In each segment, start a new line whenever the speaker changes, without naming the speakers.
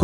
ค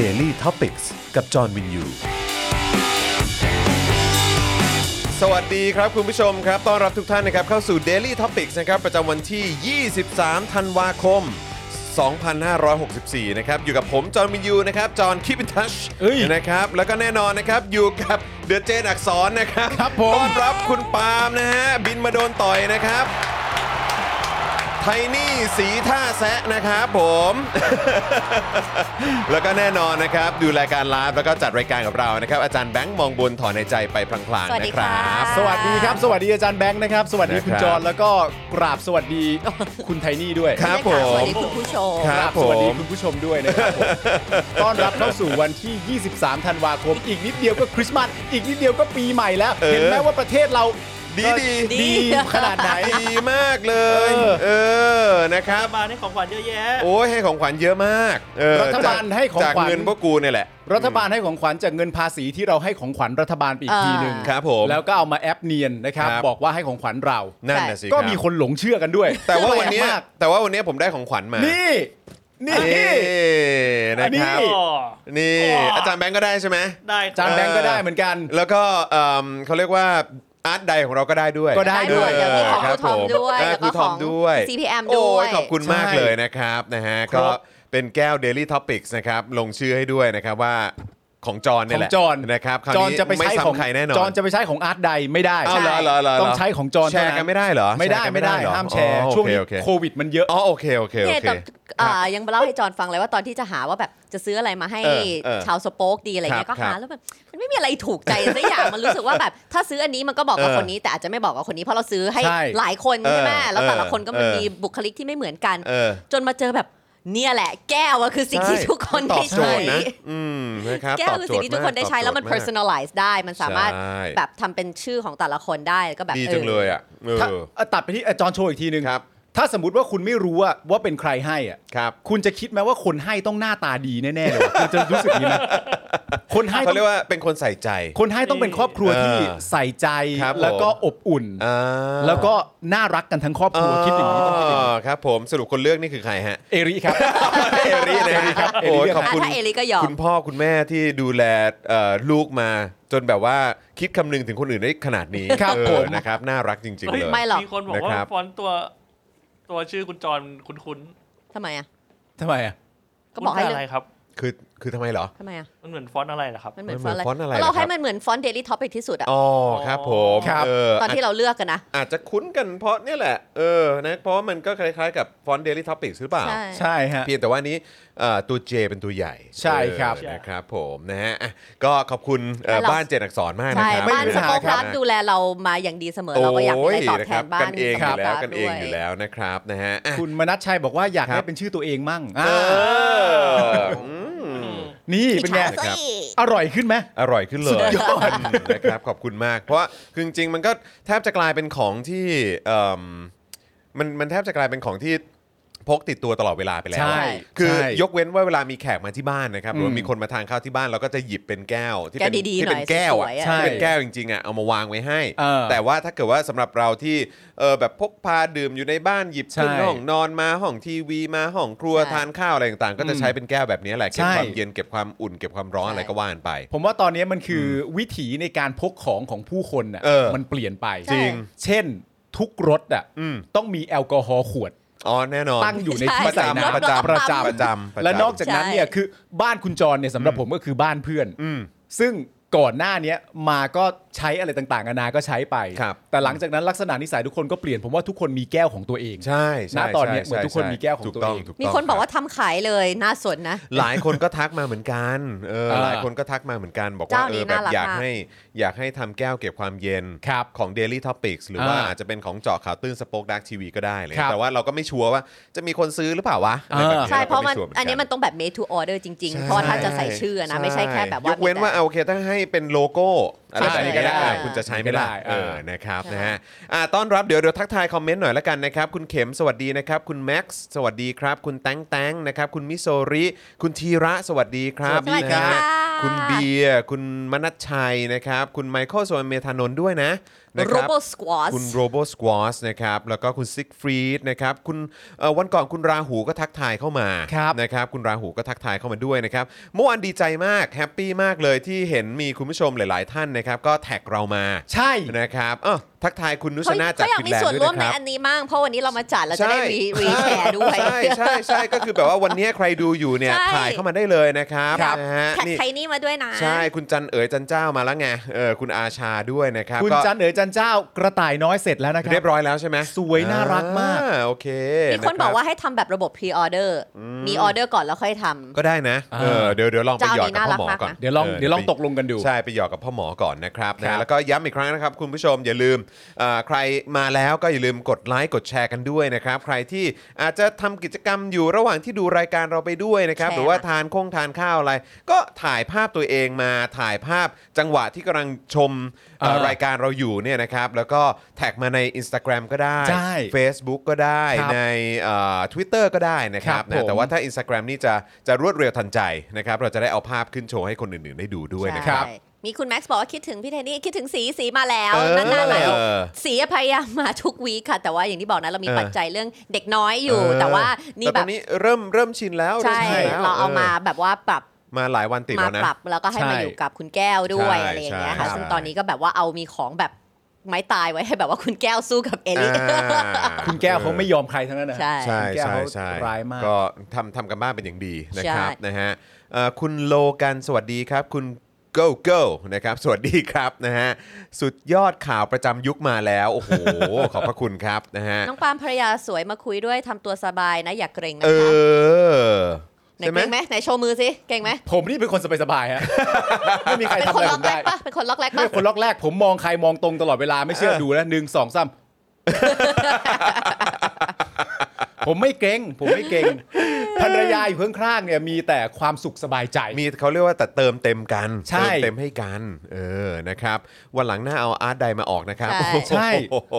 Daily t o p i c กกับจอห์นวินยู
สวัสดีครับคุณผู้ชมครับต้อนรับทุกท่านนะครับเข้าสู่ Daily Topics นะครับประจำวันที่ 23 ธันวาคม 2564 นะครับอยู่กับผมจอห์นวินยูนะครับจอห์นคิปิทัช
เอ้ย
นะครับแล้วก็แน่นอนนะครับอยู่กับเดอะเจนอักษรนะครับ
ครับผม
ต้อนรับคุณปาล์มนะฮะบินมาโดนต่อยนะครับ ไทนี่สีท่าแซะนะครับผม แล้วก็แน่นอนนะครับ ดูรายการไลฟ์แล้วก็จัดรายการกับเรานะครับ อาจารย์แบงค์มองบนถอนในใจไปพลาง
สวั
ๆ
สดี
นะครั
ค่ะ
บ
สวัสดีครับ สวัสดีอาจารย์แบงค์นะครับ สวัสดีคุณ
นะครับ
จอนแล้วก็กราบสวัสดี คุณไทนี่ด้วย
ครับ
ได้ข่าว
ผม
สวัสดีคุณผู้ชม
ค
ก
รับ
ราบสวัสดี
ผม
คุณผู้ชมด้วยนะครับ ผมต้อนรับเข้าสู่วันที่ 23 ธันวาคม อีกนิดเดียวก็คริสต์มาสอีกนิดเดียวก็ปีใหม่แล้ว เห็นไหมว่าประเทศเรา
ดี
ก็
ดี
ดี
ดีขนาด ไหน
ดีมากเลย
เออ
เออนะครับ
บาลให้ของขวัญเยอะแยะ
โอ้ยให้ของขวัญเยอะมากเออ
รัฐบาล
จก
ให้ของ
จาก
ขวัญ
เงินพวกกูเนี่ยแหละ
รัฐบาลให้ของขวัญจากเงินภาษีที่เราให้ของขวัญรัฐบาลไปอีกทีหนึ่ง
ครับผม
แล้วก็เอามาแอปเนียนนะครับ
ครับ
บอกว่าให้ของขวัญเรา
นั่นน่ะสิ
ก็
รับ
มีคนหลงเชื่อกันด้วย
แต่ว่าวันเนี้ย
ปลกมก
แต่ว่าวันเนี้ยผมได้ของขวัญมา
นี่นี่ อั
นะ
นนี้
ครับ นี่อาจารย์แบงค์ก็ได้ใช่ไหม
ได้
จานแบงค์ก็ได้เหมือนกัน
แล้วก็เอิ่มเขาเรียกว่าอาร์ตใดของเราก็ได้ด้วย
ก็ได้
ได้
ด้
ด้วย
เ
เดี๋ยวมีของ
ค
ครู
รับ
ทอม
ผ
ด้วย
อ่า
แล้ว
ครู
ก็
ท
ข
อ
อ
ม
ง
ด้วย
CPM
โอ้
ด้วย ย
ขอบคุณมาก
ใช่
เลยนะครับนะฮะ
ครั
ก็
บ
เป็นแก้ว Daily Topics นะครับลงชื่อให้ด้วยนะครับว่าของจอนเนี่ยแหละ
ของจอน
นะครับคราว
จอน
นี้
จะไป
ไม่
ใช้ของ
ซ้ำใครแน่นอน
จอนจะไปใช้ของอาร์ตใดไม่ได้
เอาเหรอเหรอเหรอเหร
ต้องใช้ของจอน
แชร์กันไม่ได้เหรอ
ไม่
แช
ได้
ร์กัน
ไม่ได้
เหรอ
ห้ามแชร์
อ๋อ
ช่วงนี้
โอเค
โควิดมันเยอะ
อ๋อโอเคโอเคโอ
เนี่ย
เค
แต่อ่ายังเล่าให้จอนฟังเลยว่าตอนที่จะหาว่าแบบจะซื้ออะไรมาให้
เออเออ
ชาวสโป๊กดีอะไรเงี้ย
ครับ
ก็หาแล้วแบบมันไม่มีอะไรถูกใจสักอย่างมันรู้สึกว่าแบบถ้าซื้ออันนี้มันก็บอกกับ
เออ
คนนี้ แต่อาจจะไม่บอกกับคนนี้เพราะเราซื้อให้
ใช่
หลายคน
เออ
ใช่ไหมแล้วแต่ละ
เออ
คนก็มัน
เออ
มีบุคลิกที่ไม่เหมือนกัน
เออ
จนมาเจอแบบเนี่ยแหละ แก้วอะคือสิ่งที่
ใช่
ทุกคน
ตอ
ได้
บโจ
ใช้
ทย์นะอืมนะครับ
แก้
ต
ว
อบ
คือ
โจ
สิ่
ท
ง
ย์
ที่ทุกคนได้ใช้แล้วมัน
ตอบโจทย์าก
personalize ได้มันสามารถ
ใช่
แบบทำเป็นชื่อของแต่ละคนได้ก็แบบ
ดี
เออ
จังเลยอ่ะเอ
ถ้า
อ
เอาตัดไปที่อ่ะจอนโชว์อีกทีนึง
ครับ
ถ้าสมมติว่าคุณไม่รู้ว่าว่าเป็นใครให้อ่ะ
ครับ
คุณจะคิดไหมว่าคนให้ต้องหน้าตาดีแน่ ๆเลยวะคุณจะรู้สึกอย่างนี้ไหมคนให้
เขา
ต้อง
เรียกว่าเป็นคนใส่ใจ
คนให้ต้องเป็นครอบครัวที่
เออ
ใส่ใจ
ครับผม
แล้วก็อบอุ่น
อ่า
แล้วก็น่ารักกันทั้งครอบครัวคิดอย่างนี้ต้องคิดอย่างนี้
ครับผมสรุปคนเลือกนี่คือใครฮะ
เอริ ครับ
เอรินะ
รับ
โอ้ย
เอริเลือก
ขอบคุณ
อ่ะถ้าเอริก็ยอม
คุณพ่อคุณแม่ที่ดูแลเอ่อลูกมา จนแบบว่าคิดคำนึงถึงคนอื่นได้ขนาดนี้
ครับ
เออ
ผม
นะครับ น่ารักจริง ๆ
เฮ้
เลย ย
ไม่หรอก
มีคนบอกว่า
นะครับ
ฟอนต์ตัว ตัวชื่อคุณจรคุณคุณ
ทำไมอะ
ทำไมอ่ะ
ก็บอกให้
อะ
เลือก
ไรครับ
คือคือทำไมเหรอ
ทำไมอ่ะ
มันเหมือนฟอนต์อะไรนะครับ
มันเหมือน
มันเห
ฟ
มื
อ
อน
นต์อะไร
ฟอนต์อะไร
เรา
ล่ะครั
ให้
บ
มันเหมือนฟอนต์เดลี่ท็อปิกที่สุดอ่ะ
อ๋อครับผม
ครับ
เออ
ตอน
อาจ
ที่เราเลือกกันนะ
อาจจะคุ้นกันเพราะเนี่ยแหละเออนะเพราะว่ามันก็คล้ายๆกับฟอนต์ Daily Topics หรือเปล่า
ใช่
ใช่ฮะ
เพียงแต่ว่านี้เอ่อตัว J เป็นตัวใหญ่
ใช่ครับ
เออนะครับผมนะฮะอ่ะก็ขอบคุณเอ่อ
แล้วเรา
บ้านเจนอักษรมากนะ
ใช่
ครับ
บ้าน
ไม่
ส
มีปัญหา
ปอค
ครั
รับ บดูแลเรามาอย่างดีเสมอ
โอ้
เราก็อยากมีอะ
ย
ไรตอบ
นะ
แท
ครับ
นบ้าน
กันเองอยู่แล้วกันเองอ
สปค
ยู่
ด้
แล้วนะครับนะฮะ อ่ะ
คุณมนัชชัยบอกว่าอยากให้เป็นชื่อตัวเองมั่งอ่า
เอออืม
นี่
ย
เป็นไง
อิจฉา
ครับ
สิ
อร่อยขึ้นไหม
อร่อยขึ้นเลยอืมนะครับขอบคุณมาก เพราะว่าคือจริงๆมันก็แทบจะกลายเป็นของที่เอิ่มมันมันแทบจะกลายเป็นของที่พ พกติดตัวตลอดเวลาไปแล้ว
ใช่
คือ
ใช่
ยกเว้นว่าเวลามีแขกมาที่บ้านนะครับหรือว่า
อืม
มีคนมาทานข้าวที่บ้านเราก็จะหยิบเป็นแก้วที่เป็น
แก้วดีๆ
ที่เป็
หน่
น
อย
แก้ว
ส
อ่ะ
วยๆอะ
ที่เป็นแก้วจริงๆอ่ะเอามาวางไว้ให้
เออ
แต่ว่าถ้าเกิดว่าสำหรับเราที่เออแบบพกพาดื่มอยู่ในบ้านหยิบขึ้น
ใช่
ห้องนอนมาห้องทีวีมาห้องครัว
ใช่
ทานข้าวอะไรต่างๆ ก็จะใช้เป็นแก้วแบบนี้แหละเก็บ
ใช่
ความเย็นเก็บความอุ่นเก็บความร้อนอะไรก็ว่ากันไป
ผมว่าตอนนี้มันคืออวิถีในการพกของของผู้คนน่ะ
เออ
มันเปลี่ยนไป
จริง
เช่น ทุกรถอ่ะ
อืม
ต้องมีแอลกอฮอล์ขวด
อ๋อแน่นอน
ตั้งอยู่ใน
ใช่
ที่
ประ
ใส่
จำ
น้ำ
ประจำ
ประจำ
ประจำประจำ
และนอกจากนั้นเนี่ยคือบ้านคุณจรเนี่ยสำหรับผมก็คือบ้านเพื่อน
อืม
ซึ่งก่อนหน้าเนี้ยมาก็ใช้อะไรต่างๆนานาก็ใช้ไป
ครับ
แต่หลังจากนั้นลักษณะนิสัยทุกคนก็เปลี่ยนผมว่าทุกคนมีแก้วของตัวเอง
ใช่ใช่
ณตอนเนี้ย
ใช่
เหมือนทุกคนมีแก้วของ
ถู
ตัวเอง
ถู
มีคน
รั
บอกว่าทำขายเลยน่าสนนะ
หลายคนก็ทักมาเหมือนกันเออ
เออ
หลายคนก็ทักมาเหมือนกัน บอกว่า
เจ้า
เอ
นี้
อแบบ
น่ารัก
อยาก
มาก
ให้อยากให้ทำแก้วเก็บความเย็น
ครับ
ของ Daily Topics หรือว่า
อ่า
อาจจะเป็นของเจาะข่าวตื้นสป็อคดักทีวีก็ได้เลย
ครับ
แต่ว่าเราก็ไม่ชัวร์ว่าจะมีคนซื้อหรือเปล่าวะอะไรแบบนี้
ใช่
ก็ไชัว
เพราะมัน
หกั
อันนี้มันต้องแบบ made to order จริง ๆ เพราะว่าถ้าจะใส่ชื่อนะ ไม่ใช่แค่แบบว่าย ย
กเว้นว่าเอาโอเคถ้าให้เป็นโลโก้อะไรแบบนี้ก็ได้
ใช่
คุณจะใช้ไหม่ได้
ไม่ได้
เอ
อ่า
อนะครับนะฮะอ่าต้อนรับเดี๋ยวเดี๋ยวทักทายคอมเมนต์หน่อยละกันนะครับ คุณเข็มสวัสดีนะครับ คุณแม็กซ์สวัสดีครับ คุณแตงแตงนะครับคุณมิโซริคุณธีระสวัสดีครับ
สวัสดีค่ะ
คุณเบียร์คุณมนัชชัยนะครับ คุณไมเคิลสวนเมธานนท์ด้วยนะนะครั
Robo Squash
คุณโรโบสควอสนะครับ แล้วก็คุณซิกฟรีดนะครับ คุณเอ่อวันก่อนคุณราหูก็ทักทายเข้ามา
ครับ
นะครับ คุณราหูก็ทักทายเข้ามาด้วยนะครับ เมื่อวานดีใจมากแฮปปี้มากเลยที่เห็นมีคุณผู้ชมหลาย ๆ ท่านนะครับ ก็แท็กเรามา
ใช่
นะครับเออทักทายคุณนุช
เขา
นาจาก
เขาอยาก
ฟิน
มี
แลนด์
ส่วน
ด้วย
ร่วม
นะค
ใน
รับ
อันนี้มากเพราะวันนี้เรามาจัดเราจะได้
ใช่
รีรีแชร์ด้วย
ใช่ใช่ใช่ก็คือแบบว่าวันนี้ใครดูอยู่เนี่ย
ใช่
ถ่ายเข้ามาได้เลยนะครับ
ครับ
นะฮะ
แท็ก
นี่
ใครนี่มาด้วยนะ
ใช่ คุณจันเอ๋ยจันเจ้ามาแล้วไงเออคุณอาชาด้วยนะครับ
คุณ
ก็
จันเอ๋ยจันเจ้ากระต่ายน้อยเสร็จแล้วนะครั
เรียบร้อยแล้วใช่ไหม
สวยน่ารักมาก
อ่โอเค
มีคนบอกว่า
ะรั
ให้ทำแบบระบบ pre order มีออเดอร์ก่อนแล้วค่อยทำ
ก็ได้นะเออเดี๋ยวเดี๋ยวลองไป
เจ้า
หยอด
นี่
กับ
น่า
พ่อก ห
รั
มอ
มาก
ก่อน
นะ
เดี๋ยวลองเดี๋ยวลองตกลงกันดู
ใช่ไปหยอดกับพ่อหมอก่อนนะครับ
ครั
นะ
บ
แล้วก็ย้ำอีกครั้งนะครับ คุณผู้ชมอย่าลืมเอ่อใครมาแล้วก็อย่าลืมกดไลค์กดแชร์กันด้วยนะครับ ใครที่อาจจะทำกิจกรรมอยู่ระหว่างที่ดูรายการเราไปด้วยนะครับ
แชร์
หรือว่า
มา
ทานคงทานข้าวอะไร ก็ถ่ายภาพตัวเองมาถ่ายภาพจังหวะที่กำลังชมเอ่อ
เออ
รายการเราอยู่เนี่ยนะครับ แล้วก็แท็กมาใน Instagram ก็ได้
ใช่
Facebook ก็ได้
ครับ
ในเอ่อ Twitter ก็ได้นะค
ค
รั
รับ บ
นะแต่ว่า
ผม
ถ้า Instagram นี่จะจะรวดเร็วทันใจนะครับ เราจะได้เอาภาพขึ้นโชว์ให้คนอื่น ๆ ได้ดูด้วยนะครับ
ใช่มีคุณแม็กซ์บอกว่าคิดถึงพี่เทนนี่คิดถึงสีสีมาแล้ว
เออน
านๆหน่อย
เออ
สีพยายามมาทุกวีคค่ะ แต่ว่าอย่างที่บอกนะเรามี
เออ
ปัจจัยเรื่องเด็กน้อยอยู่ แต่ว่านี่
แต่
แบ
ตอบ นนี้เริ่มเริ่มชินแล้ว
ใช่
มชินแล้ว
เราเอามาแบบว่าปรับ
มาหลายวันติด
มา
แล้วนะ
ปรับแล้วก็ให้
ใช่
มาอยู่กับคุณแก้วด้วย
ใช่
อะไรอย่างเงี้ย
ใช่
ค่ะ
ใช่
ซึ่งตอนนี้ก็แบบว่าเอามีของแบบไม้ตายไว้ให้แบบว่าคุณแก้วสู้กับเอลิ
อ่า
คุณแก้วเขาไม่ยอมใครทั้งนั้นนะ
ใช่
ใช่
คุณแก้ว
ใช่
เขา
ใช่
ร้ายมาก
ก็ทำทำกันบ้านเป็นอย่างดีนะครับ
ใช่
นะฮะเอ่อคุณโลกันสวัสดีครับ คุณ go go นะครับ สวัสดีครับนะฮะสุดยอดข่าวประจำยุคมาแล้วโอ้โห ขอบพระคุณครับนะฮะ
น้องปาล์มภรรยาสวยมาคุยด้วยทำตัวสบายนะอย่าเกรงนะ
เอ
คะ
อ
ไหนเกรงไหมไหนโชว์มือสิเกรงไหม
ผมนี่เป็นคนสบายๆฮะ ไม่มีใคร
เป็น
ทำ
ค
อะ
น
ไรผม
ล็อกแร
ได้
กปะเป็นคนล็อกแรก
ไม่
ปะ
คนล็อกแรก ผมมองใครมองตรงตลอดเวลาไม่เชื่อดูนะหนึ่งสองสาม ผมไม่เกรงผมไม่เกรงภรรยาอยู่ข้างๆเนี่ยมีแต่ความสุขสบายใจ
มีเขาเรียกว่าแต่เติมเต็มกัน
ใช่
เติมเต็มให้กันเออนะครับวันหลังหน้าเอาอาร์ตไดมาออกนะครับ
ใช่
ใช่
โอ้โห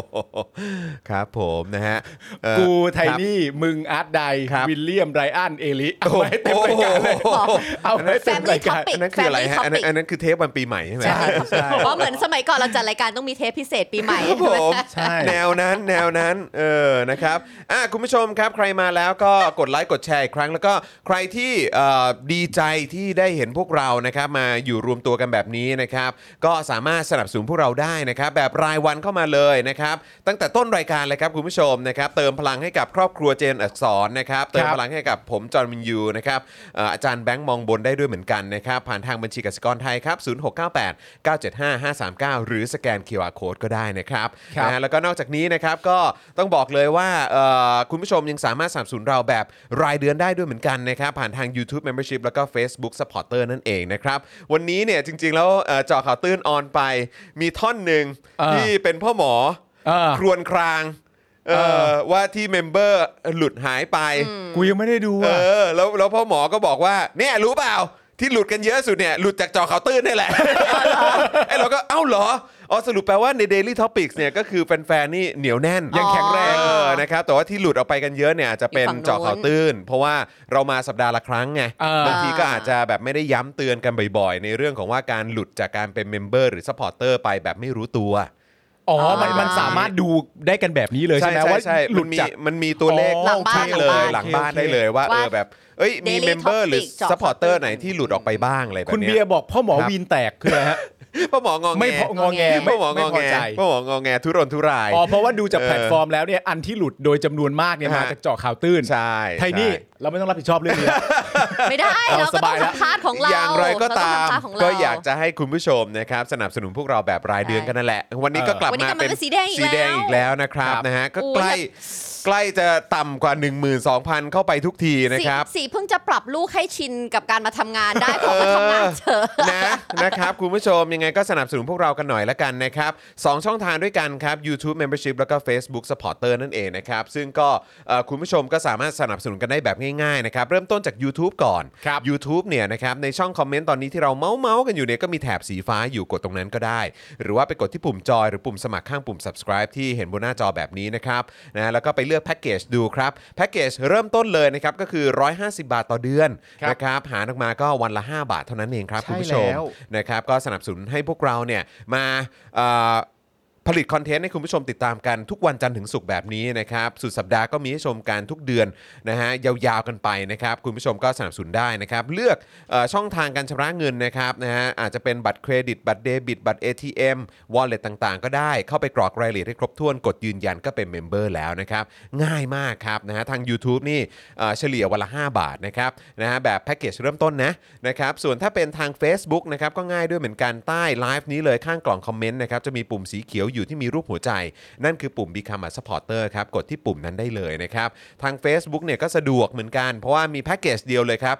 ครับผมนะฮะเอ่อ
กูไทนี่มึงอาร์ตได
ครับ
วิลเลียมไรอันเอลิเอาไว้เต็มรายการเลย
หมอ
เอาไว้เต็มรายการ
Family Topic
อันนั้นคืออะไรฮะ
Family
อันนั้น
Topic
อันนั้นคือเทปวันปีใหม่ใช่ไหม
ใช่ใช่
เพราะเหมือนสมัยก่อนเราจัดรายการต้องมีเทปพิเศษปีใหม่
ครับผม
ใช่
แนวนั้นแนวนั้นเออนะครับอ่ะคุณผู้ชมครับใครมาแล้วก็กดไลค์กดแชร์อีกครั้ง แล้วก็ใครที่เอ่อดีใจที่ได้เห็นพวกเรานะครับมาอยู่รวมตัวกันแบบนี้นะครับ ก็สามารถสนับสนุนพวกเราได้นะครับ แบบรายวันเข้ามาเลยนะครับ ตั้งแต่ต้นรายการเลยครับคุณผู้ชมนะครับ เติมพลังให้กับครอบครัวเจนอักษรนะครับเติมพลังให้กับผมจอห์นวินยูนะครับเอ่ออาจารย์แบงค์มองบนได้ด้วยเหมือนกันนะครับ ผ่านทางบัญชีกสิกรไทยครับ0698 975 539 หรือสแกน QR Code ก็ได้นะครับ
ครับ
นะฮะ แล้วก็นอกจากนี้นะครับก็ต้องบอกเลยว่าเอ่อคุณผู้ชมยังสามารถสนับสนุนเราแบบรายเดือนได้ด้วยเหมือนกันนะครับ ผ่านทาง YouTube Membership แล้วก็ Facebook Supporter นั่นเองนะครับ วันนี้เนี่ยจริง ๆ แล้วเอ่อเจอข่าวตื้นออนไป มีท่อนหนึ่ง
เออ
ที่เป็นพ่อหมอ
เออ
ครวนครางเอ่อ
เออ
ว่าที่เมมเบอร์หลุดหายไป
กูยังไม่ได้ดู
เอ
อ่ะ
อแล้วแล้วพ่อหมอก็บอกว่าเนี่ยรู้ เปล่าที่หลุดกันเยอะสุดเนี่ยหลุดจากจอเขาวตื้นนี่แหละไอ้เราก็เอ้าเหรอ อ๋อสรุปแปลว่าใน Daily Topics เนี่ยก็คือแฟนๆนี่เหนียวแน่น
ยังแข็งแรง
เออนะครับแต่ว่าที่หลุดออกไปกันเยอะเนี่ยอาจจะเป็น
อีกฝั่ง
เจาะ
โน้น
ข่าวตื้น เพราะว่าเรามาสัปดาห์ละครั้งไง
เออ
บางทีก็อาจจะแบบไม่ได้ย้ำเตือนกันบ่อยๆ ในเรื่องของว่าการหลุดจากการเป็นเมมเบอร์หรือซัพพอร์เตอร์ไปแบบไม่รู้ตัว
อ๋อ มัน
อ่ามั
มันสามารถดูได้กันแบบนี้เลยใช่ไหมว่า
ใช่
หลุด
มันมี
จาก
มันมีตัวเลข
หลังบ้าน
ให้เลยห
ห
ลั
ลั
ง
ง
บ้า
บ้าน น
ได้เลยว่าเอ
ว่า
อแบบ เอ้ยมี
Daily
เมมเบอร์
Topic
หรือ
เจาะ
ซัพพอร์เตอร์
ข่าวตื้น
ไหนที่หลุดออกไปบ้างอะไรแบบเนี้ย
คุณเบียร์บอกพ่อหมอ
ครับ
วีนแตกคืออะไรฮะ
ป้าหมองอแง
ไม่พองอแง
ป้าหมอง
ไม่
อ
พ
แง
อใจ
ป้าหมองอแงทุรนทุราย
อ๋อ เพราะว่าดูจาก
เออ
แพลตฟอร์มแล้วเนี่ย อันที่หลุดโดยจำนวนมากเนี่ย
ฮะ
มาจากเจาะข่าวตื้น
ใช่
ไทยนี่
ใช่
เราไม่ต้องรับผิดชอบเรื่องนี้
ไม่ได้
เอา
เราก็ต้
สา
อบ
ง ยแล้ว
ทำพาร์ทของเรา
อย่างไรก็ตาม
เรต้องทำพร์ทของเร
ก็อยากจะให้คุณผู้ชมนะครับสนับสนุนพวกเราแบบรายเดือนกันนั่นแหละ วันนี้ก็กลับ
วันนี้
มาก
ลับมา
เป็น
เป็นสีแดงอีก
สีแดง
แล้ว
อีกแล้วนะครับ
ครับ
นะฮะก็
โอ้ย
ใกล้
แล้ว
ใกล้จะต่ำกว่า 12,000 เข้าไปทุกทีนะครับ
สีสีเพิ่งจะปรับลูกให้ชินกับการมาทำงานได้ ขอมาทำงานเถอะ
นะนะครับคุณผู้ชมยังไงก็สนับสนุนพวกเรากันหน่อยละกันนะครับสองช่องทางด้วยกันครับ YouTube Membership แล้วก็ Facebook Supporter นั่นเองนะครับซึ่งก็เอ่อคุณผู้ชมก็สามารถสนับสนุนกันได้แบบง่ายๆนะครับเริ่มต้นจาก YouTube ก่อน
ครับ
YouTube เนี่ยนะครับในช่องคอมเมนต์ตอนนี้ที่เราเมาส์เมาส์ๆกันอยู่เนี่ยก็มีแถบสีฟ้าอยู่กดตรงนั้นก็ได้ หรือว่าไปกดที่ปุ่มจอยหรือปุ่มสมัครข้างปุ่ม subscribe ที่เห็นบนหน้าจอแบบนี้นะครับนะแล้วก็ไปเลือกแพ็กเกจดูครับแพ็กเกจเริ่มต้นเลยนะครับก็คือ 150 บาทต่อเดือน
ครับ
นะครับหารออกมาก็วันละ 5 บาทเท่านั้นเองครับ ค
ใช่
รับคุณผู้ชม
แล้ว
นะครับก็สนับสนุนให้พวกเราเนี่ยมาเอ่อผลิตคอนเทนต์ให้คุณผู้ชมติดตามกันทุกวันจันทร์ถึงศุกร์แบบนี้นะครับสุดสัปดาห์ก็มีให้ชมกันทุกเดือนนะฮะยาวๆกันไปนะครับคุณผู้ชมก็สนับสนุนได้นะครับเลือกเออช่องทางการชำระเงินนะครับนะฮะอาจจะเป็นบัตรเครดิต บัตรเดบิต บัตร ATM วอลเล็ตต่างๆ ก็ได้เข้าไปกรอกรายละเอียดให้ครบถ้วนกดยืนยันก็เป็นเมมเบอร์แล้วนะครับง่ายมากครับนะฮะทาง YouTube นี่เอ่อเฉลี่ยวันละ 5 บาทนะครับนะฮะแบบแพ็กเกจเริ่มต้นนะนะครับส่วนถ้าเป็นทาง Facebook นะครับก็ง่ายด้วยเหมือนกันใต้ไลฟ์นี้เลยข้างกล่องคอมเมนต์นะครับจะมีปุ่มสีเขียวอยู่ที่มีรูปหัวใจ นั่นคือปุ่ม Become a supporter ครับกดที่ปุ่มนั้นได้เลยนะครับทาง Facebook เนี่ยก็สะดวกเหมือนกันเพราะว่ามีแพ็กเกจเดียวเลยครั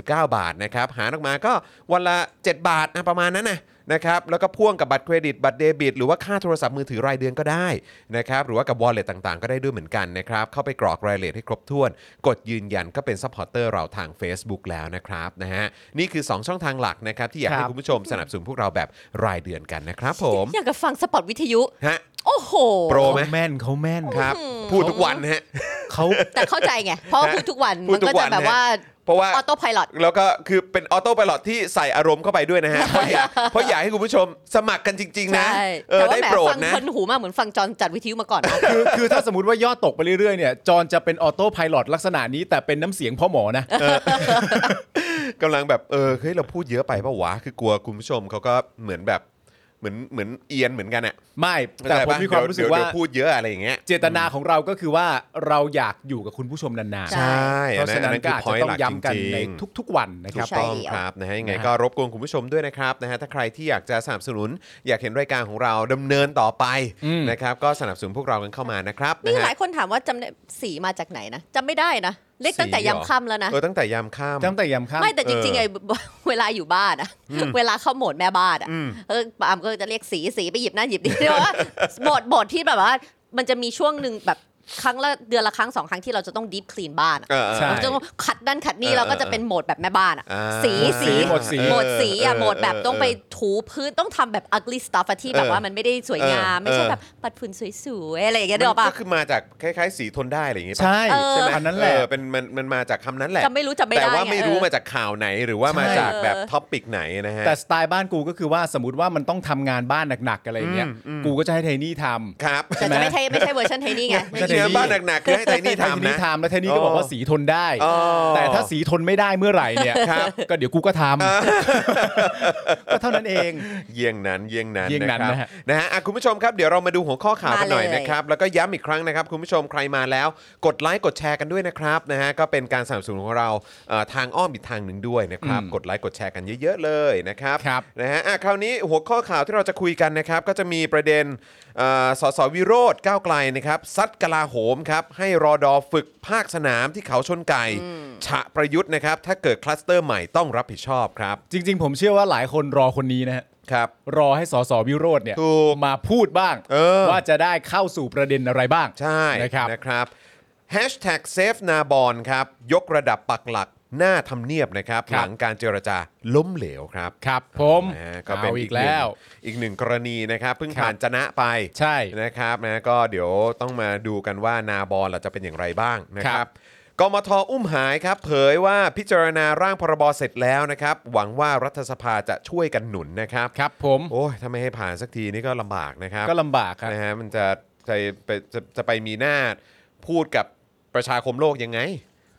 บ179 บาทนะครับหารออกมาก็วันละ 7 บาทนะประมาณนั้นนะ นะครับแล้วก็พ่วงกับบัตรเครดิต บัตรเดบิต หรือว่าค่าโทรศัพท์มือถือรายเดือนก็ได้นะครับหรือว่ากับวอลเล็ตต่างๆ ก็ได้ด้วยเหมือนกันนะครับเข้าไปกรอกรายละเอียดให้ครบถ้วน กดยืนยันก็เป็นซัพพอร์เตอร์เราทาง Facebook แล้วนะครับนะฮะนี่คือ 2 ช่องทางหลักนะครับที่อยากให้
ครับ
คุณผู้ชมสนับสนุนพวกเราแบบรายเดือนกันนะครับผม
อยากจะฟังสปอตวิทยุ
ฮะ
โอ้โห
โปรไหม
เขาแม่นเขาแม่น
ครับพูดทุกวันนะฮะ
เขา
แต่เข้าใจไง เพราะว่า
ฮะ
พูดทุกวัน
พูด
มัน
ทุก
ก็
วั
จะ
น
แบบ
ฮะ
ว่า
เพราะว่า
ออโต้พายโล
แล้วก็คือเป็นออโต้ i l ล t ที่ใส่อารมณ์เข้าไปด้วยนะฮะเพราะอยากเพราะอยากให้คุณผู้ชมสมัครกันจริง ๆ นะ
ใช่
เออ
แต่ว่า
ได้
แหม
โปรด
ฟัง
นะ
คนหูมากเหมือนฟังจอนจัดวิทยุมาก่อนนะ
คือคือถ้าสมมติว่ายอดตกไปเรื่อยๆเนี่ย จอนจะเป็นออโต้พายโลลักษณะนี้แต่เป็นน้ำเสียงพ่อหมอนะ
กำลังแบบเออเฮ้ยเราพูดเยอะไปเปล่าวะคือกลัวคุณผู้ชมเขาก็เหมือนแบบเหมือนเหมือนเอียนเหมือนกันอะ
ไม่ แต่ผมมีความรู้สึกว่า
เดี๋ยเดี๋ยพูดเยอะอะไรอย่างเงี้ย
เจตนาของเราก็คือว่าเราอยากอยู่กับคุณผู้ชมนาน
ใช่
ๆเพ
อั
ราะฉะนั้นก็อาจจะ
คื point
ต้องย้ำกัน
หลัจริงๆ
ในทุกๆวันนะครับ
ใช่
ถูกต้อง
เดี่ย
ค
ว
รับนะฮะยังไง
นะฮะ
ก็รบกวนคุณผู้ชมด้วยนะครับนะฮะถ้าใครที่อยากจะสนับสนุน อยากเห็นรายการของเราดำเนินต่อไป
อืม
นะครับก็สนับสนุนพวกเรากันเข้ามานะครับ
นี่
ะฮะ
หลายคนถามว่าจำได้สีมาจากไหนนะจำไม่ได้นะเรียกตั้งแต่ยามค่ำแล้วนะ
เออตั้งแต่ยามค่ำ
ตั้งแต่ยามค่ำ
ไม่แต่จริงๆไอ้ เวลาอยู่บ้านอะเวลาเข้าโหมดแม่บ้านอะ
อืม
เออปาล์มก็จะเรียกสีสีไปหยิบนั่นหยิบ นี่เพราะว่าโหมดโหมดที่แบบว่า มันจะมีช่วงหนึ่งแบบครั้งละเดือนละครั้งสองครั้งที่เราจะต้องดีฟคลีนบ้านอะ
เออเออ
ใช่
เราจะต้องขัดนั่นขัดนี่
เออ
เราก็จะเป็นโหมดแบบแม่บ้านอะ
อ่า
สีสี
หมดสี
โหมดสี
เออ
อะ
เออ
โหมดแบบต้องไปถูพื้นต้องทำแบบ ugly stuff อะที่แบบ
เออ
ว่ามันไม่ได้สวยงาม
เออ
ไม่ใช่แบบปัดฝุ่นสวยๆอะไรอย่างเงี้ยเดี๋ยว
มัน
ปะ
ก็คือมาจากคล้ายๆ สีทนได้อะไรอย่างเงี้ย
ใช่
เออ
ใช่ไหมอันนั้นแหละ
เออเป็นมันมันมาจากคำนั้นแหละ
จำไม่รู้จำไม่
แต่
ได้
ว่า
ไง
ไม่รู้
เออ
มาจากข่าวไหนหรือว่ามา
ใช่
จากแบบ
เออ
ท็อปิกไหนนะฮะ
แต่สไตล์บ้านกูก็คือว่าสมมติว่ามันต้องทำงานบ้านหนักๆอะไรอย่างเงี้ย
อืมอืม
กูก็จะให้ไทนี่ทำ
ครับ
แต่จะไม่ใช่ไม่ใช่เวอร์ชันไทยนี่ไง
ไม่
ไม่
ใช่
ใช่บ้านหนักๆคือให้ไทนี่
ไท
ทำ
นี่
นะ
ทำแล้วไทนี่ก็บอกว่าสีทนได้
อ๋อ
แต่ถ้าสีทนไม่ได้เมื่อไหร่เนี่ย
ครับ
ก็เดี๋ยวกูก็ทำก็เท่านั้นเอง
เยี่ยงนั้นเยี่ยงนั้น
เยี่ยงนั้น
นะ
นะ
ครับ
ฮะ
นะฮะอ่ะคุณผู้ชมครับเดี๋ยวเรามาดูหัวข้อข่าวกันหน่อย
มาเลย
นะครับ แล้วก็ย้ำอีกครั้งนะครับ คุณผู้ชมใครมาแล้ว กดไลค์กดแชร์กันด้วยนะครับนะฮะก็เป็นการสนับสนุนของเราเอ่อทางอ้อมอีกทางหนึ่งด้วยนะครับ
อืม
กดไลค์กดแชร์กันเยอะๆเลยนะครับ
ครับ
นะฮะอ่ะคราวนี้หัวข้อข่าวที่เราจะคุยกันนะครับ ก็จะมีประเด็นเอ่อสสวิโรธก้าวไกลนะครับซัดกลาโหมครับให้รอดอฝึกภาคสนามที่เขาชนไก่ฉะประยุทธ์นะครับถ้าเกิดคลัสเตอร์ใหม่ต้องรับผิดชอบครับ
จริง ๆ ผมเชื่อว่าหลายคนรอคนนี้นะฮะ
ครับ
รอให้สสวิโรธเนี่ย
ถูก
มาพูดบ้าง
เออ
ว่าจะได้เข้าสู่ประเด็นอะไรบ้าง
ใช่
นะครับ
นะครับ Hashtag Save Nabon ครับ ยกระดับปักหลัก หน้าทำเนียบนะครับ
ครั
ห
บ
ลังการเจรจาล้มเหลวครับ
ครับผม
นะฮะก็
เอา
เป็น
อี
อี
ก
กหนึ่ง
แล้ว
อีกหนึ่งกรณีนะครับเพิ่ง
ครับ
ผ่านจะนะไป
ใช่
นะครับนะก็เดี๋ยวต้องมาดูกันว่านาบอลล่ะจะเป็นอย่างไรบ้างนะค
ครั
รับบ กมทอุ้มหายครับ เผยว่าพิจารณาร่างพรบเสร็จแล้วนะครับ หวังว่ารัฐสภาจะช่วยกันหนุนนะครับ
ครับผม
โอ้ยถ้าไม่ให้ผ่านสักทีนี่ก็ลำบากนะครับ
ก็ลำบากครับ
นะฮะมันจะจะไปจะจะไปมีหน้าพูดกับประชาคมโลกยังไง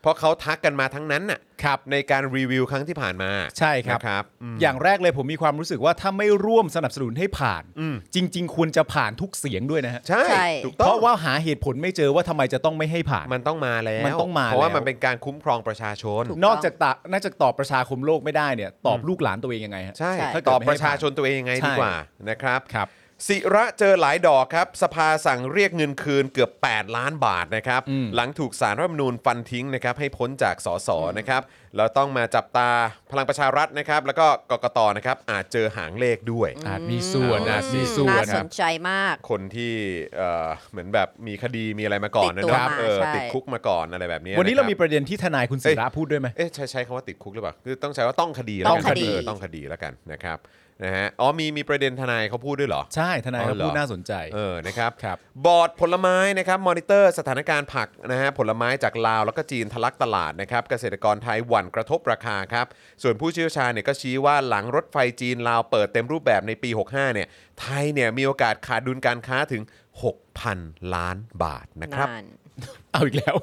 เพราะเขาทักกันมาทั้งนั้นน่ะ
ครับ
ในการรีวิวครั้งที่ผ่านมา
ใช่ครับ
นะครับอืม
อย่างแรกเลยผมมีความรู้สึกว่าถ้าไม่ร่วมสนับสนุนให้ผ่าน
อืม
จริง ๆ ควรจะผ่านทุกเสียงด้วยนะฮะ
ใช่
ใช่
ถูกต้
เพ
อง
ราะว่าหาเหตุผลไม่เจอว่าทำไมจะต้องไม่ให้ผ่าน
มันต้องมาแล้ว
มันต้องมา
เพราะว่า
แล้ว
มันเป็นการคุ้มครองประชาชน
ถู กต้อง
นอกจากตะนอกจากตอบประชาคมโลกไม่ได้เนี่ยตอบลูกหลานตัวเองยังไงฮะ
ใช่
ใช่
ถ้าตอบประชาชนตัวเองยังไง
ใช่
ดีกว่านะครับ
ครับ
ศิระเจอหลายดอกครับ สภาสั่งเรียกเงินคืนเกือบ 8 ล้านบาทนะครับ
อืม
หลังถูกสารรัฐธรรมนูญฟันทิ้งนะครับ ให้พ้นจากสสนะครับแล้วต้องมาจับตาพลังประชารัฐนะครับ แล้วก็กกตนะครับ อาจเจอหางเลขด้วย
าจมีส่วนอาจมีส่วนค
น่าส
รับ
นใจมาก
คนที่เอ่อเหมือนแบบมีคดีมีอะไรมาก่อนนะ
ติดตัว
นะครับ
มา
เออ
ใช่
ติดคุกมาก่อนอะไรแบบนี้ย
วันนี้เรา
ะค
มี
บ
ประเด็นที่ทนายคุณศิระพูดด้วยไหม
เอ๊ะใช้ใช้คำว่าติดคุกหรือเปล่าคือต้องใช้ว่าต้องคดี
ต้อง
แล้วกัน
คดี
เออต้องคดีแล้วกันนะครับนะฮะอ๋อมีมีประเด็นทนายเขาพูดด้วยเหรอ
ใช่ทนาย
อ๋อ
เขา
เหรอ
พูดน่าสนใจ
เออ นะครับ
ครับ
บอร์ดผลไม้นะครับ มอนิเตอร์สถานการณ์ผักนะฮะ ผลไม้จากลาวแล้วก็จีนทะลักตลาดนะครับ เกษตรกรไทยหวั่นกระทบราคาครับ ส่วนผู้เชี่ยวชาญเนี่ยก็ชี้ว่าหลังรถไฟจีนลาวเปิดเต็มรูปแบบในปี 65 เนี่ย ไทยเนี่ยมีโอกาสขาดดุลการค้าถึง 6,000 ล้านบาทนะครับ
นั่น
เอาอีกแล้ว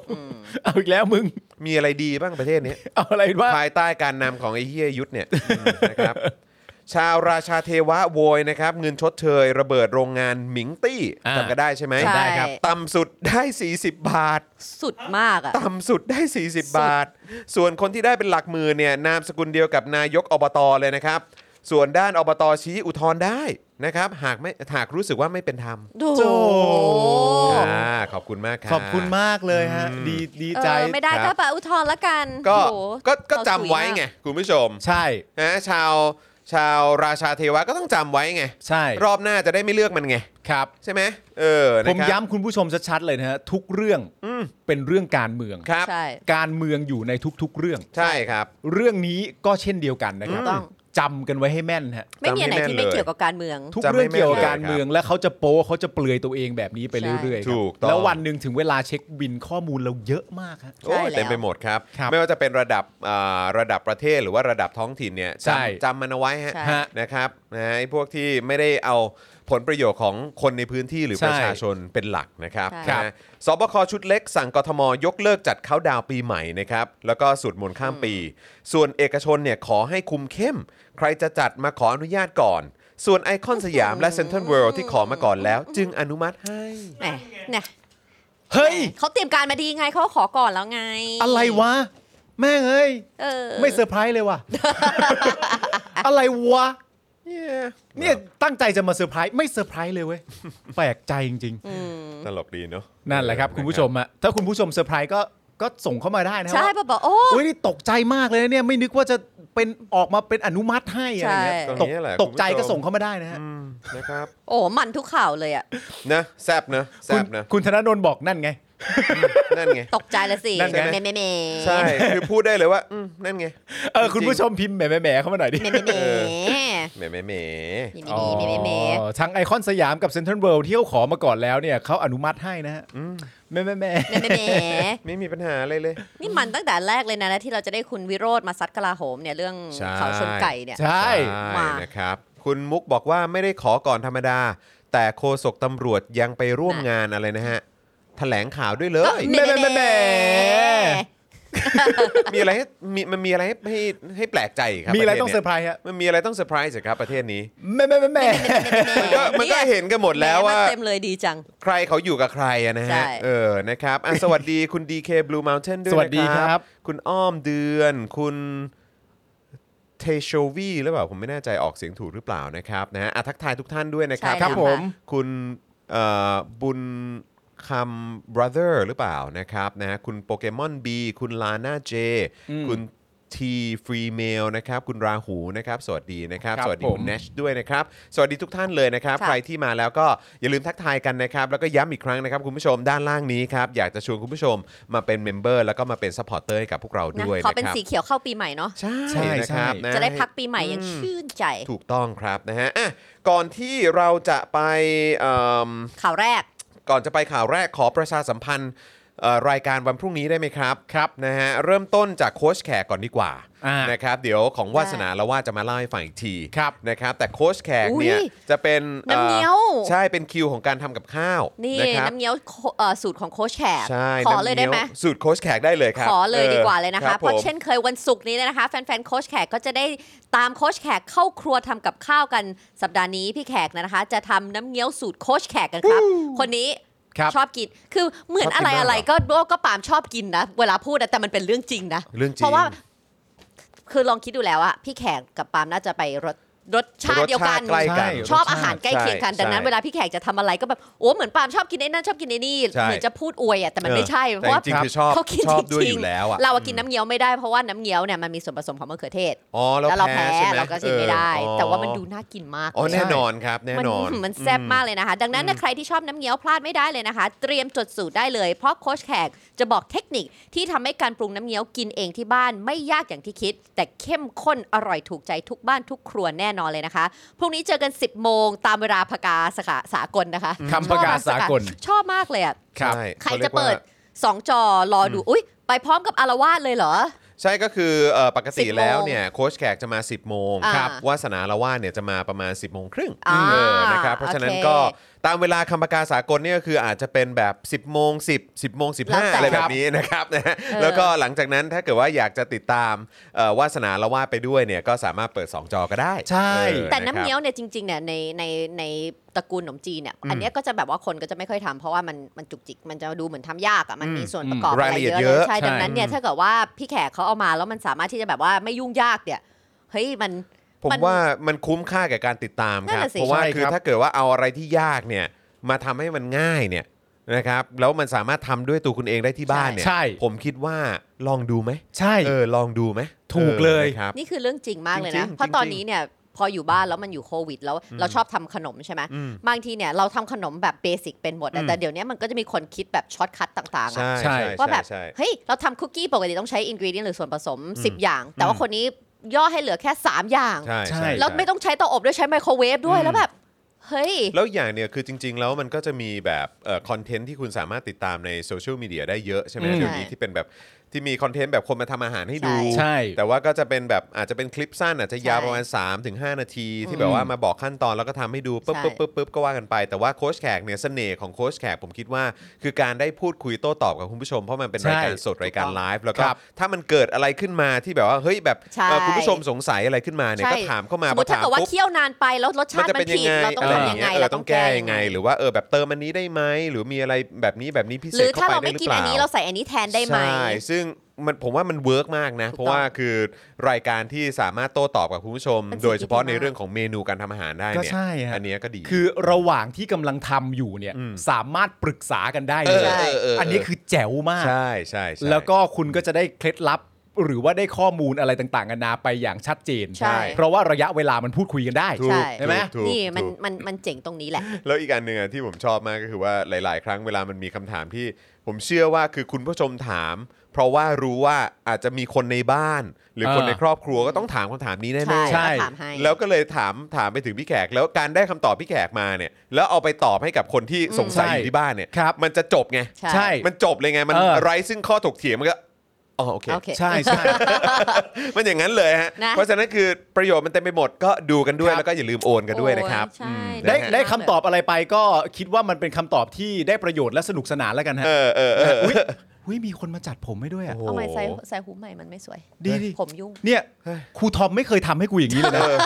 เอาอีกแล้วมึง
มีอะไรดีบ้างประเทศเนี้ย
เอาอะไรว่า
ภายใต้การนำของไอ้เฮียยุทธ เนี่ย อืมนะครับ ชาวราชาเทวะโวยนะครับ เงินชดเชยระเบิดโรงงานหมิงตี้
อ่า
จำกันได้ใช่ไหม
ใช่ได้ครับ
ต่ำสุดได้ 40 บาท
สุดมากอ่ะ
ต่ำสุดได้ 40 บาท ส่วนคนที่ได้เป็นหลักหมื่นเนี่ยนามสกุลเดียวกับนายกอบตเลยนะครับ ส่วนด้านอบตชี้อุทธรณ์ได้นะครับ หากไม่หากรู้สึกว่าไม่เป็นธรรม
ดู
โจ้
อ่าขอบคุณมากครับ
ขอบคุณมากเลยฮะ ดีดี
เอ
ใจ
อไม่ได้
ครั
ก็
บ
ไปอุทธรณ์ละกัน
ก็
โห
ก็ก็
เรา
จำไว้
สยมาก
ไงคุณผู้ชม
ใช่
นะชาวชาวราชาเทวะก็ต้องจำไว้ไง
ใช่
รอบหน้าจะได้ไม่เลือกมันไง
ครับ
ใช่ไหมเออนะ
ผม
ครับ
ย้ำคุณผู้ชมชัดๆเลยนะฮะ ทุกเรื่องเป็นเรื่องการเมือง
ครับ
ใช่
การเมืองอยู่ในทุกๆเรื่อง
ใช่ครับ
เรื่องนี้ก็เช่นเดียวกันนะครับ
อืม
จำกันไว้ให้แม่นฮะ
ไม่มีอันไหนที่
จำให้แม่นเลย
ไม่เกี่ยวกับการเมือง
ทุก
จะไม่
เรื่องเกี่ยวกับ
แม่นเลย
การเมืองแล้วเขาจะโป้เขาจะเปลือยตัวเองแบบนี้ไป
ใช่
เรื่อยๆค
ถู
รับ
กต้อง
แล้ววันหนึ่งถึงเวลาเช็คบินข้อมูลเราเยอะมากฮะ
โอ้ย
ใช่แล้ว
เต็มไปหมดครับ
ครับ
ไม่ว่าจะเป็นระดับอ่าระดับประเทศหรือว่าระดับท้องถิ่นเนี่ย
ใช่
จำจำมันเอาไว้ฮะ
ใช่
ฮะ
นะครับนะไอ้พวกที่ไม่ได้เอาผลประโยชน์ของคนในพื้นที่หรือ
ใช่
ประชาชนเป็นหลักนะครับ
ใช่
นะฮะสบคชุดเล็กสั่งกทมยกเลิกจัดเข้าน์ดาวน์ปีใหม่นะครับแล้วก็สูตรมนต์ข้ามปี ส่วนเอกชนเนี่ยขอให้คุมเข้ม ใครจะจัดมาขออนุญาตก่อน ส่วนไอคอนสยามและเซ็นทรัลเวิลด์ที่ขอมาก่อนแล้ว จึงอนุมัติให้
แหมเนี่ย
เฮ้ย
เขาเตรียมการมาดีไงเขาขอก่อนแล้วไง
อะไรวะ แม่งเอ้ย
เออ
ไม่เซอร์ไพรส์เลย ว่ะ อะไรวะ
เนี่ย
เนี่ยตั้งใจจะมาเซอร์ไพรส์ไม่เซอร์ไพรส์เลยเว้ย แปลกใจจริง
ตลกดีเนาะ
ๆ นั่นแหละครับ คุณผู้ชมอะถ้าคุณผู้ชมเซอร์ไพรส์ก็ก็ส่งเข้ามาได้นะ
ใช่
ว่า
ป่ะบอกโอ้
อุ้ยนี่ตกใจมากเลยนะเนี่ยไม่นึกว่าจะเป็นออกมาเป็นอนุมัติให้อะไรเงี้ย
ใช่
ตรง
ตก
นี้แหละ
ตกใจ
คุณผู้ชม
ก็ส่งเข้ามาได้นะฮะ
อืมนะครับ
โอ้มันทุกข่าวเลยอ่ะ
นะแซบนะแซ
คุณ
บนะ
คุณธนาโนนบอกนั่นไง
นั่นไง
ตกใจละสิ
นั่นไง
เมเมเม
ใช่ คือพูดได้เลยว่าอืมนั่นไง
เออ
จริงๆ
คุณผู้ชมพิมพ์แหม่แหม่เข้ามาหน่อยดิ
เมเมเม
เอ แหมแหมแหม
เมเมเมเม
อ๋อทั้งไอคอนสยามกับเซ็นทรัลเวิลด์ที่เขาขอมาก่อนแล้วเนี่ยเขาอนุมัติให้นะฮะแหม่แหม่แหม่
แหมแหมแหม
ไม่มีปัญหาอะไรเลย
นี่มันตั้งแต่แรกเลยนะนะที่เราจะได้คุณวิโรธมาซัดกลาโหมเนี่ยเรื่อง
ใช่
เขาชนไก่เนี่ย
ใช่
มา
นะครับ คุณมุกบอกว่าไม่ได้ขอก่อนธรรมดา แต่โฆษกตำรวจยังไปร่วมงานอะไรนะฮะ แถลงข่าวด้วยเลย
แหมแหมแหมแหม
มีอะไรให้มีมันมีอะไรให้ให้ให้แปลกใจอีกครับ
มีอะไร
ป
ต้องเซอร์ไพรส์ฮะ
เทศเนี้ยมันมีอะไรต้องเซอร์ไพรส์เหรอครับประเทศนี้
แหม่แหม่แหม่แหม่
มันก็มันก็
เนี่ย
เห็นกันหมดแล้วว่า
เต็มเลยดีจัง
ใครเขาอยู่กับใครอะนะ
ใช่
ฮะ เออ นะครับอ่ะสวัสดีคุณ DK Blue Mountain ด้วยนะ
สวัสดีครับ
คุณอ้อมเดือน คุณเทโชวีหรือเปล่า ผมไม่แน่ใจออกเสียงถูกหรือเปล่านะครับนะฮะอ่ะทักทายทุกท่านด้วยนะครับ
ใช่
ครับ
แล้ว
ผม
ะ
คุณเอ่อบุญคำ brother หรือเปล่านะครับนะฮะคุณโปเกมอนบีคุณลาน่าเจ คุณ ทีฟรีเมลนะครับคุณราหูนะครับสวัสดีนะครับ
ครับ
สวัสดี
ผ
คุ
ม
ณเนชด้วยนะครับสวัสดีทุกท่านเลยนะครับ
ค่ะ
ใครที่มาแล้วก็อย่าลืมทักทายกันนะครับ แล้วก็ย้ำอีกครั้งนะครับคุณผู้ชมด้านล่างนี้ครับอยากจะชวนคุณผู้ชมมาเป็นเมมเบอร์แล้วก็มาเป็นซัพพอร์เตอร์ให้กับพวกเรา
นะ
ด้วย
ขอ
นะ
เป็น
ครับ
สีเขียวเข้าปีใหม่เนาะ
ใช่
ใช่
นะ
ใช่
ครับน
จะได้พักปีใหม่อย่างชื่นใจ
ถูกต้องครับนะฮะอ่ะก่อนที่เราจะไปเอิ่ม
ข่าวแรก
ก่อนจะไปข่าวแรกขอประชาสัมพันธ์เอ่อรายการวันพรุ่งนี้ได้ไหมครับครับนะฮะเริ่มต้นจากโค้ชแขกก่อนดีกว่า
อ่าน
นะครับเดี๋ยวของวาสนาแล้วว่าจะมาเล่าให้ฟังอีกที
ครับ
นะครับแต่โค้ชแขกเนี่ย
อุ๊ย
จะเป็นอ่อ
น้ำเงี้ยว
ใช่เป็นคิวของการทำกับข้าว
นี่
นะครับ
น้ำเงี้ยวโคเอ่อสูตรของโค้ชแขก
ใช่
ขอ
น้ำ
เลยได้ไหม
งี้วสูตรโค้ชแขกได้เลยครับ
ขอเลยดีกว่าเลยนะ
อ
คะ
อรับ
เพราะ
ผม
เช่นเคยวันศุกร์นี้เนี่ยนะคะ แฟนๆโค้ชแขกก็จะได้ตามโค้ชแขกเข้าครัวทำกับข้าวกันสัปดาห์นี้พี่แขกนะคะ จะทำน้ำเงี้ยวสูตรโค้ชแขกกันครับ คนนี้
ครับ
ชอบกินคือเหมือน
ชอบกิน
อะไร
มาก
อะไร
เหรอ
ก็ก็ปาล์มชอบกินนะเวลาพูดนะแต่มันเป็นเรื่องจริงนะ
เรื่องจริง
เพราะว่าคือลองคิดดูแล้วอะพี่แขกกับปาล์มน่าจะไปรสรสชาติเดียวกัน
รสชาติใกล้กัน
ชอบอาหารใกล้เคียงกัน
ใช่
ดังนั้น
ใช่
เวลาพี่แขกจะทำอะไรก็แบบโอ้เหมือนปาล์มชอบกินไอ้นั่นชอบกินไอ้นี่
ใช่
เหมือนจะพูดอวยอะแต่มันไม่ใช่เพ
แต่
ราะว่า
จริงๆคือชอบ
เขากิน
ชอบด้วย
จริ
อง ยู่
ๆ
แล้วอะ
เราอะกินน้ำเงี้ยวไม่ได้เพราะว่าน้ำเงี้ยวเนี่ยมันมีส่วนผสมของมะเขือเทศ
อ๋อแล้ว
แล้วเราแพ้
ใช่ไหม
เราก็กินไม่ได้
เออ
แต่ว่ามันดูน่ากินมาก
อ๋อ
เลย
แน่นอนครับแน่
มัน
นอน
มันแซ่บมากเลยนะคะ ดังนั้นนะใครที่ชอบน้ำเงี้ยวพลาดไม่ได้เลยนะคะ เตรียมจดสูตรได้เลย เพราะโค้ชแขกจะบอกเทคนิคที่ทำให้การปรุงน้ำเงี้ยวกินเองที่บ้านไม่ยากอย่างที่คิด แต่เข้มข้นอร่อยถูกใจทุกบ้านทุกครัวแน่นอนเลยนะคะพรุ่งนี้เจอกัน 10 โมงตามเวลาพกาสกาสากลนะคะ
คำพกาสากล
ชอบมากเลยอะ
ใช่
ใคร
ขา
จะ
ยกว่า
เปิดสองจอรอดู อุ้ยไปพร้อมกับอารวาสเลยเหรอ
ใช่ก็คือเอ่อปกติ
10โมง
แล้วเนี่ยโค้ชแขกจะมา 10 โมง
อ่า
ครับวาสนาละว่าดเนี่ยจะมาประมาณ 10 โมงครึ่ง
อ่า
เออนะครับเพราะฉะนั้น
โอเค
ก็ตามเวลาคำประกาสากลเนี่ยก็คืออาจจะเป็นแบบ 10 โมง 10 10โมง
แล้ว
15
แต่
อะไรแบบนี้นะครับนะฮะ
ออ
แล้วก็หลังจากนั้นถ้าเกิดว่าอยากจะติดตามเอ่อวาสนาละว่าดไปด้วยเนี่ยก็สามารถเปิด 2 จอก็ได้
ใช่
ออ
แต่น้ำเงี้ย
ะครั
วเนี่ยจริงๆเนี่ยในในในตระกูลขนมจีนเนี่ยอันเนี้ยก็จะแบบว่าคนก็จะไม่ค่อยทำเพราะว่ามันมันจุกจิก มันจะดูเหมือนทำยากอ่ะมันมีส่วนประกอบบ
ราย
อะไร
ละเอียด
เยอะ
เย
เล
อะ
ยใช่
ใช่
ดังนั้นเนี่ยถ้าเกิดว่าพี่แขกเขาเอามาแล้วมันสามารถที่จะแบบว่าไม่ยุ่งยากเนี่ยเฮ้ยมัน
ผม
น
ว่ามันคุ้มค่ากับการติดตามค
นั่
น รับ
น่ะสิ
เพราะว่า
ใช่
คือ
ครับ
ถ้าเกิดว่าเอาอะไรที่ยากเนี่ยมาทำให้มันง่ายเนี่ยนะครับแล้วมันสามารถทำด้วยตัวคุณเองได้ที่บ้านเนี่ย
ใช่
ผมคิดว่าลองดูไหม
ใช่
เออลองดูไหม
ถูกเลย
ออนะครับ
นี่คือเรื่องจริงมากเลย
จริ
นะ
งๆ
เพราะตอน
จริงๆ
นี้เนี่ยพออยู่บ้านแล้วมันอยู่โควิด แล้วเราชอบทำขนมใช่ไหม
อืม
บางทีเนี่ยเราทำขนมแบบเบสิกเป็นหมดนะ
อืม
แต่เดี๋ยวนี้มันก็จะมีคนคิดแบบช็อตคัตต่างๆอะ
ใช่
ใช่
ใช่
ว่าแบบ
ใช่ใช่
เฮ้ย เราทำคุกกี้ปกติต้องใช้อินกรีเดียนหรือส่วนผสม 10 อย่าง แต่ว่าคนนี้ย่อให้เหลือแค่ 3 อย่าง
ใช่
ใช่
ใช่
แล้วไม่ต้องใช้เตาอบด้วยใช้ไมโครเวฟด้วยแล้วแบบ เฮ้ย
แล้วอย่างเนี่ยคือจริง ๆ แล้วมันก็จะมีแบบคอนเทนต์ที่คุณสามารถติดตามในโซเชียลมีเดียได้เยอะใช่ไหม
อืม
เดี๋ยวนี้ที่เป็นแบบที่มีคอนเทนต์แบบคนมาทำอาหารให้ดู
ใช่
แต่ว่าก็จะเป็นแบบอาจจะเป็นคลิปสั้นอาจจะยาว
ใช่
ประมาณ 3-5 นาที ที่
อืม
แบบว่ามาบอกขั้นตอนแล้วก็ทำให้ดูปุ๊บ
ใช่
ปุ๊บปุ๊บปุ๊บก็ว่ากันไป แต่ว่าโค้ชแขกเนี่ยเสน่ห์ของโค้ชแขกผมคิดว่า คือการได้พูดคุยโต้ตอบกับคุณผู้ชม เพราะมันเป็น
ใช่
รายการสดรายการไลฟ์แล้วก็
ครับ
ถ้ามันเกิดอะไรขึ้นมาที่แบบว่าเฮ้ยแบบ
ใช่
เอ่อคุณผู้ชมสงสัยอะไรขึ้นมาเนี่ย
ใช่
ก็ถามเข้ามา
สมมติ
พอ
ถ้า
ถาม
เกิดว่า
ปุ๊บ
เคี่ยวนานไปแล้วรสชาติ
จะ
มัน
เป็นยั
ผิ
ง
ด
ไง
เราต้อง
อะไรอย่าง ง
ทำยั
เงี้ยเอ
ไง
อ
เรา
ต้อ
ต้อง ง
แก้
แก้
ยั
ยัง ง
ไง
ไง
หรือว่าเออแบบเติมอันนี้ได้ไหมหรือมีอะไรแบบนี้แบบนี้พิเศ
ห
ษ
รือ
เข้าไป
ถ้าเรา
ได้ห
ไม่
รือ
กิน
เปล่า
อันนี้เราใส่อันนี้แทนได้ไหม
ใช่ ซึ่งมันผมว่ามันเวิร์กมากนะเพ
ถูกต้อง
ราะว่าคือรายการที่สามารถโต้ตอบกับคุณผู้ชม
เป็น
โด
สิ่งที่
ยเฉพาะ
ดี
ใน
มาก
เรื่องของเมนูการทำอาหารได้
ก็
เนี่ย
ใช่ฮะ
อันเนี้ยก็ดี
คือระหว่างที่กำลังทำอยู่เนี่ย
อืม
สามารถปรึกษากันได้เลย
เออเออเอออั
นนี้คือแจ๋วมาก
ใช่ใช่ใช่
แล้วก็คุณก็จะได้เคล็ดลับ หรือว่าได้ข้อมูลอะไรต่างๆกันานาไปอย่างชัดเจน
ใช่
เพราะว่าระยะเวลามันพูดคุยกันได้
ถูก
ใช่
ถูก
ใช่ไหม
ถูก
นี่มัน
ถูก
มันมันเจ๋งตรงนี้แหละ
แล้วอีกอันหนึ่งอะที่ผมชอบมากก็คือว่าหลาย ๆ ครั้งเวลามันมีคำถามที่ผมเชื่อว่าคือคุณผู้ชมถาม เพราะว่ารู้ว่าอาจจะมีคนในบ้าน หรือคน
อ่า
ในครอบครัวก็ต้องถามคำถามนี้แน่ๆ
ใช่
ใช่
เราถามให้
แล้วก็เลยถามถามไปถึงพี่แขก แล้วการได้คำตอบพี่แขกมาเนี่ย แล้วเอาไปตอบให้กับคนที่สงสัย
ใช่
อยู่ที่บ้านเนี่ย
ครับ
มันจะจบไง
ใช่
ใช่
มันจบเลยไงมัน
เออ
ไร้ซึ่งข้อถกเถียงมันก็อ๋อโอเค
โอเค
ใช่ใช่
มันอย่างนั้นเลยฮะ
นะ
เพราะฉะนั้นคือประโยชน์มันเต็มไปหมดก็ดูกันด้วย
ครับ
แล้วก็อย่าลืมโอนกันด้วยนะครับ
โอ้ใช่
ได้
ได้
นะฮะ
ได้คำตอบอะไรไปก็คิดว่ามันเป็นคำตอบที่ได้ประโยชน์และสนุกสนานแล้วกันฮะ
เออเออเออ
อุ๊ยอุ๊ยมีคนมาจัดผมให้ด้วยอ่ะ
โอ้โห
เอาใหม่ใส่ใส่หูใหม่มันไม่สวย
ดีดิ
ผมยุ่ง
เนี่ย
เฮ้ย
ครูทอมไม่เคยทำให้กูอย่างนี้ เลยนะ
เออ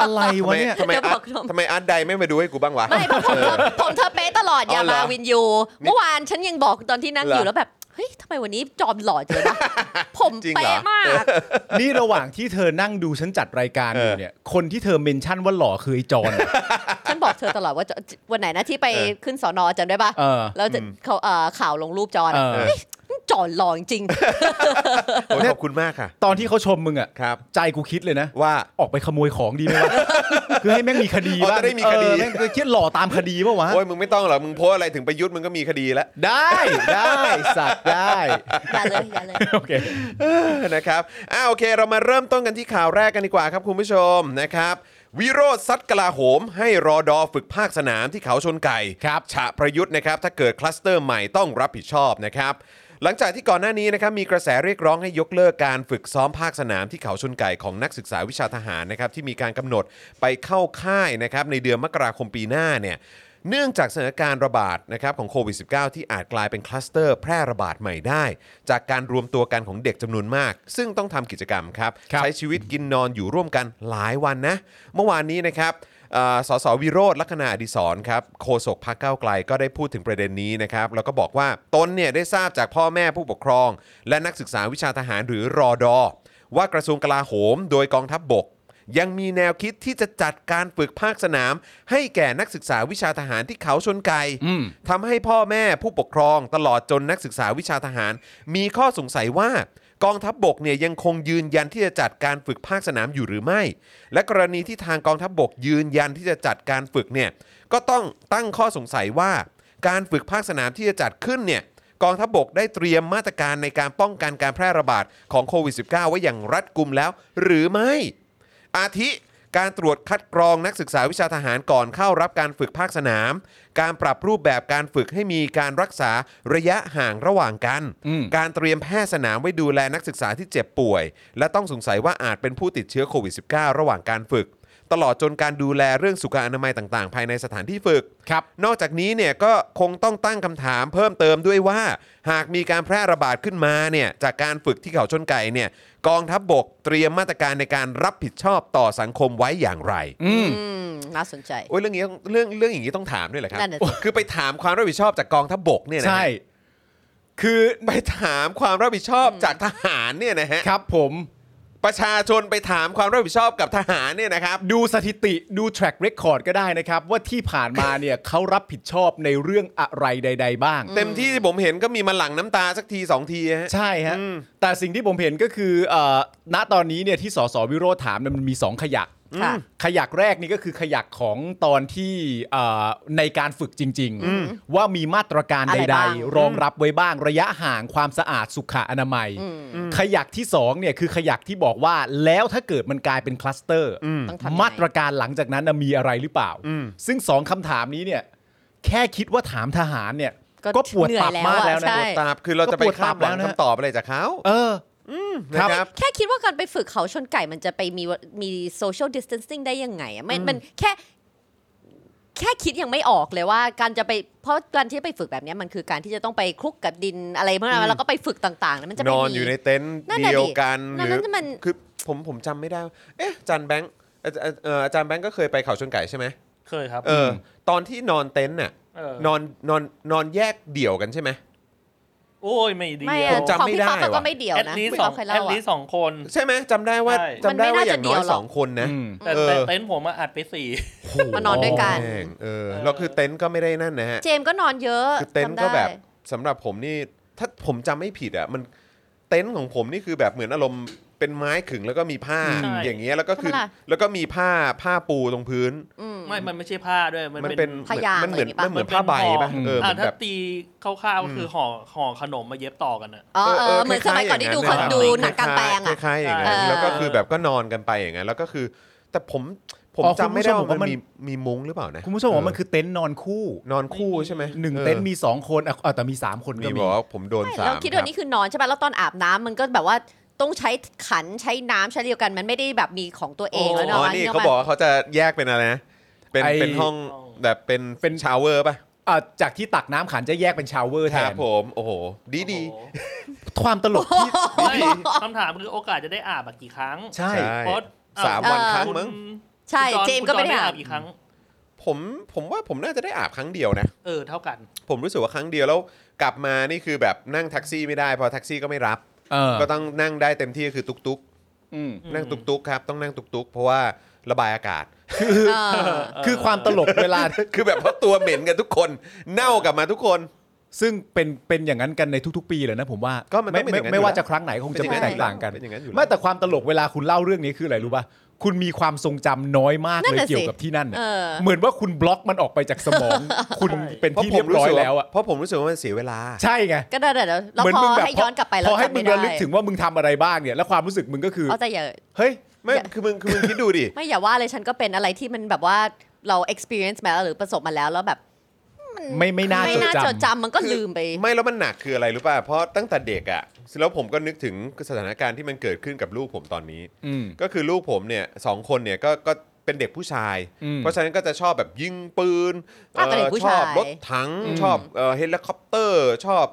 อะไร
ทำไม
วะเนี่ย
ทำไม
เดี๋ยว
อา
บ
ร์ต
อกลม
ทำไมอาร์ตใดไม่มาดูให้กูบ้างวะ
ไม่ผมผมผมเธอเป๊ะตลอด อย่า
อ๋อเหร
มา
อ
วินยูเมื่อวานฉันยังบอกตอนที่นั่ง
เหรออ
อ
ยู่
แล้วแบบ เฮ้ยทำไมวันนี้จอมหล่อจังวะ ผม
จริงเหรอ
เป๊ะมาก
นี่ระหว่างที่เธอนั่งดูฉันจัดรายการอยู่เนี่ย คนที่เธอเมนชั่นว่าหล่อคือไอ้จอนอะ
ฉันบอกเธอตลอดว่าจะ วันไหนนะที่ไป
เออ
ขึ้นสอนอจำได้ปะ
เออ
แล้วจะเขาเอ่อข่าวลงรูปจอน
เออ
เฮ้ย จ่อหลอจริง
โอ้ยขอบคุณมากค่ะ
ตอนที่เขาชมมึงอ่ะ
ครับ
ใจกูคิดเลยนะ
ว่า
ออกไปขโมยของดีไหม วะ คือให้แม่งมีคดี
อ๋อ
บ้าง
จะได้มีคดี
เออแม่งเคยดหล่อตามคดีป่าวะ
โอ้ยมึงไม่ต้องหรอกมึงโพสอะไรถึงประยุทธ์มึงก็มีคดีแล้ว
ได้ได้สัตว์ได้
อย่าเลยอย่าเลย
โอเค
นะครับอ่าโอเค เรามาเริ่มต้นกันที่ข่าวแรกกันดีกว่าครับคุณผู้ชมนะครับ วิโรธซัดกลาโหม ให้รอดอฝึกภาคสนามที่เขาชนไก่
ครับ
ฉะประยุทธ์นะครับ ถ้าเกิดคลัสเตอร์ใหม่ต้องรับผิดชอบนะครับ หลังจากที่ก่อนหน้านี้นะครับมีกระแสเรียกร้องให้ยกเลิกการฝึกซ้อมภาคสนามที่เขาชนไก่ของนักศึกษาวิชาทหารนะครับที่มีการกำหนดไปเข้าค่ายนะครับในเดือนมกราคมปีหน้าเนี่ย เนื่องจากสถานการณ์ระบาดนะครับของโควิด -19 ที่อาจกลายเป็นคลัสเตอร์แพร่ระบาดใหม่ได้ จากการรวมตัวกันของเด็กจำนวนมาก ซึ่งต้องทำกิจกรรมครับ
ครับ
ใช้ชีวิตกินนอนอยู่ร่วมกันหลายวันนะ เมื่อวานนี้นะครับเอ่อสสวิโรธลักษณะอดิศรครับโฆษกพักเก้าวไกลก็ได้พูดถึงประเด็นนี้นะครับ แล้วก็บอกว่าตนเนี่ยได้ทราบจากพ่อแม่ผู้ปกครอง และนักศึกษาวิชาทหารหรือรอดอว่ากระทรวงกลาโหม โดยกองทัพบบก ยังมีแนวคิดที่จะจัดการฝึกภาคสนาม ให้แก่นักศึกษาวิชาทหารที่เขาชนไก่ทำให้พ่อแม่ผู้ปกครองตลอดจนนักศึกษาวิชาทหาร มีข้อสงสัยว่ากองทัพบบกเนี่ยยังคงยืนยันที่จะจัดการฝึกภาคสนามอยู่หรือไม่ และกรณีที่ทางกองทัพบบกยืนยันที่จะจัดการฝึกเนี่ยก็ต้องตั้งข้อสงสัยว่า การฝึกภาคสนามที่จะจัดขึ้นเนี่ยกองทัพบบกได้เตรียมมาตรการในการป้องกันการแพร่ระบาดของโควิด -19 ไว้อย่างรัดกุมแล้ว หรือไม่ อาทิการตรวจคัดกรองนักศึกษาวิชาทหารก่อนเข้ารับการฝึกภาคสนาม การปรับรูปแบบการฝึกให้มีการรักษาระยะห่างระหว่างกัน การเตรียมแพทย์สนามไว้ดูแลนักศึกษาที่เจ็บป่วย และต้องสงสัยว่าอาจเป็นผู้ติดเชื้อโควิด -19 ระหว่างการฝึก ตลอดจนการดูแลเรื่องสุขอนามัยต่าง ๆ ภายในสถานที่ฝึก
ครับ
นอกจากนี้เนี่ยก็คงต้องตั้งคำถามเพิ่มเติมด้วยว่า หากมีการแพร่ระบาดขึ้นมาเนี่ยจากการฝึกที่เขาชนไก่เนี่ยกองทัพบบกเตรียมมาตรการในการรับผิดชอบต่อสังคมไว้อย่างไร
อืมน่าสนใจ
โอ้ยเรื่องนี้ต้องเรื่องเรื่องอย่างนี้ต้องถามด้วยเหรอครับ
นั่นน่ะสิ
คือไปถามความรับผิดชอบจากกองทัพบบกเนี่ยนะฮะ
ใช่ คือ
ไปถามความรับผิดชอบจากทหารเนี่ยนะฮะ
ครับผม
ประชาชนไปถามความรับผิดชอบกับทหารเนี่ยนะครับ
ดูสถิติดู track record ก็ได้นะครับ ว่าที่ผ่านมาเนี่ย เขารับผิดชอบในเรื่องอะไรใด ๆ บ้าง
เต็มที่ที่ผมเห็นก็มีมาหลั่งน้ำตาสักทีสองทีฮะ
ใช่ฮะ
อืม
แต่สิ่งที่ผมเห็นก็คือเอ่อณตอนนี้เนี่ยที่สสวิโรธถามเนี่ยมันมี 2 ขยัก
ค่ะ
ขยักแรกนี่ก็คือขยักของตอนที่เอ่อในการฝึกจริง ๆ ว่ามีมาตรการ
อะไร
ใด
บ้าง
ๆ รองรับไว้บ้างระยะห่างความสะอาดสุขอนามัย ขยักที่2เนี่ยคือขยักที่บอกว่าแล้วถ้าเกิดมันกลายเป็นคลัสเตอร์
ต้องทำยังไง
มาตรการหลังจากนั้นน่ะมีอะไรหรือเปล่า ซึ่งสองคำถามนี้เนี่ยแค่คิดว่าถามทหารเนี่ย
ก็
ก็ปวด
เหนื่อย
ตับมาก
แล้
แล้ว ว
อะ
นะ
ใช่
ปวดตาบคือเราจะไปคาดหวังคำตอบอะไรจากเขา
เออ
นะครับ
แค่คิดว่าการไปฝึกเขาชนไก่มันจะไปมีมีโซเชียลดิสเทนซิ่งได้ยังไงอะมันมันแค่ แค่คิดยังไม่ออกเลยว่าการจะไปเพราะการที่ไปฝึกแบบเนี้ยมันคือการที่จะต้องไปคลุกกับดินอะไรเมื่อไหร่แล้วก็ไปฝึกต่างๆนะมันจะ
น
ไม่
อน
มี
อยู่ในเต็นท์
นั่นน่ะดิ
เดียวกัน
นั่
ห
น
รือ
นั่นมัน
คือผมผมจำไม่ได้ว่าเอ๊ะอาจารย์แบงค์อาจารย์เอ่ออาจารย์แบงค์ก็เคยไปเขาชนไก่ใช่ไหม
เคยครับ
เอออตอนที่นอนเต็นท์น่ะ
เออ
นอนนอนนอนแยกเดี่ยวกันใช่ไหม
โอ้ยไม่ดี
ไม่
ผ
อะ
ม
จำ
ของ
ไม่
พี่
ได้
ป๊อปอะ
ว่ะ
ก็ไม่เดี่ยว
แอด
นะ
ลี
พี่
ส
ป๊
อ
อง ปเคย
แอ
เล่า
ด
อะ
ลีสองคน
ใช่ไหมจำได้ว่า
ใช่
จำได้
มันไม่
ว่า
น่า
อ
จะ
ย่างน้อย
เดี่ยวหรอก
สองคนนะ
แต่
เออ
แต่เต็นท์ผมอะอัดไปสี่
มานอนด้วยกัน
แม่งเออแล้วคือเต็นท์ก็ไม่ได้นั่นนะฮะ
เจมส์ก็นอนเยอะ
คือเต็นท์
จำได้
ก็แบบสำหรับผมนี่ถ้าผมจำไม่ผิดอ่ะมันเต็นท์ของผมนี่คือแบบเหมือนอารมณ์เป็นไม้ขึงแล้วก็มีผ้า
ใช่
อย่างเงี้ยแล้วก็คือ
ทำไมล่ะ
แล้วก็มีผ้าผ้าปูตรงพื้น
อืม
ไม่ มันไม่ใช่ผ้าด้วย มัน
มัน
เป็
เป็น น
พยาง
มันเหมือน
อะไรอ
มั
ย่างงี้ปะ
นเหมือนผ้าใบป่ะ
ห่
เออเหมือน
ถ้า
แบบ
ตีคร่าวๆก็คือห่อห่อขนมมาเย็บต่อกันอะ
อ๋อเอ
เอ
อ
อ
เหมือนสมัยก่อนที่ดู
ค
ค
ล้ายๆ
น
อย่างนั้น
ดูหนังกลางแปลงอะ
คล้ายๆอย่างนั้น
เออ
แล้วก็คือแบบก็นอนกันไปอย่างนั้นแล้วก็คือ แต่ผมผม
อ๋อคุณ
จำไม่ได้
ผู้ชม
ว่า
บอกว่ามั
มัน
น
มีมีมุ้งหรือเปล่านะ
คุณผู้ชมบอกว่ามัน
เ
คือเต็นท์นอนคู่
นอนคู่ใช่ไหม
หนึ่ง
ออ
เต็นท์มีสองคนอ่ะอ่ะแต่มีสามคน
มี
ก็
บ
มี
อกว่าผมโดน
ไม่
สาม
เราคิดว่านี่คือนอนใช่ไหมแล้วตอนอาบน้ำมันก็แบบว่าต้องใช้ขันใช้น้ำใช้เดียวกันมันไม่ได้แบบมีของตัวเองแล้ว
อ๋
เนาะ
อนี่เขาบอกว่าเขาจะแยกเป็นอะไรนะ เป็น
ไอ้
เป็นห้องแบบเป็น
เป็น
ชาวเวอร์ป่ะ
อ่ะจากที่ตักน้ำขันจะแยกเป็นชาวเวอร์แท
ครั
น
บผมโอ้โห ดีดี
โอ้โห
ความตลกที่
ไม่คำถามคือโอกาสจะได้อาบอะกี่ครั้ง
ใช่
ใช่
เพราะอ่ะ
สามวันครั้ง
คุณ
มั้ง
ใช่
คุณอน
เจมส์ก็ไม่ได้
คุณจ
อา
อบ กี่ครั้ง
ผมผมว่าผมน่าจะได้อาบครั้งเดียวนะ
เออ เท่ากัน
ผมรู้สึกว่าครั้งเดียวแล้วกลับมานี่คือแบบนั่งแท็กซี่ไม่ได้เพราะแท็กซี่ก็ไม่รับ
เออ
ก็ต้องนั่งได้เต็มที่ก็คือตุ๊กๆ
อืม
นั่งตุกตุกๆครับ ต้องนั่งตุกตุกๆเพราะว่าระบายอากาศ
เออ
คือความตลกเวลา
คือแบบเพราะตัวเหม็นกันทุกคน เน่ากลับมาทุกคน
ซึ่งเป็นเป็นอย่างนั้นกันในทุกๆ ปีเลยนะผมว่า
ก็มันต้องเป็นอย่างนั้น
ไไไม่
อ
ว่า
ยู่แล้ว
จะครั้งไหนคงจะไม่
เป็นอย่าง
แตก
นั้น
ต่างกัน
เป็นอย่างนั้นอยู่แล้ว
ไม่แต่ความตลกเวลาคุณเล่าเรื่องนี้คืออะไรรู้ป่ะคุณมีความทรงจำน้อยมาก
นั่น
เลย
น่ะสิ
เกี่ยวกับที่นั่นน่ะ
เออ
เหมือนว่าคุณบล็อกมันออกไปจากสมอง คุณเป็นที่เรียบร้อยแล้วอ่ะ
เพราะผมรู้สึกว่ามันเสียเวลา
ใช่ไง
ก็ได้เดี๋ยวเรา
เหมือน
พ
มึ
อง
แบบ
ให้ย้อนกลับไปแล้ว
พอให้
จำ
มึ
ไม่
ง
ได้
ระลึกถึงว่ามึงทำอะไรบ้างเนี่ย แล้วความรู้สึกมึงก็คือ
เอาแต่อย่า
เฮ้ย
ไม่
อย่า
คือมึงคือมึงคิดดูดิ
ไม่อย่าว่าเลยฉันก็เป็นอะไรที่มันแบบว่าเรา experience มาแล้วหรือประสบมาแล้วแล้วแบบ
ไม่ไม่น่า
ไม่
จด
น่าจด
จำ
จำมันก็ลืมไป
ไม่แล้วมันหนักคืออะไรรู้ป่ะ เพราะตั้งแต่เด็กอ่ะแล้วผมก็นึกถึงสถานการณ์ที่มันเกิดขึ้นกับลูกผมตอนนี้
อืม
ก็คือลูกผมเนี่ยสองคนเนี่ยก็ก็เป็นเด็กผู้ชาย
อืม
เพราะฉะนั้นก็จะชอบแบบยิงปืน
อ่ะก็เด็กผู้
ช
ชา
อย บรถถังชอบเอ่อเฮลิคอปเตอร์ชอบ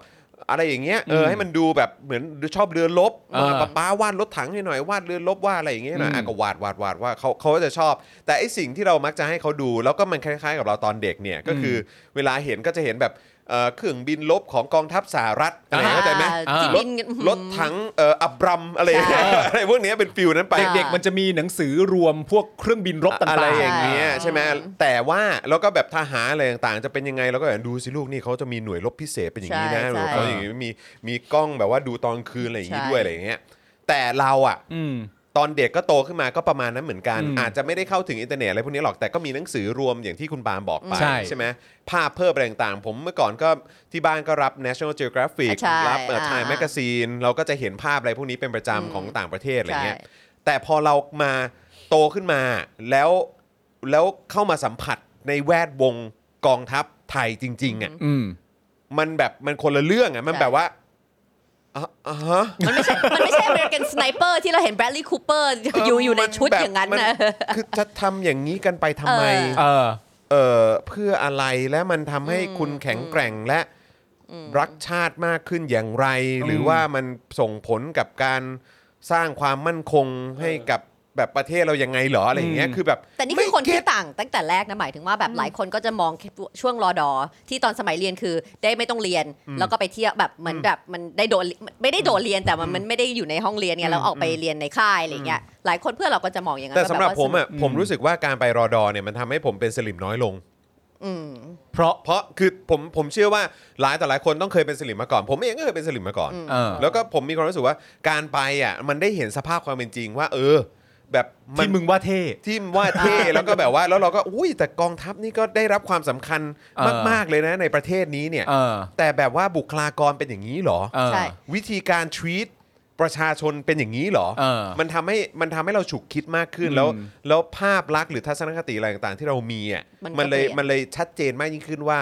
อะไรอย่างเงี้ยเออ
ม
ให้มันดูแบบเหมือนชอบเรือลบ
อ่า
เออป้าป้าวาดรถถังให้หน่อยวาดเรือลบวาดอะไรอย่างเงี้ยหน่อย
อืม
อ่ะก็วาดวาดวาดว่าดเขาเขาก็จะชอบ แต่ไอสิ่งที่เรามักจะให้เขาดู แล้วก็มันคล้าย ๆ กับเราตอนเด็กเนี่ยก็คือเวลาเห็นก็จะเห็นแบบเอ่อเครื่องบินลบของกองทัพสหรัฐอะไรเข้าใจไหม
อ่าที่
ร
บิ
ถ
น
รถถังเอ่ออับรัมอะไรอย่างเงี้ย
ใช่
อะไรพวกเนี้ยเป็นฟิลนั้นไป
เด็กๆมันจะมีหนังสือรวมพวกเครื่องบินรบต่างๆ
อะไรอย่างเงี้ย
ใช่
ใช่ไหมแต่ว่าแล้วก็แบบทหารอะไรต่างๆ จะเป็นยังไงเราก็แบบดูสิลูกนี่เขาจะมีหน่วยรบพิเศษเป็นอย่างนี้นะ
ใช่ใช่
เขาอย่างนี้มีมีกล้องแบบว่าดูตอนคืนอะไรอย่างนี้
ใช่
ด้วยอะไรอย่างเงี้ยแต่เราอะ
อืม
ตอนเด็กก็โตขึ้นมาก็ประมาณนั้นเหมือนกัน
อืม
อาจจะไม่ได้เข้าถึงอินเทอร์เน็ตอะไรพวกนี้หรอกแต่ก็มีหนังสือรวมอย่างที่คุณปาล์มบอกไป
ใช่
ไหมภาพเพิ่มอะไรต่างๆ ผมเมื่อก่อนก็ที่บ้านก็รับ National Geographic
ใช่
รับเอ่อ
อ่า
Time Magazine เราก็จะเห็นภาพอะไรพวกนี้เป็นประจำของต่างประเทศอะไรอย่างเงี้ย
ใช่
แต่พอเรามาโตขึ้นมาแล้วแล้วเข้ามาสัมผัสในแวดวงกองทัพไทยจริง ๆอ่ะ
อืม
มันแบบมันคนละเรื่องอ่ะมันแบบว่าอ่ะอ่ะฮะ
มันไม่ใช่มันไม่ใช่ American Sniper ที่เราเห็น Bradley Cooper อยู่อยู่ในชุด
มัแบบ
อย่างนั้น
มั
นะ
คือจะทำอย่างนี้กันไปทำไม
เออ
เออเพื่ออะไรและมันทำให้คุณแข็งแกร่งและรักชาติมากขึ้นอย่างไร หรือว่ามันส่งผลกับการสร้างความมั่นคงให้กับแบบประเทศเรายังไงเหรออะไรอย่างเงี้ย
อืม
คือแบบ
แต่นี่คือคน
ไม่
ที่
เก็ต
ต่างตั้งแต่แรกนะหมายถึงว่าแบบหลายคนก็จะมองแค่ช่วงรอดอ ที่ตอนสมัยเรียนคือได้ไม่ต้องเรียน แล้วก็ไปเที่ยวแบบเหมือนแบบมันได้โดดไม่ได้โดดเรียนแต่มันมันไม่ได้อยู่ในห้องเรียนไงเราออกไปเรียนในค่ายอะไรเงี้ยหลายคนเพื่อนเราก็จะมองอย่างนั้น
แต่
ว่า
สำหรับ
ว่า
ผมอ่ะ
อืม
ผมรู้สึกว่าการไปรอดอเนี่ยมันทำให้ผมเป็นสลิมน้อยลง
อืม
เพราะ
เพราะคือผมผมเชื่อว่าหลายต่อหลายคนต้องเคยเป็นสลิมมาก่อน ผมเองก็เคยเป็นสลิมมาก่อน
เออ
แล้วก็ผมมีความรู้สึกว่าการไปอ่ะมันได้เห็นสภาพความเป็นจริงว่า เออ แบบน
ที่มึงว่าเท่
ที่ว่าเท่แล้วก็แบบว่าแล้วเราก็อุ้ยแต่กองทัพนี่ก็ได้รับความสำคัญ
เออ
มาก ๆ เลยนะในประเทศนี้เนี่ย
เออ
แต่แบบว่าบุคลากรเป็นอย่างนี้เหรอ
เออ
ใช่
วิธีการ treat ประชาชนเป็นอย่างนี้เหรอ
เออ
มันทำให้มันทำให้เราฉุกคิดมากขึ้น
อืม
แล้ว แล้วภาพลักษณ์หรือทัศนคติอะไรต่างๆ ที่เรามีอ่ะ
มันก็
มันเลย
เปลี่ยน
มันเลยชัดเจนมากยิ่งขึ้นว่า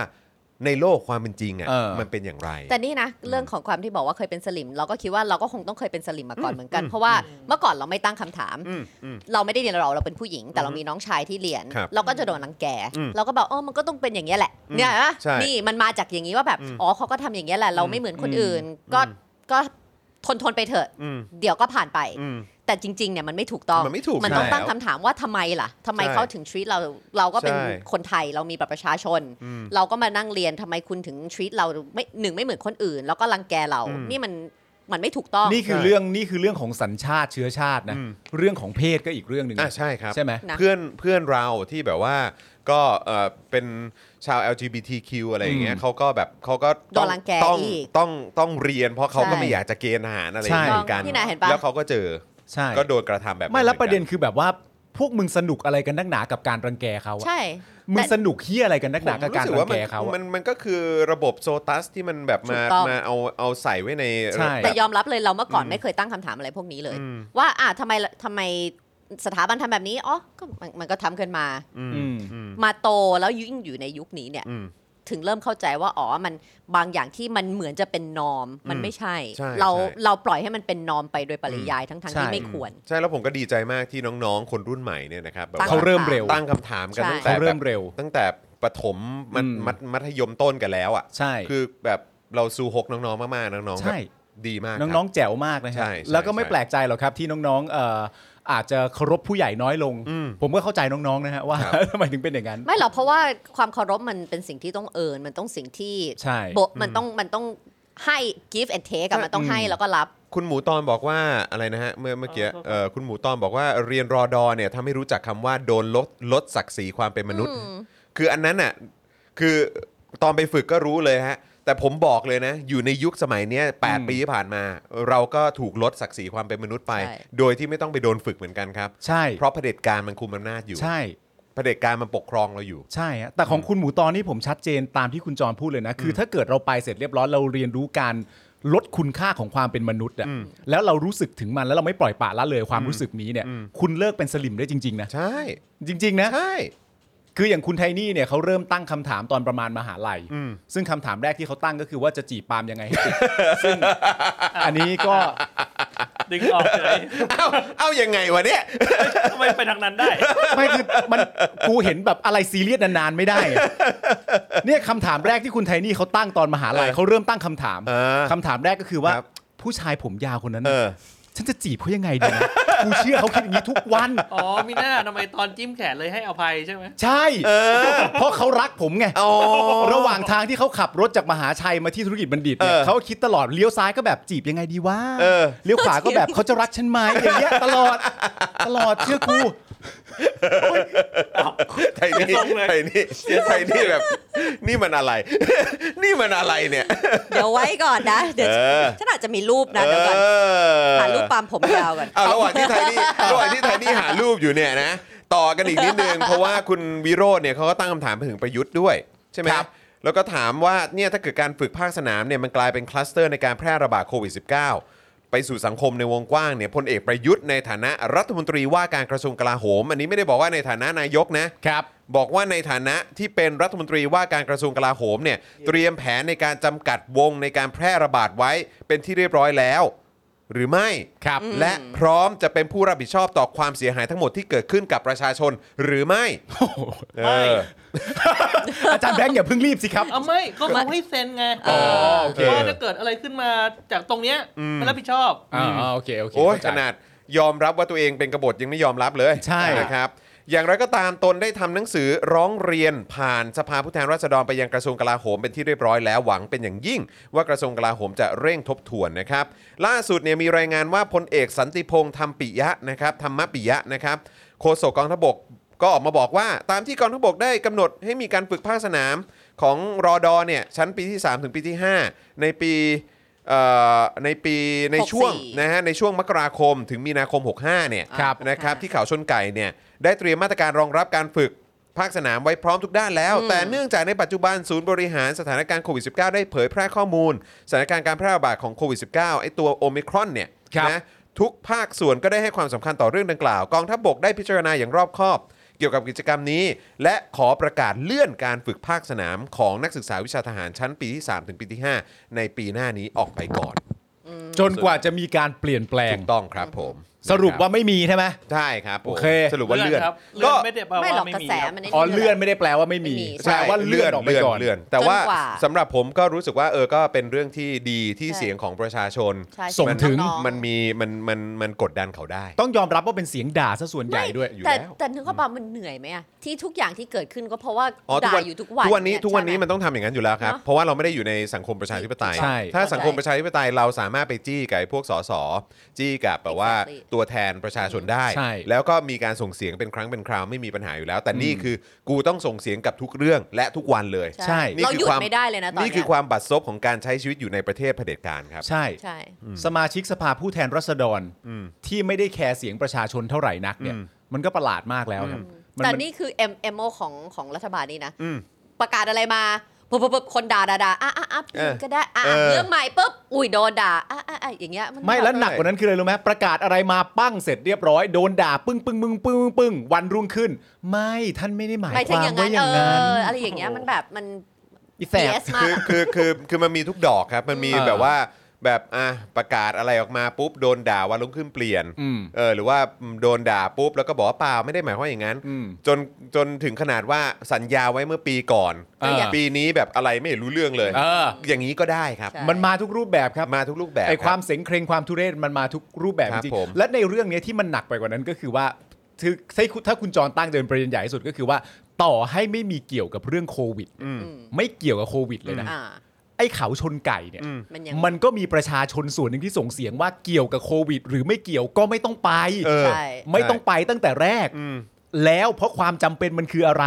ในโลกความเป็นจริงอ่ะ
เออ
มันเป็นอย่างไร
แต่นี่นะเรื่องของความที่บอกว่าเคยเป็นสลิม เราก็คิดว่าเราก็คงต้องเคยเป็นสลิมมาก่อนเหมือนกัน เพราะว่าเมื่อก่อนเราไม่ตั้งคำถาม
อืมอืม
เราไม่ได้เรียนเราเราเป็นผู้หญิง แต่เรามีน้องชายที่เรียน
ครับ
เราก็จะโดนรังแก
อืม
เราก็บอกเออมันก็ต้องเป็นอย่างนี้ยแหละเนี่ยนะ
ใช่
นี่มันมาจากอย่างนี้ว่าแบบ
อืม
อ๋อเขาก็ทำอย่างนี้ยแหละเราไม่เหมือนคนอื่น ก็ก็ทนทนไปเถอะ
อืม
เดี๋ยวก็ผ่านไป
อืม
แต่จริงๆเนี่ยมันไม่ถูกต้อง
มันไม่ถูก
มันต้อง
ใช่
ตั้งคำถามว่าทำไมล่ะทำไม
ใช่
เขาถึง treat เราเราก็เป็น
ใช่
คนไทยเรามีบัตรประชาชน
อืม
เราก็มานั่งเรียนทำไมคุณถึง treat เราไม่หนึ่งไม่เหมือนคนอื่น แล้วก็รังแกเรา
อืม
นี่มันมันไม่ถูกต้อง
นี่คือเรื่องนี่คือเรื่องของสัญชาติเชื้อชาตินะ
อืม
เรื่องของเพศก็อีกเรื่องหนึ่ง
อ่ะใช่ครับ
ใช่ไหม
นะ
เพื่อนเพื่อนเราที่แบบว่าก็เอ่อเป็นชาว LGBTQ อะไรอย่างเงี้ย
อืม
เขาก็แบบเขาก็ต้อง
โดนรังแก
ต้อง
อีก
ต้องต้องเรียน เพราะเขาก็
ใช่
ไม่อยากจะเกณฑ์ทหารอะไรอย่างเงี้ย
ใช่
เหมือนกัน
ที่ไหนเห็นปะ
แล้วเขาก็เจอ
ใช่
ก็โดนกระทำแบบ
ไม่แล้วประเด็น
หมือกั
คือแบบว่าพวกมึงสนุกอะไรกันนักหนากับการรังแกเขาอะ
ใช่
มึง
แต่
สนุกเฮียอะไรกันนักหนากับ
ผม
การ
สึ
รั
ว่
ง
มั
แกเขาอะ
มันมันก็คือระบบโซตัสที่มันแบบมา
ถูกต้อง
มาเอาเอาใส่ไว้ใน
ใช่
แบ
แต่
บ
ยอมรับเลยเราเมื่อก่อนไม่เคยตั้งคำถามอะไรพวกนี้เลย ว่าอ่ะทำไมทำไมสถาบันทำแบบนี้อ๋อก็มันมันก็ทำกันมา
อืม
มาโตแล้วยิ่งอยู่ในยุคนี้เนี่ย
อืม
ถึงเริ่มเข้าใจว่าอ๋อมันบางอย่างที่มันเหมือนจะเป็นนอมมันไม่ใช่
ใช่
เรา
ใช่
เราปล่อยให้มันเป็นนอมไปโดยปริยายทั้งทงๆที่
ใช่
ไม่ควร
ใช่แล้วผมก็ดีใจมากที่น้องๆ คนรุ่นใหม่เนี่ยนะครับแบบว่
เขาเริ่มเร็ว
ตั้งคำถามกัน
ใช่
ตั้งแต่
เขา
แบ
เริ่
บ
มเร็ว
ตั้งแต่ประถมมัธ
อืม
มัธมัธยมต้นกันแล้วอ่ะ
ใช่
คือแบบเราซูฮกน้องๆ มากๆ น้องๆ
ใช่
แบบดีมากครับ
น้องๆแจ๋วมากนะค
ใช่
รับ
ใช่
แล้วก็ไม่
ใช่
แปลกใจหรอกครับที่น้องๆเอ่ออาจจะเคารพผู้ใหญ่น้อยลง
อืม
ผมก็เข้าใจน้องๆนะฮะว่า
ครับ
ทำไมถึงเป็นอย่างนั้น
ไม่หรอกเพราะว่าความเคารพมันเป็นสิ่งที่ต้องเอิญมันต้องสิ่งที่
ใช่
โบมันต้องมันต้องให้ give and take อะมันต้องให้แล้วก็รับ
คุณหมูตอนบอกว่าอะไรนะฮะเมื่อเมื่อกี้เอ่อคุณหมูตอนบอกว่าเรียนรอดอเนี่ยทำให้รู้จักคำว่าโดนลดลดศักดิ์ศรีความเป็นมนุษย์ คืออันนั้นน่ะคือตอนไปฝึกก็รู้เลยฮะ แต่ผมบอกเลยนะ อยู่ในยุคสมัยเนี้ย8ปีที่ผ่านมา เราก็ถูกลดศักดิ์ศรีความเป็นมนุษย์ไป
ใช่
โดยที่ไม่ต้องไปโดนฝึกเหมือนกันครับ
ใช่
เพราะเผด็จการมันคุมอำนาจอยู่
ใช่
เผด็จการมันปกครองเราอยู่
ใช่ฮะแต่ของคุณหมูตอนนี่ผมชัดเจนตามที่คุณจรพูดเลยนะ คือถ้าเกิดเราไปเสร็จเรียบร้อยเราเรียนรู้การลดคุณค่าของความเป็นมนุษย์อะแล้วเรารู้สึกถึงมันแล้วเราไม่ปล่อยปละละเลยความรู้สึกนี้เนี่ย คุณเลิกเป็นสลิมได้จริง ๆ นะ
ใช่
จริง ๆ นะ
ใช่
คืออย่างคุณไทนี่เนี่ยเขาเริ่มตั้งคำถามตอนประมาณมหาลัย ซึ่งคำถามแรกที่เขาตั้งก็คือว่าจะจีบปาล์มยังไงให้ ติด ซึ่งอันนี้ก็
ดึงออก เลย
เอาเอายังไงวะเนี่ย
ทำไมไปทางนั้นได้
ไม่คือมันกูเห็นแบบอะไรซีเรียสนานๆไม่ได้ อะเนี่ยคำถามแรกที่คุณไทนี่เขาตั้งตอนมหาลัย
เออ
เขาเริ่มตั้งคำถาม
เออ
คำถามแรกก็คือว่า
ครับ
ผู้ชายผมยาวคนนั้น
เอ
น่ะ
อ
ฉันจะจีบเขายังไงดีนะกูเชื่อเขาคิดอย่างนี้ทุกวัน
อ๋อมีหน้าทำไมตอนจิ้มแขนเลยให้อภัยใช่ไหม
ใช่ เพราะเขารักผมไง
อ๋อ
ระหว่างทางที่เขาขับรถจากมหาชัยมาที่ธุรกิจบัณฑิตเนี่ย
เออ
เขาคิดตลอดเลี้ยวซ้ายก็แบบจีบยังไงดีวะ
เออ
เลี้ยวขวาก็แบบเขาจะรักฉันไหมอย่างเงี้ยตล อด ตลอดเชื่อกู
ไทยนี่
เสียทรงเลย
ไทยนี่ไทยนี่แบบ นี่มันอะไร นี่มันอะไรเนี่ย
เดี๋ยวไว้ก่อนนะ เดี๋ยว
เออ
ฉันอาจจะมีรูปนะ
เอ
เดี๋ยวก่อน
อ
หารูปปาล์มผมยาวก่อน
อ่ะระหว่างที่ไทยนี่ระหว่างที่ไทยนี่หารูปอยู่เนี่ยนะ ต่อกันอีกนิด นึง เพราะว่าคุณวิโรจน์เนี่ยเขาก็ตั้งคำถามไปถึงประยุทธ์ด้วย ใช่ไหมครับ แล้วก็ถามว่าเนี่ยถ้าเกิดการฝึกภาคสนามเนี่ยมันกลายเป็นคลัสเตอร์ในการแพร่ระบาดโควิด -19 ไปสู่สังคมในวงกว้างเนี่ยพลเอกประยุทธ์ในฐานะรัฐมนตรีว่าการกระทรวงกลาโหม อันนี้ไม่ได้บอกว่าในฐานะนายกนะ
ครับ
บอกว่าในฐานะที่เป็นรัฐมนตรีว่าการกระทรวงกลาโหมเนี่ยเตรียมแผนในการจำกัดวงในการแพร่ระบาดไว้เป็นที่เรียบร้อยแล้ว หรือไม่
ครับ
และพร้อมจะเป็นผู้รับผิดชอบต่อความเสียหายทั้งหมดที่เกิดขึ้นกับประชาชนหรือไม่เอ
ไม่
อ
อาจารย์แบงค์อย่าเพิ่งรีบสิครับ
เอาไม่เขาเขาให้เซ็นไง
อ๋อ
โอเค
ว่าถ้าเกิดอะไรขึ้นมาจากตรงเนี้ยมันรับผิดชอบ
อ่าโอเคโอเค
โอ้ย
เข้ใจ
ขนาดยอมรับว่าตัวเองเป็นกบฏยังไม่ยอมรับเลย
ใช่
นะครับ อย่างไรก็ตามตนได้ทำหนังสือร้องเรียนผ่านสภาผู้แทนราษฎรไปยังกระทรวงกลาโหมเป็นที่เรียบร้อยแล้วหวังเป็นอย่างยิ่ง ว่ากระทรวงกลาโหมจะเร่งทบทวนนะครับ ล่าสุดเนี่ยมีรายงานว่าพลเอกสันติพงษ์ธรรมปิยะนะครับธรรมปิยะนะครับโฆษกกองทัพบกก็ออกมาบอกว่า ตามที่กองทัพบกได้กำหนดให้มีการฝึกภาคสนามของรอดอเนี่ยชั้นปีที่ 3 ถึงปีที่ 5 ในปีเอ่อในปีในช่วง
64
นะ นะฮะในช่วงมกราคมถึงมีนาคม 65 เนี่ย
ครับ
นะครับที่เขาชนไก่เนี่ยได้เตรียมมาตรการรองรับการฝึกภาคสนามไว้พร้อมทุกด้านแล้ว แต่เนื่องจากในปัจจุบันศูนย์บริหารสถานการณ์โควิด -19 ได้เผยแพร่ข้อมูล สถานการณ์การแพร่ระบาดของโควิด -19 ไอตัวโอมิครอนเนี่ย
ครับ
นะทุกภาคส่วนก็ได้ให้ความสำคัญต่อเรื่องดังกล่าว กองทัพบกได้พิจารณาอย่างรอบคอบ เกี่ยวกับกิจกรรมนี้ และขอประกาศเลื่อนการฝึกภาคสนามของนักศึกษาวิชาทหารชั้นปีที่3ถึงปีที่ห้าในปีหน้านี้ออกไปก่อน
จนกว่าจะมีการเปลี่ยนแปลง
ถูกต้องครับผม
สรุป
นะคบ
ว่าไม่มีใช่ไหม
ใช่ครับผม
โอเค
สรุปว่าเลื่อน
ครับเลื่
ก็
อนไม่ได้แปล
ไม่หรอ
ว่าก ไม่
กระ
มี
แส
ครับ
มัน
อ๋อ
ดง
เลื่อนไม่ได้แปลว่าไม่มี
ไม่มี
แปลว่าเลื่อนออกไปก่อน
เลื่อนแต่ว่า
จนกว่า
สำหรับผมก็รู้สึกว่าเออก็เป็นเรื่องที่ดีที่
ใช่
เสียงของประชาชน
ใช่
ส่งถึง
น้อๆ
มันมีมันมันมันกดดันเขาได้
ต้องยอมรับว่าเป็นเสียงด่าซะส่วนใหญ่ด้วย
อยู่
แต่
แล้ว
แต่นึกว่าปามันเหนื่อยไหมอะที่ทุกอย่างที่เกิดขึ้นก็เพราะว่า
อ๋อทุก
ด่า
วัน
อยู่ทุกวัน
ทุกวันนี้
เย
ทุกวันนี้
ใช่ไห
มันต้องทำอย่างนั้นอยู่แล้วครับ
เนอะ
เพราะว่าเราไม่ได้อยู่ในสังคมประชาธิปไตย
ใช่
ถ้าสังคมประชาธิปไตยเราสามารถไปจี้กับไอ้พวกสสจี้กับแบบว่า
Exactly
ตัวแทนประชาชนได้
ใช่
แล้วก็มีการส่งเสียงเป็นครั้งเป็นคราวไม่มีปัญหาอยู่แล้ว แต่นี่คือกูต้องส่งเสียงกับทุกเรื่องและทุกวันเลย
ใช่
นี่
เรา
คือ
หยุด
ความ
ไม่ได้เลยนะตอน
นี่
เนี้
คือย ความบัดซบของการใช้ชีวิตอยู่ในประเทศเผด็จการครับ
ใช่
ใช่
สมาชิกสภาผู้แทนราษฎรที่ไม่ได้แคร์เสียงประชาชนเท่าไหร่นักเนี่ย มันก็ประหลาดมากแล้วครับมั
แต่
มั
นี่คือ M M O ของของรัฐบาลนี่นะประกาศอะไรมาปุ๊บปุ๊บปุ๊บคนด่าด่าด่าอ่ะอ่ะอ่ะ
เออ
ก็ได้อ่ะ
เออ
เรื่องใหม่ปุ๊บอุ้ยโดนด่าอ่ะอ่ะอ่ะอย่างเงี้ยน
ไม่แล้วหนักกว่านั้นคืออะไรรู้ไหมประกาศอะไรมาปั้งเสร็จเรียบร้อยโดนด่าปึ้งปึ้งปึ้งปึ้งปึ้งวันรุ่งขึ้น ไม่ท่านไม่ได้หมาย
หมาย
ค
ถึง
วาม
อย่าง
ว่าอ
นั้นเอย่าง
นั้น
ออะไรอย่างเงี้ยมันแบบมัน
อีแสบ
เอสมาก
คือคือคือคือมันมีทุกดอกครับ มันมี
เออ
แบบว่าแบบอ่ะประกาศอะไรออกมาปุ๊บโดนด่าวันลุกขึ้นเปลี่ยน
อืม
เออหรือว่าโดนด่าปุ๊บแล้วก็บอกว่าเปล่าไม่ได้หมายความอย่างนั้น
อืม
จนจนถึงขนาดว่าสัญญาไว้เมื่อปีก่อน
เออ
ปีนี้แบบอะไรไม่รู้เรื่องเลย
เออ
ย่างนี้ก็ได้ครับ
ใช่
มันมาทุกรูปแบบครับ
มาทุกรูปแบบ
ไอ
รับ
ความเสยงเครงความทุเรศมันมาทุกรูปแบบ
ค
จ
รับ
ริง
ผม
ๆและในเรื่องเนี้ยที่มันหนักไปกว่านั้นก็คือว่าคือถ้าคุณถ้าคุณจรตั้งเดินประเด็นใหญ่ที่สุดก็คือว่า ต่อให้ไม่มีเกี่ยวกับเรื่องโควิด ไม่เกี่ยวกับโควิดเลยนะ
อ่า
ไอ้เขาชนไก่เนี่ย
มันยัง
มันก็มีประชาชนส่วนหนึ่งที่ส่งเสียงว่าเกี่ยวกับโควิด หรือไม่เกี่ยวก็ไม่ต้องไป
เออ
ใช่
ไม่ต้องไปตั้งแต่แรก แล้วเพราะความจำเป็นมันคืออะไร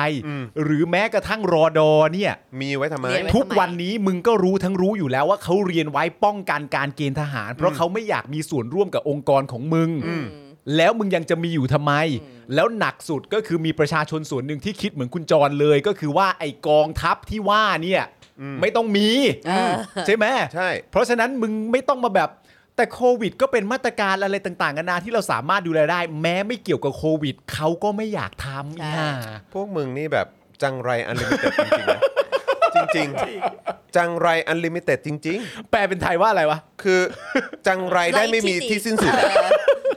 หรือแม้กระทั่งรอดอเนี่ย
มีไว้ทำไม
เรียนไว้
ทุกวันนี้มึงก็รู้ทั้งรู้อยู่แล้วว่าเขาเรียนไว้ป้องกันการเกณฑ์ทหาร เพราะเขาไม่อยากมีส่วนร่วมกับองค์กรของมึง แล้วมึงยังจะมีอยู่ทำไม แล้วหนักสุดก็คือมีประชาชนส่วนหนึ่งที่คิดเหมือนคุณจรเลย ก็คือว่าไอกองทัพที่ว่าเนี่ยไม่ต้องมี
เออ
ใช่ไหม
ใช่
เพราะฉะนั้นมึงไม่ต้องมาแบบแต่โควิด ก็เป็นมาตรการอะไรต่างๆนานาที่เราสามารถดูแลได้ แม้ไม่เกี่ยวกับโควิดเขาก็ไม่อยากทำ
ใช่
อีห่า
พวกมึงนี่แบบจังไรอันลิมิเต็ดจริงๆนะจริงๆ จังไรอันลิมิเต็ดจริง
แปลเป็นไทยว่าอะไรวะ
ๆ คือจังไรได้ไม่มีที่สิ้นสุด
เออ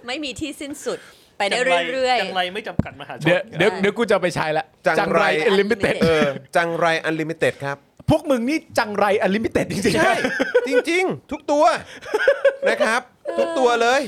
ไม่มีที่สิ้นสุดไปได้เรื่อย
จังไรไม่จำกัดมหาช
เดี๋ยวน เดี๋ยวเดี๋ยวกูจะเอาไปใช้ละ
จังไร
ลิมิเต็ด
Unlimited
เออจังไรอันลิมิเต็ดครับ
พวกมึงนี่จังไรอลิมิเต็ดจริงๆ
ใช่ จริงๆ ทุกตัวนะครับ ทุกตัวเลย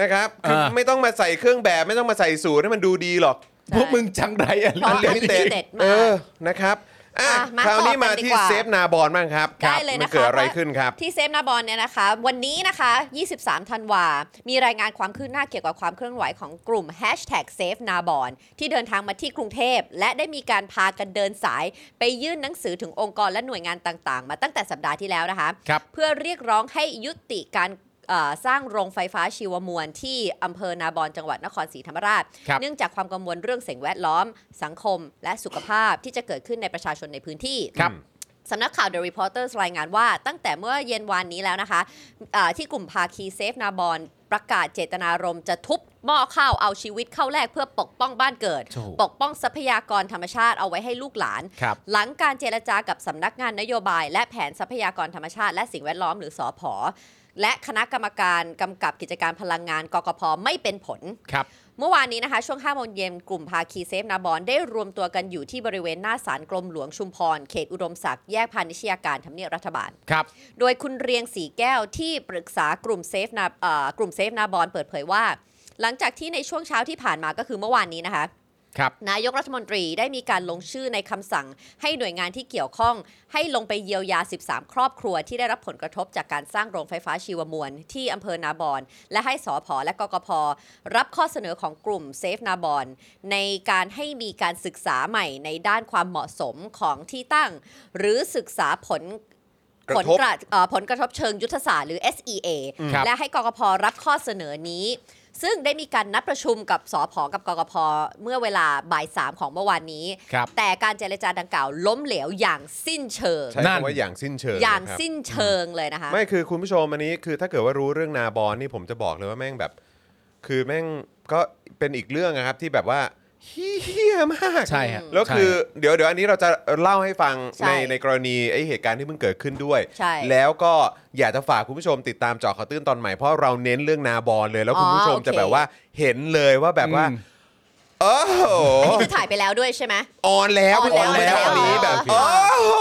นะครับคืออา ไม่ต้องมาใส่เครื่องแบบไม่ต้องมาใส่สูทให้มันดูดีหรอก
พวกมึงจังไรอ
ๆ
ลิ
เพราะ
มิ
อั
เต็
น
ดจ
ลิมิ
ริง
เต็ด
เอ
มา
อนะครับอ่ะ
อ่ะมา
คราวนี้
ต่อกัน
มา
ดี
ที่
กว่า
เซฟนาบอลบ้างครับ
ได้เลย
มั
นะคะ
เกิดอะไรขึ้นครับ
ที่เซฟนาบอลเนี่ยนะคะ วันนี้นะคะ 23 ธันวา มีรายงานความคืบหน้าเกี่ยวกับความเคลื่อนไหวของกลุ่ม Hashtag s a f e n a b o n ที่เดินทางมาที่กรุงเทพ และได้มีการพากันเดินสาย ไปยื่นหนังสือถึงองค์กรและหน่วยงานต่างๆ มาตั้งแต่สัปดาห์ที่แล้วนะคะ
ครับ
เพื่อเรียกร้องให้ยุติการเอ่อสร้างโรงไฟฟ้าชีวมวล ที่อำเภอนาบอนจังหวัดนครศรีธรรมราช
ครับ
เนื่องจากความกังวลเรื่องสิ่งแวดล้อม สังคม และสุขภาพที่จะเกิดขึ้นในประชาชนในพื้นที่
ครับ
สำนักข่าว The Reporters รายงานว่าตั้งแต่เมื่อเย็นวานนี้แล้วนะคะอ่าที่กลุ่มภาคีเซฟนาบอนประกาศเจตนารมณ์จะทุบหม้อข้าวเอาชีวิตเข้าแลกเพื่อปกป้องบ้านเกิด
ถูก
ปกป้องทรัพยากรธรรมชาติเอาไว้ให้ลูกหลาน
ครับ
หลังการเจรจากับสำนักงานนโยบาย และแผนทรัพยากรธรรมชาติ และสิ่งแวดล้อมหรือสอพอและคณะกรรมการกำกับกิจการพลังงานกกพไม่เป็นผล
ครับ
เมื่อวานนี้นะคะ ช่วง5โมงเย็นกลุ่มภาคีเซฟนาบอนได้รวมตัวกันอยู่ที่บริเวณหน้าศาลกรมหลวงชุมพร เขตอุดมศักดิ์แยกพาณิชยาการทำเนียบรัฐบาล
ครับ
โดยคุณเรียงสีแก้วที่ปรึกษากลุ่มเซฟนาเอ่อกลุ่มเซฟนาบอนเปิดเผยว่า หลังจากที่ในช่วงเช้าที่ผ่านมาก็คือเมื่อวานนี้นะคะ
ครับ
นายกรัฐมนตรีได้มีการลงชื่อในคำสั่ง ให้หน่วยงานที่เกี่ยวข้อง ให้ลงไปเยียวยา 13 ครอบครัวที่ได้รับผลกระทบจากการสร้างโรงไฟฟ้าชีวมวล ที่อำเภอนาบอนและให้สอพอและกกพรับข้อเสนอของกลุ่มเซฟนาบอนในการให้มีการศึกษาใหม่ในด้านความเหมาะสมของที่ตั้ง หรือศึกษาผล
ก
ผล
ระทบ
กระเอ่อผลกระทบเชิงยุทธศาสตร์หรือ SEA
ครับ
และให้กกพรับข้อเสนอนี้ ซึ่งได้มีการนัดประชุมกับสอพอกับกกพเมื่อเวลาบ่ายสามของเมื่อวานนี้
ครับ
แต่การเจรจาดังกล่าวล้มเหลวอย่างสิ้นเชิง
ใช้
นั่น
คำว่าอย่างสิ้นเชิง
อย่าง
นะครับ
สิ้นเชิงเลยนะคะ
ไม่คือคุณผู้ชมอันนี้คือถ้าเกิดว่ารู้เรื่องนาบอลนี่ผมจะบอกเลยว่าแม่งแบบ คือแม่งก็เป็นอีกเรื่องนะครับที่แบบว่าเฮี้ยมาก
ใช่ฮะ
แล้วคือเดี๋ยวเดี๋ยวอันนี้เราจะเล่าให้ฟัง
ใช่
ในในกรณีไอเหตุการณ์ที่เพิ่งเกิดขึ้นด้วย
ใช่
แล้วก็อยากจะฝากคุณผู้ชมติดตามเจอข่าวตื้นตอนใหม่เพราะเราเน้นเรื่องนาบอลเลย แล้วคุณผู้ชม
อ๋อโอเค
จะแบบว่าเห็นเลยว่าแบบว่า
อืม
โอ้โห
คือถ่ายไปแล้วด้วยใช่ไหม
ออนแล้ว
ออนแล้ว
อันนี้แบบ
อ
โอ้
อนแล้ว
โห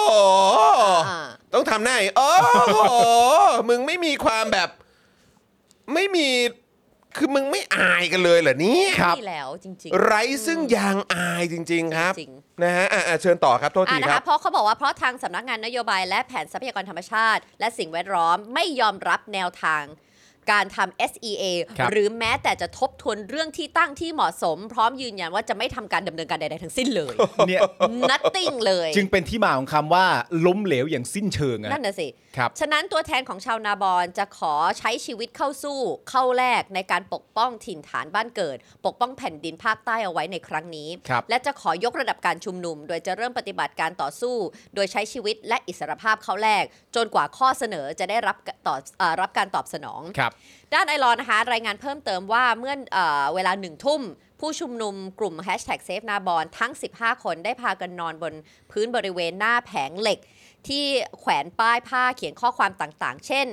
อ่า
ต้องทำหน้าอย่างนี้โอ้โห มึงไม่มีความแบบ ไม่มี คือมึงไม่อายกันเลยเหรอเนี่ย
นี่แล้วจริง
ไร้ซึ่งยางอายจริง ๆ ครับ
จริง
นะฮะอ่ะอ่ะเชิญต่อครับ โทษ
อ่ะ
ที
นะ
ครั
คะ
บ
เพราะเขาบอกว่าเพราะทางสำนักงานนโยบายและแผนทรัพยากรธรรมชาติ และสิ่งแวดล้อมไม่ยอมรับแนวทางการทำ SEA
ครับ
หรือแม้แต่จะทบทวนเรื่องที่ตั้งที่เหมาะสม พร้อมยืนยันว่าจะไม่ทำการดำเนินการใดๆทั้งสิ้นเลย
เนี่ย
nothing เลย
จึงเป็นที่มาของคำว่าล้มเหลวอย่างสิ้นเชิงอะ
นั่นน่ะสิ
ครับ
ฉะนั้นตัวแทนของชาวนาบอนจะขอใช้ชีวิตเข้าสู้ เข้าแลกในการปกป้องถิ่นฐานบ้านเกิด ปกป้องแผ่นดินภาคใต้เอาไว้ในครั้งนี้
ครับ
และจะขอยกระดับการชุมนุม โดยจะเริ่มปฏิบัติการต่อสู้ โดยใช้ชีวิตและอิสรภาพเข้าแลกจนกว่าข้อเสนอจะได้รับตอบเอ่อรับการตอบสนอง
ครับ
ด้านไอรอนนะคะ รายงานเพิ่มเติมว่าเมื่อเออเวลาหนึ่งทุ่ม ผู้ชุมนุมกลุ่ม Hashtag s a f e n a b o n ทั้ง 15 คนได้พากันนอนบนพื้นบริเวณหน้าแผงเหล็ก ที่แขวนป้ายผ้าเขียนข้อความต่างๆ เช่น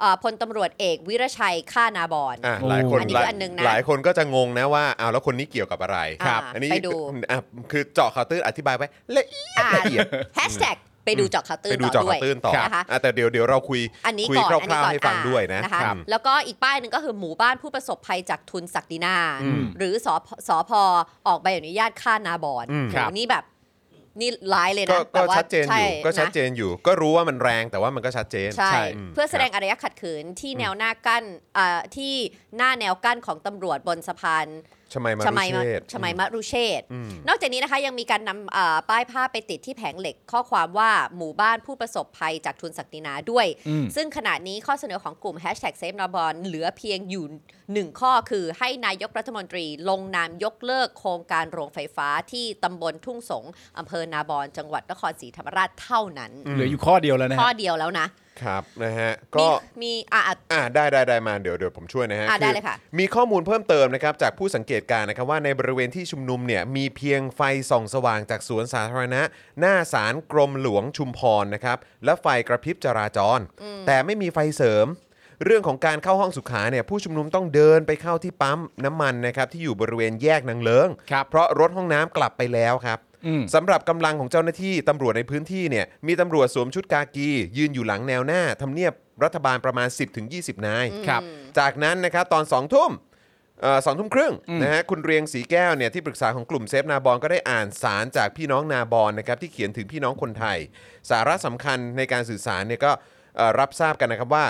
เอ่อพลตำรวจเอกวิรชัยฆ่านาบอน
อ่ะหลายคน
อันนี้
ห
ก็
ลาย
อันหนึ่งนะ
หลายคนก็จะงงนะว่าอ้าวแล้วคนนี้เกี่ยวกับอะไร
อ่า
อันนี้
ไปดู
อ่ะคือเจาะข่าวตื้นอธิบายไปละเอียด
อ่า
ละเอียด
Hashtag ไปดูเจาะข่าวตื้น
ไปดู
ต่อ
เจาะ
ด้ว
ข่า
ยว
ตื้นต่อ
นะคะ
อ่ะแต่เดี๋ยวเดี๋ยวเราคุย
อันนี้
คุย
ก่อน
ค
อันนี้
ร่าว
ก่
ๆ
อน
ให้ฟัง
อ่า
ด้วยนะ
นะคะแล้วก็อีกป้ายหนึ่งก็คือหมู่บ้านผู้ประสบภัยจากทุนศักดินา
อืม
หรือสพสพออกใบอนุญาตฆ่านาบอน
อืม
โห
ครับ
นี่แบบ นี่ร้ายเลย
ก็
นะ
ก็
แต่ว่า
ชัดเจนอ
ใช่
ยู่ก็ชัด
นะ
เจนอยู่ ก็รู้ว่ามันแรงแต่ว่ามันก็ชัดเจน
ใช่
อืม
เพื่อแสดงอารยะขัดขืนที่แนวหน้ากั้นเอ่อที่หน้าแนวกั้นของตำรวจบนสะพาน
ชมัยมา
ช
รุ
มัยมา
เชษฐ์
ชมัยมารุเชษฐ์
อืม
นอกจากนี้นะคะยังมีการนำเอ่อป้ายผ้าไปติดที่แผงเหล็กข้อความว่าหมู่บ้านผู้ประสบภัยจากทุนศักดินาด้วย
อืม
ซึ่งขณะนี้ข้อเสนอของกลุ่ม Hashtag Save n a b o n เหลือเพียงอยู่หนึ่งข้อคือให้นายกรัฐมนตรีลงนามยกเลิกโครงการโรงไฟฟ้าที่ตำบลทุ่งสงอำเภอนาบอนจังหวัดนครศรีธรรมราชเท่านั้น
เหลืออยู่ข้อเดียวแล้วนะ
ข้อ
ฮะ
เดียวแล้วนะครับ
นะฮะ
มี
ก็
มีอ่ะอ่ะ
อ่าได้ได้ได้มาเดี๋ยวเดี๋ยวผมช่วยนะฮะ
อ่ะได้
อ
เลยค่ะ
มีข้อมูลเพิ่มเติมนะครับจากผู้สังเกตการณ์นะครับว่าในบริเวณที่ชุมนุมเนี่ยมีเพียงไฟส่องสว่างจากสวนสาธารณะ หน้าศาลกรมหลวงชุมพรนะครับและไฟกระพริบจราจร แต่ไม่มีไฟเสริม เรื่องของการเข้าห้องสุขาเนี่ยผู้ชุมนุมต้องเดินไปเข้าที่ปั๊มน้ำมันนะครับที่อยู่บริเวณแยกนางเลิง
ครับ
เพราะรถห้องน้ำกลับไปแล้วครับ
อืม
สำหรับกำลังของเจ้าหน้าที่ตำรวจในพื้นที่เนี่ยมีตำรวจสวมชุดกากี ยืนอยู่หลังแนวหน้าทำเนียบรัฐบาลประมาณ 10-20 นาย
ครับ
จากนั้นนะครับตอน2องทุ่มเอ่อสองทุ่มครึ่งนะฮะคุณเรียงสีแก้วเนี่ยที่ปรึกษาของกลุ่มเซฟนาบอนก็ได้อ่านสารจากพี่น้องนาบอนนะครับที่เขียนถึงพี่น้องคนไทย สาระสำคัญในการสื่อสารเนี่ยก็เอ่อรับทราบกันนะครับว่า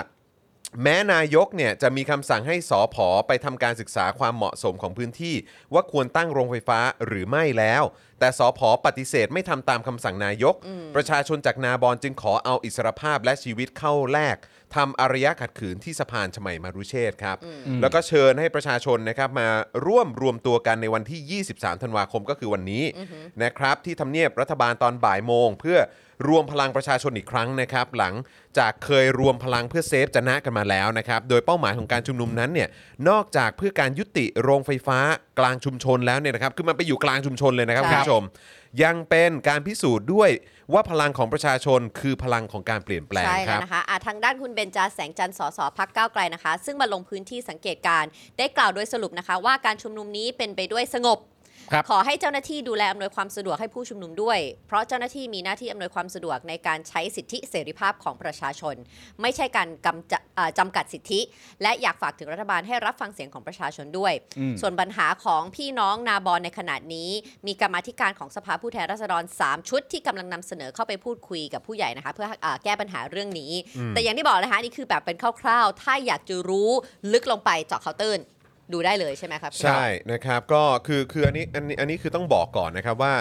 แม้นายกเนี่ยจะมีคำสั่งให้สอผอไปทำการศึกษาความเหมาะสมของพื้นที่ ว่าควรตั้งโรงไฟฟ้าหรือไม่แล้ว แต่สอผอปฏิเสธไม่ทำตามคำสั่งนายก ประชาชนจากนาบอนจึงขอเอาอิสรภาพและชีวิตเข้าแลกทำอารยะขัดขืนที่สะพานชมัยมารุเชษฐ์ครับ แล้วก็เชิญให้ประชาชนนะครับมาร่วมรวมตัวกันในวันที่ 23 ธันวาคมก็คือวันนี้นะครับที่ทำเนียบรัฐบาลตอนบ่ายโมง เพื่อรวมพลังประชาชนอีกครั้งนะครับ หลังจากเคยรวมพลังเพื่อเซฟจะนะกันมาแล้วนะครับ โดยเป้าหมายของการชุมนุมนั้นเนี่ยนอกจากเพื่อการยุติโรงไฟฟ้ากลางชุมชนแล้วเนี่ยนะครับคือมันไปอยู่กลางชุมชนเลยนะครับ
ใช่
คุณผู้ชม ยังเป็นการพิสูจน์ด้วยว่าพลังของประชาชนคือพลังของการเปลี่ยนแปลง
ใช่
ค
แล้
รับ
วนะคะอ่ะทางด้านคุณเบนจาแสงจันทร์สสพักก้าวไกลนะคะ ซึ่งมาลงพื้นที่สังเกตการณ์ได้กล่าวโดยสรุปนะคะ ว่าการชุมนุมนี้เป็นไปด้วยสงบ
ครับ
ขอให้เจ้าหน้าที่ดูแลอำนวยความสะดวกให้ผู้ชุมนุมด้วย เพราะเจ้าหน้าที่มีหน้าที่อำนวยความสะดวกในการใช้สิทธิเสรีภาพของประชาชน ไม่ใช่การกำจะเอ่อจำกัดสิทธิ และอยากฝากถึงรัฐบาลให้รับฟังเสียงของประชาชนด้วย
อืม
ส่วนปัญหาของพี่น้องนาบอนในขณะนี้ มีกรรมาธิการของสภาผู้แทนราษฎร 3 ชุดที่กำลังนำเสนอเข้าไปพูดคุยกับผู้ใหญ่นะคะ เพื่อเออแก้ปัญหาเรื่องนี้ แต่อย่างที่บอกนะคะนี่คือแบบเป็นคร่าวๆ ถ้าอยากจะรู้ลึกลงไปเจาะเคาน์เตอร์ดูได้เลยใช่ไหมครับ
ใช่นะครับก็คือคืออันนี้อันนี้อันนี้คือต้องบอกก่อนนะครับว่า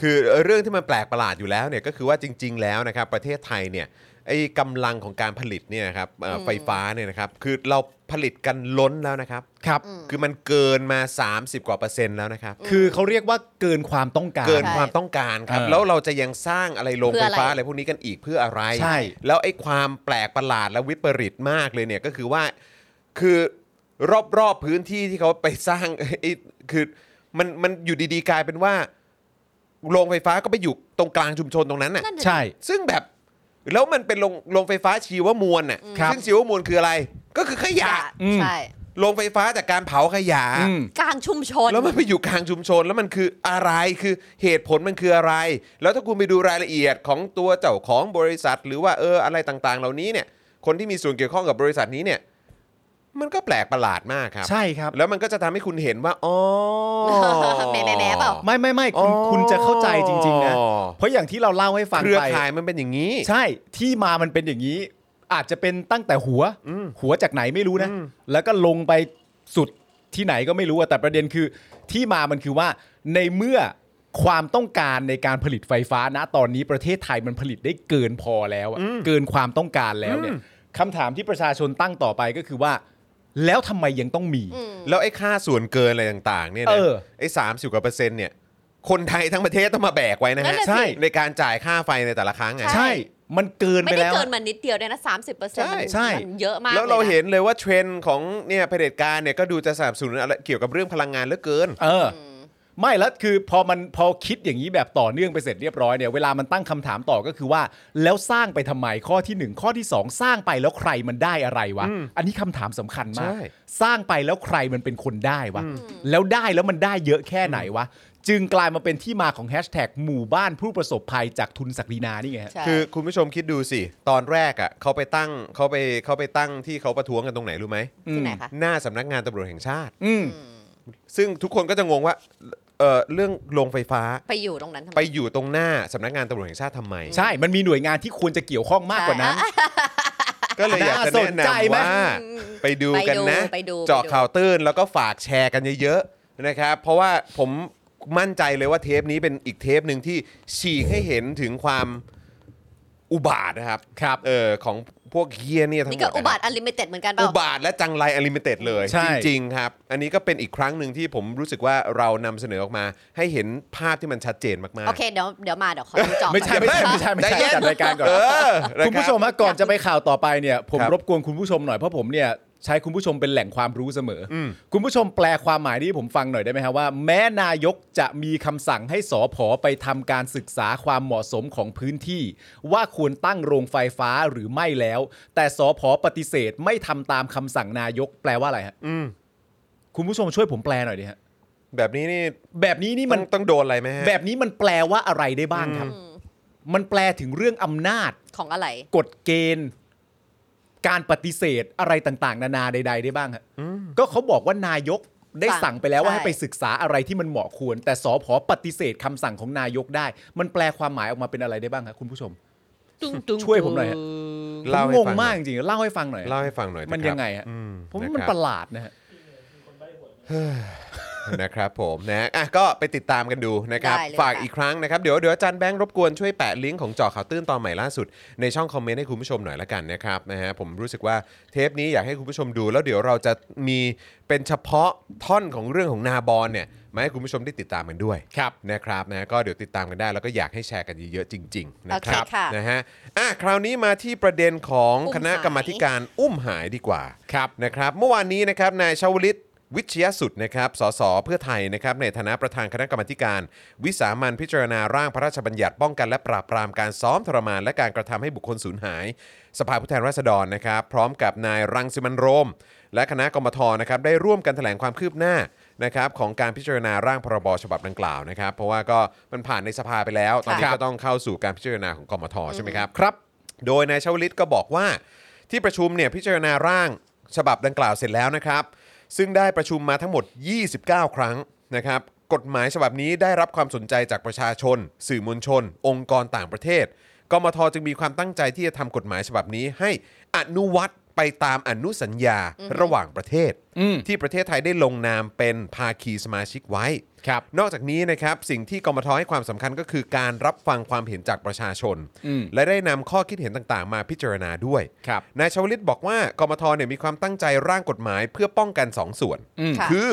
คือเรื่องที่มันแปลกประหลาดอยู่แล้วเนี่ยก็คือว่าจริง ๆ แล้วนะครับประเทศไทยเนี่ยไอ้กำลังของการผลิตเนี่ยครับเอ่อ
อืม
ไฟฟ้าเนี่ยนะครับคือเราผลิตกันล้นแล้วนะครับครับ คือมันเกินมา 30 กว่าเปอร์เซ็นต์แล้วนะครับ
คือเขาเรียกว่าเกินความต้องการ
เกินความต้องการครับ
เออ
แล้วเราจะยังสร้างอะไรโรง
เพื่
ไฟ
ออะไร
ฟ้าอะไรพวกนี้กันอีกเพื่ออะไร
ใช่
แล้วไอ้ความแปลกประหลาดและวิปริตมากเลยเนี่ยก็คือว่าคือรอบๆพื้นที่ที่เขาไปสร้าง ไอ้คือมันมันอยู่ดีๆกลายเป็นว่าโรงไฟฟ้าก็ไปอยู่ตรงกลางชุมชนตรงนั้นน่ะ
นั่นน่ะ
ใช่
ซึ่งแบบแล้วมันเป็นโรงโรงไฟฟ้าชีวมวลน่ะ
ครับ
ซึ่งชีวมวลคืออะไร ก็คือขยะ
อืม
ใช่
โรงไฟฟ้าจากการเผาขยะ
อืม
กลางชุมชน
แล้วมันไปอยู่กลางชุมชนแล้วมันคืออะไรคือเหตุผลมันคืออะไร แล้วถ้าคุณไปดูรายละเอียดของตัวเจ้าของบริษัท หรือว่าเอออะไรต่างๆ เหล่านี้เนี่ย คนที่มีส่วนเกี่ยวข้องกับบริษัทนี้เนี่ย มันก็แปลกประหลาดมากครับ
ใช่ครับ
แล้วมันก็จะทำให้คุณเห็นว่าอ๋อ
แหม่ๆๆเปล่า
ไม่ไม่ไม่คุณ
อ๋อ
คุณจะเข้าใจจริง ๆ นะ เพราะอย่างที่เราเล่าให้ฟัง
เครือ
ไป
ข่ายมันเป็นอย่างนี้
ใช่ที่มามันเป็นอย่างนี้ อาจจะเป็นตั้งแต่หัว หัวจากไหนไม่รู้นะ แล้วก็ลงไปสุดที่ไหนก็ไม่รู้อะแต่ประเด็นคือ ที่มามันคือว่าในเมื่อความต้องการในการผลิตไฟฟ้านะตอนนี้ประเทศไทยมันผลิตได้เกินพอแล้วอะเกินความต้องการแล้วเนี่ยคำถามที่ประชาชนตั้งต่อไปก็คือว่า แล้วทำไมยังต้องมี
แล้วไอ้ค่าส่วนเกินอะไรต่างๆ เนี่ย
เอ
นะ
อ
ไอ้สามสิบกว่าเปอร์เซ็นต์เนี่ย คนไทยทั้งประเทศต้องมาแบกไว้นะ
นั่
ฮะ
นน่ะสิ
ใช่
ในการจ่ายค่าไฟในแต่ละครั้งไง
ใช่
ใช่ มันเกิน
ไม่
ไป
ได้
แล้ว
เกิ
อะ
นมานิดเดียวด้วยนะสามสิบเปอร์เซ็นต์
ใช่
มันเยอะมาก
แล้วเรา
ยะ
เห็นเลยว่าเทรนด์ของเนี่ยเผด็จการเนี่ยก็ดูจะสนับสนุนอะไรเกี่ยวกับเรื่องพลังงานเหลือเกิน
เอออ ไม่แล้วคือพอมันพอคิดอย่างนี้แบบต่อเนื่องไปเสร็จเรียบร้อยเนี่ยเวลามันตั้งคำถามต่อก็คือว่า แล้วสร้างไปทำไมข้อทีหนึ่งข้อที่สองสร้างไปแล้วใครมันได้อะไรวะ อันนี้คำถามสำคัญมาก
ใช่
สร้างไปแล้วใครมันเป็นคนได้วะ แล้วได้แล้วมันได้เยอะแค่ไหนวะ จึงกลายมาเป็นที่มาของแฮชแท็กหมู่บ้านผู้ประสบภัยจากทุนศักดินานี่ไงฮะ
ใช่
คือคุณผู้ชมคิดดูสิ ตอนแรกอ่ะเขาไปตั้งเขาไปเขาไปตั้งที่เขาประท้วงกันตรงไหนรู้ไหม
ที่ไหนคะ
หน้าสำนักงานตำรวจแห่งชาติ
อืม
ซึ่งทุกคนก็จะงงว่าเออเรื่องโรงไฟฟ้า
ไปอยู่ตรงนั้นทำไม
ไปอยู่ตรงหน้าสำนักงานตำรวจแห่งชาติทำไม
ใช่มันมีหน่วยงานที่ควรจะเกี่ยวข้องมากกว่านั้น
ก็เลยอยากจะแนะ
น่าสนใจ
นำ
ไหม
ว่า ไปดูกันนะ
ไปดูไปดู
เจาะข่าวตื้นแล้วก็ฝากแชร์กันเยอะ นะครับเพราะว่าผมมั่นใจเลยว่าเทปนี้เป็นอีกเทปหนึ่งที่ฉีกให้เห็นถึงความอุบาทนะครับครับเออของพวกเฮียเนี่ยทั้งหม
นี่
ด
ก็
นะครับ
อุบาทอลิมิเต็ดเหมือนกันเป
อุ
ล่า
บาทและจังไรอลิมิเต็ดเลย
ใช่
จริง ๆ ครับ อันนี้ก็เป็นอีกครั้งหนึ่งที่ผมรู้สึกว่าเรานำเสนอออกมา ให้เห็นภาพที่มันชัดเจนมากๆ
โอเคเดี๋ยวเดี๋ยวมาเดี๋ยวขอดูจอ
ไม่ใช่
ก่อน
ไม่ใช่ไม่ใช่ไม่ใช่จัดรายการก่อน
เออนะรับ
คุณผู้ชมฮะก่อนจะไปข่าวต่อไปเนี่ยผม
ครับ
รบกวนคุณผู้ชมหน่อยเพราะผมเนี่ยใช้คุณผู้ชมเป็นแหล่งความรู้เสมออคุณผู้ชมแปลความหมายนี้ให้ผมฟังหน่อยได้ไหมฮะว่า แม้นายกจะมีคำสั่งให้สอผอไปทำการศึกษาความเหมาะสมของพื้นที่ ว่าควรตั้งโรงไฟฟ้าหรือไม่แล้ว แต่สอผอปฏิเสธไม่ทำตามคำสั่งนายกแปลว่าอะไรฮะ
อืม
คุณผู้ชมช่วยผมแปลหน่อยดิฮะ
แบบนี้นี่
แบบนี้นี่
มั
มัน น
ต้องโดนอะไรไหมฮะ
แบบนี้มันแปลว่าอะไรได้บ้างครับ มันแปลถึงเรื่องอำนาจ
ของอะไร
กฎเกณฑ์ การปฏิเสธอะไรต่างๆ นานาใด ๆ ได้บ้างฮะก็เขาบอกว่านายกได้
สั่
สั่
ง
งไปแล้วว่า
ใช่
ให้ไปศึกษาอะไรที่มันเหมาะควร แต่สอพอปฏิเสธคำสั่งของนายกได้ มันแปลความหมายออกมาเป็นอะไรได้บ้างครับคุณผู้ชม ช่วยผมหน่อยฮะ
เล่าให้
ผมงง
ฟังหน่อย
มากจริงๆเล่าให้ฟังหน่อย
เล่าให้ฟังหน่อย
มันยังไงฮะผมว่ามันประหลาดนะฮะ
นะครับผมนะอ่ะก็ไปติดตามกันดูนะครับ
ได้เลย
ฝาก
ค่ะ
อีกครั้งนะครับ เดี๋ยวเดี๋ยวอาจารย์แบงค์รบกวนช่วยแปะลิงก์ของเจอข่าวตื้นตอนใหม่ล่าสุด ในช่องคอมเมนต์ให้คุณผู้ชมหน่อยละกันนะครับนะฮะผมรู้สึกว่าเทปนี้อยากให้คุณผู้ชมดูแล้วเดี๋ยวเราจะมีเป็นเฉพาะท่อนของเรื่องของนาบอลเนี่ยมาให้คุณผู้ชมได้ติดตามกันด้วยครับนะครับนะก็เดี๋ยวติดตามกันได้แล้วก็อยากให้แชร์กันเยอะๆจริงๆนะครับ
โอเคค่ะ
นะฮะอ่ะคราวนี้มาที่ประเด็นของคณะกรรมาธิการ การอุ้มหายดีกว่าครับนะครับเมื่อวานนี้นะครับนายชาวลิตวิชยสุดนะครับสสเพื่อไทยนะครับในฐานะประธานคณะกรรมาธิการ วิสามันพิจารณาร่างพระราชบัญญัติป้องกันและปราบปรามการซ้อมทรมาน และการกระทำให้บุคคลสูญหาย สภาผู้แทนราษฎรนะครับ พร้อมกับนายรังสิมันโรม และคณะกรรมทนะครับได้ร่วมกันแถลงความคืบหน้านะครับของการพิจารณาร่างพรบฉบับดังกล่าวนะครับ เพราะว่าก็มันผ่านในสภาไปแล้วตอนนี้
ครับ
ก็ต้องเข้าสู่การพิจารณาของกมทใช่ไหมครับ
ครับ
โดยนายชวลิตก็บอกว่าที่ประชุมเนี่ยพิจารณาร่างฉบับดังกล่าวเสร็จแล้วนะครับ ซึ่งได้ประชุมมาทั้งหมด 29 ครั้งนะครับ กฎหมายฉบับนี้ได้รับความสนใจจากประชาชน สื่อมวลชน องค์กรต่างประเทศกมทจึงมีความตั้งใจที่จะทำกฎหมายฉบับนี้ให้อนุวัตไปตามอนุสัญญาระหว่างประเทศ
อืม
ที่ประเทศไทยได้ลงนามเป็นภาคีสมาชิกไว้
ครับ
นอกจากนี้นะครับสิ่งที่กมทให้ความสำคัญก็คือการรับฟังความเห็นจากประชาชน
อืม
และได้นำข้อคิดเห็นต่างๆ มาพิจารณาด้วย
ครับ
นายชวลิตบอกว่ากมทเนี่ยมีความตั้งใจร่างกฎหมายเพื่อป้องกัน 2สองส่วน
อืม
ค่ะ
คือ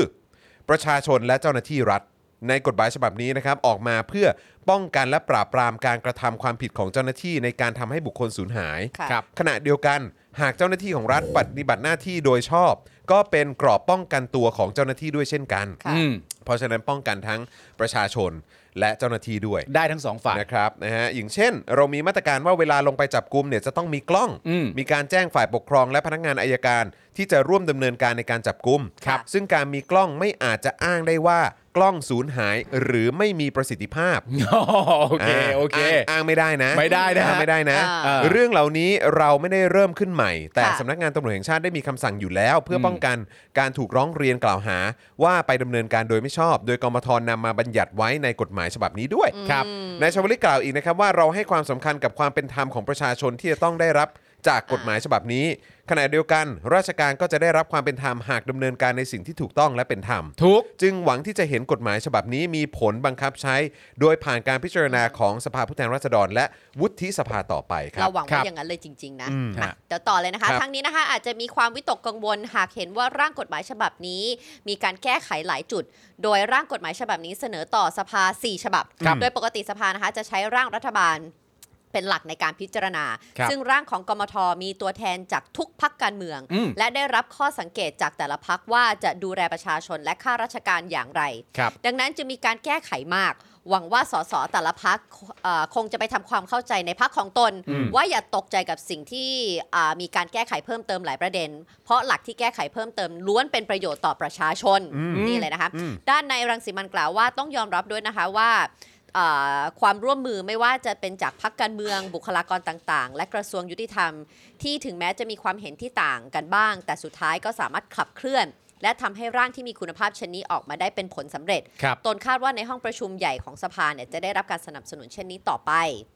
ประชาชนและเจ้าหน้าที่รัฐ ในกฎหมายฉบับนี้นะครับออกมาเพื่อป้องกันและปราบปรามการกระทำความผิดของเจ้าหน้าที่ในการทำให้บุคคลสูญหาย
ค่ะ
ครับ
ขณะเดียวกันหากเจ้าหน้าที่ของรัฐปฏิบัติหน้าที่โดยชอบ ก็เป็นกรอบป้องกันตัวของเจ้าหน้าที่ด้วยเช่นกัน
ค่ะ
อืม
เพราะฉะนั้นป้องกันทั้งประชาชนและเจ้าหน้าที่ด้วย
ได้ทั้งสองฝ่าย
นะครับนะฮะอย่างเช่น เรามีมาตรการว่าเวลาลงไปจับกลุมเนี่ยจะต้องมีกล้อง
อืม
มีการแจ้งฝ่ายปกครองและพนักงานอายการ ที่จะร่วมดำเนินการในการจับกลุม
ครับ
ซึ่งการมีกล้องไม่อาจจะอ้างได้ว่ากล้องสูญหายหรือไม่มีประสิทธิภาพ
โอเคโอเค
างอ้างไม่ได้นะ
ไม่ได้นะ
อ้างไม่ได้นะ
อ่า
เรื่องเหล่านี้เราไม่ได้เริ่มขึ้นใหม่ แต่
ค่ะ
สำนักงานตำรวจแห่งชาติได้มีคำสั่งอยู่แล้ว เพื่อป้องกันการถูกร้องเรียนกล่าวหา ว่าไปดำเนินการโดยไม่ชอบ โดยกมทนำมาบัญญัติไว้ในกฎหมายฉบับนี้ด้วย
ครับ
นายชวลิตกล่าวอีกนะครับว่าเราให้ความสำคัญกับความเป็นธรรมของประชาชนที่จะต้องได้รับจากกฎหมายฉบับนี้ ขณะเดียวกัน ราชการก็จะได้รับความเป็นธรรมหากดำเนินการในสิ่งที่ถูกต้องและเป็นธรรม
ทุก
จึงหวังที่จะเห็นกฎหมายฉบับนี้มีผลบังคับใช้ โดยผ่านการพิจารณาของสภาผู้แทนราษฎร และวุฒิสภาต่อไปครั
เรา
บ
หวัง
ครั
ว่า
บ
อย่างนั้นเลยจริง ๆ นะ
อืม
อ่ะเดี๋ยวต่อเลยนะคะ
ครับ
ทางนี้นะคะอาจจะมีความวิตกกังวลหากเห็นว่าร่างกฎหมายฉบับนี้ มีการแก้ไขหลายจุด โดยร่างกฎหมายฉบับนี้เสนอต่อสภา 4 ฉบับ
ครับ
โดยปกติสภานะคะจะใช้ร่างรัฐบาลเป็นหลักในการพิจารณา
ครับ
ซึ่งร่างของกมทมีตัวแทนจากทุกพักการเมือง
อืม
และได้รับข้อสังเกตจากแต่ละพักว่าจะดูแลประชาชนและข้าราชการอย่างไร
ครับ
ดังนั้นจะมีการแก้ไขมาก หวังว่าสสแต่ละพักคงจะไปทำความเข้าใจในพักของตน ว่าอย่าตกใจกับสิ่งที่อ่ามีการแก้ไขเพิ่มเติมหลายประเด็น เพราะหลักที่แก้ไขเพิ่มเติมล้วนเป็นประโยชน์ต่อประชาชนนี่เลยนะคะ ด้านในายรังสิมันต์กล่าวว่าต้องยอมรับด้วยนะคะว่าอ่าความร่วมมือไม่ว่าจะเป็นจากพักการเมือง บุคลากรต่างๆ และกระทรวงยุติธรรม ที่ถึงแม้จะมีความเห็นที่ต่างกันบ้าง แต่สุดท้ายก็สามารถขับเคลื่อน และทำให้ร่างที่มีคุณภาพเช่นนี้ออกมาได้เป็นผลสำเร็จ
ครับ
ตนคาดว่าในห้องประชุมใหญ่ของสภาเนี่ยจะได้รับการสนับสนุนเช่นนี้ต่อไป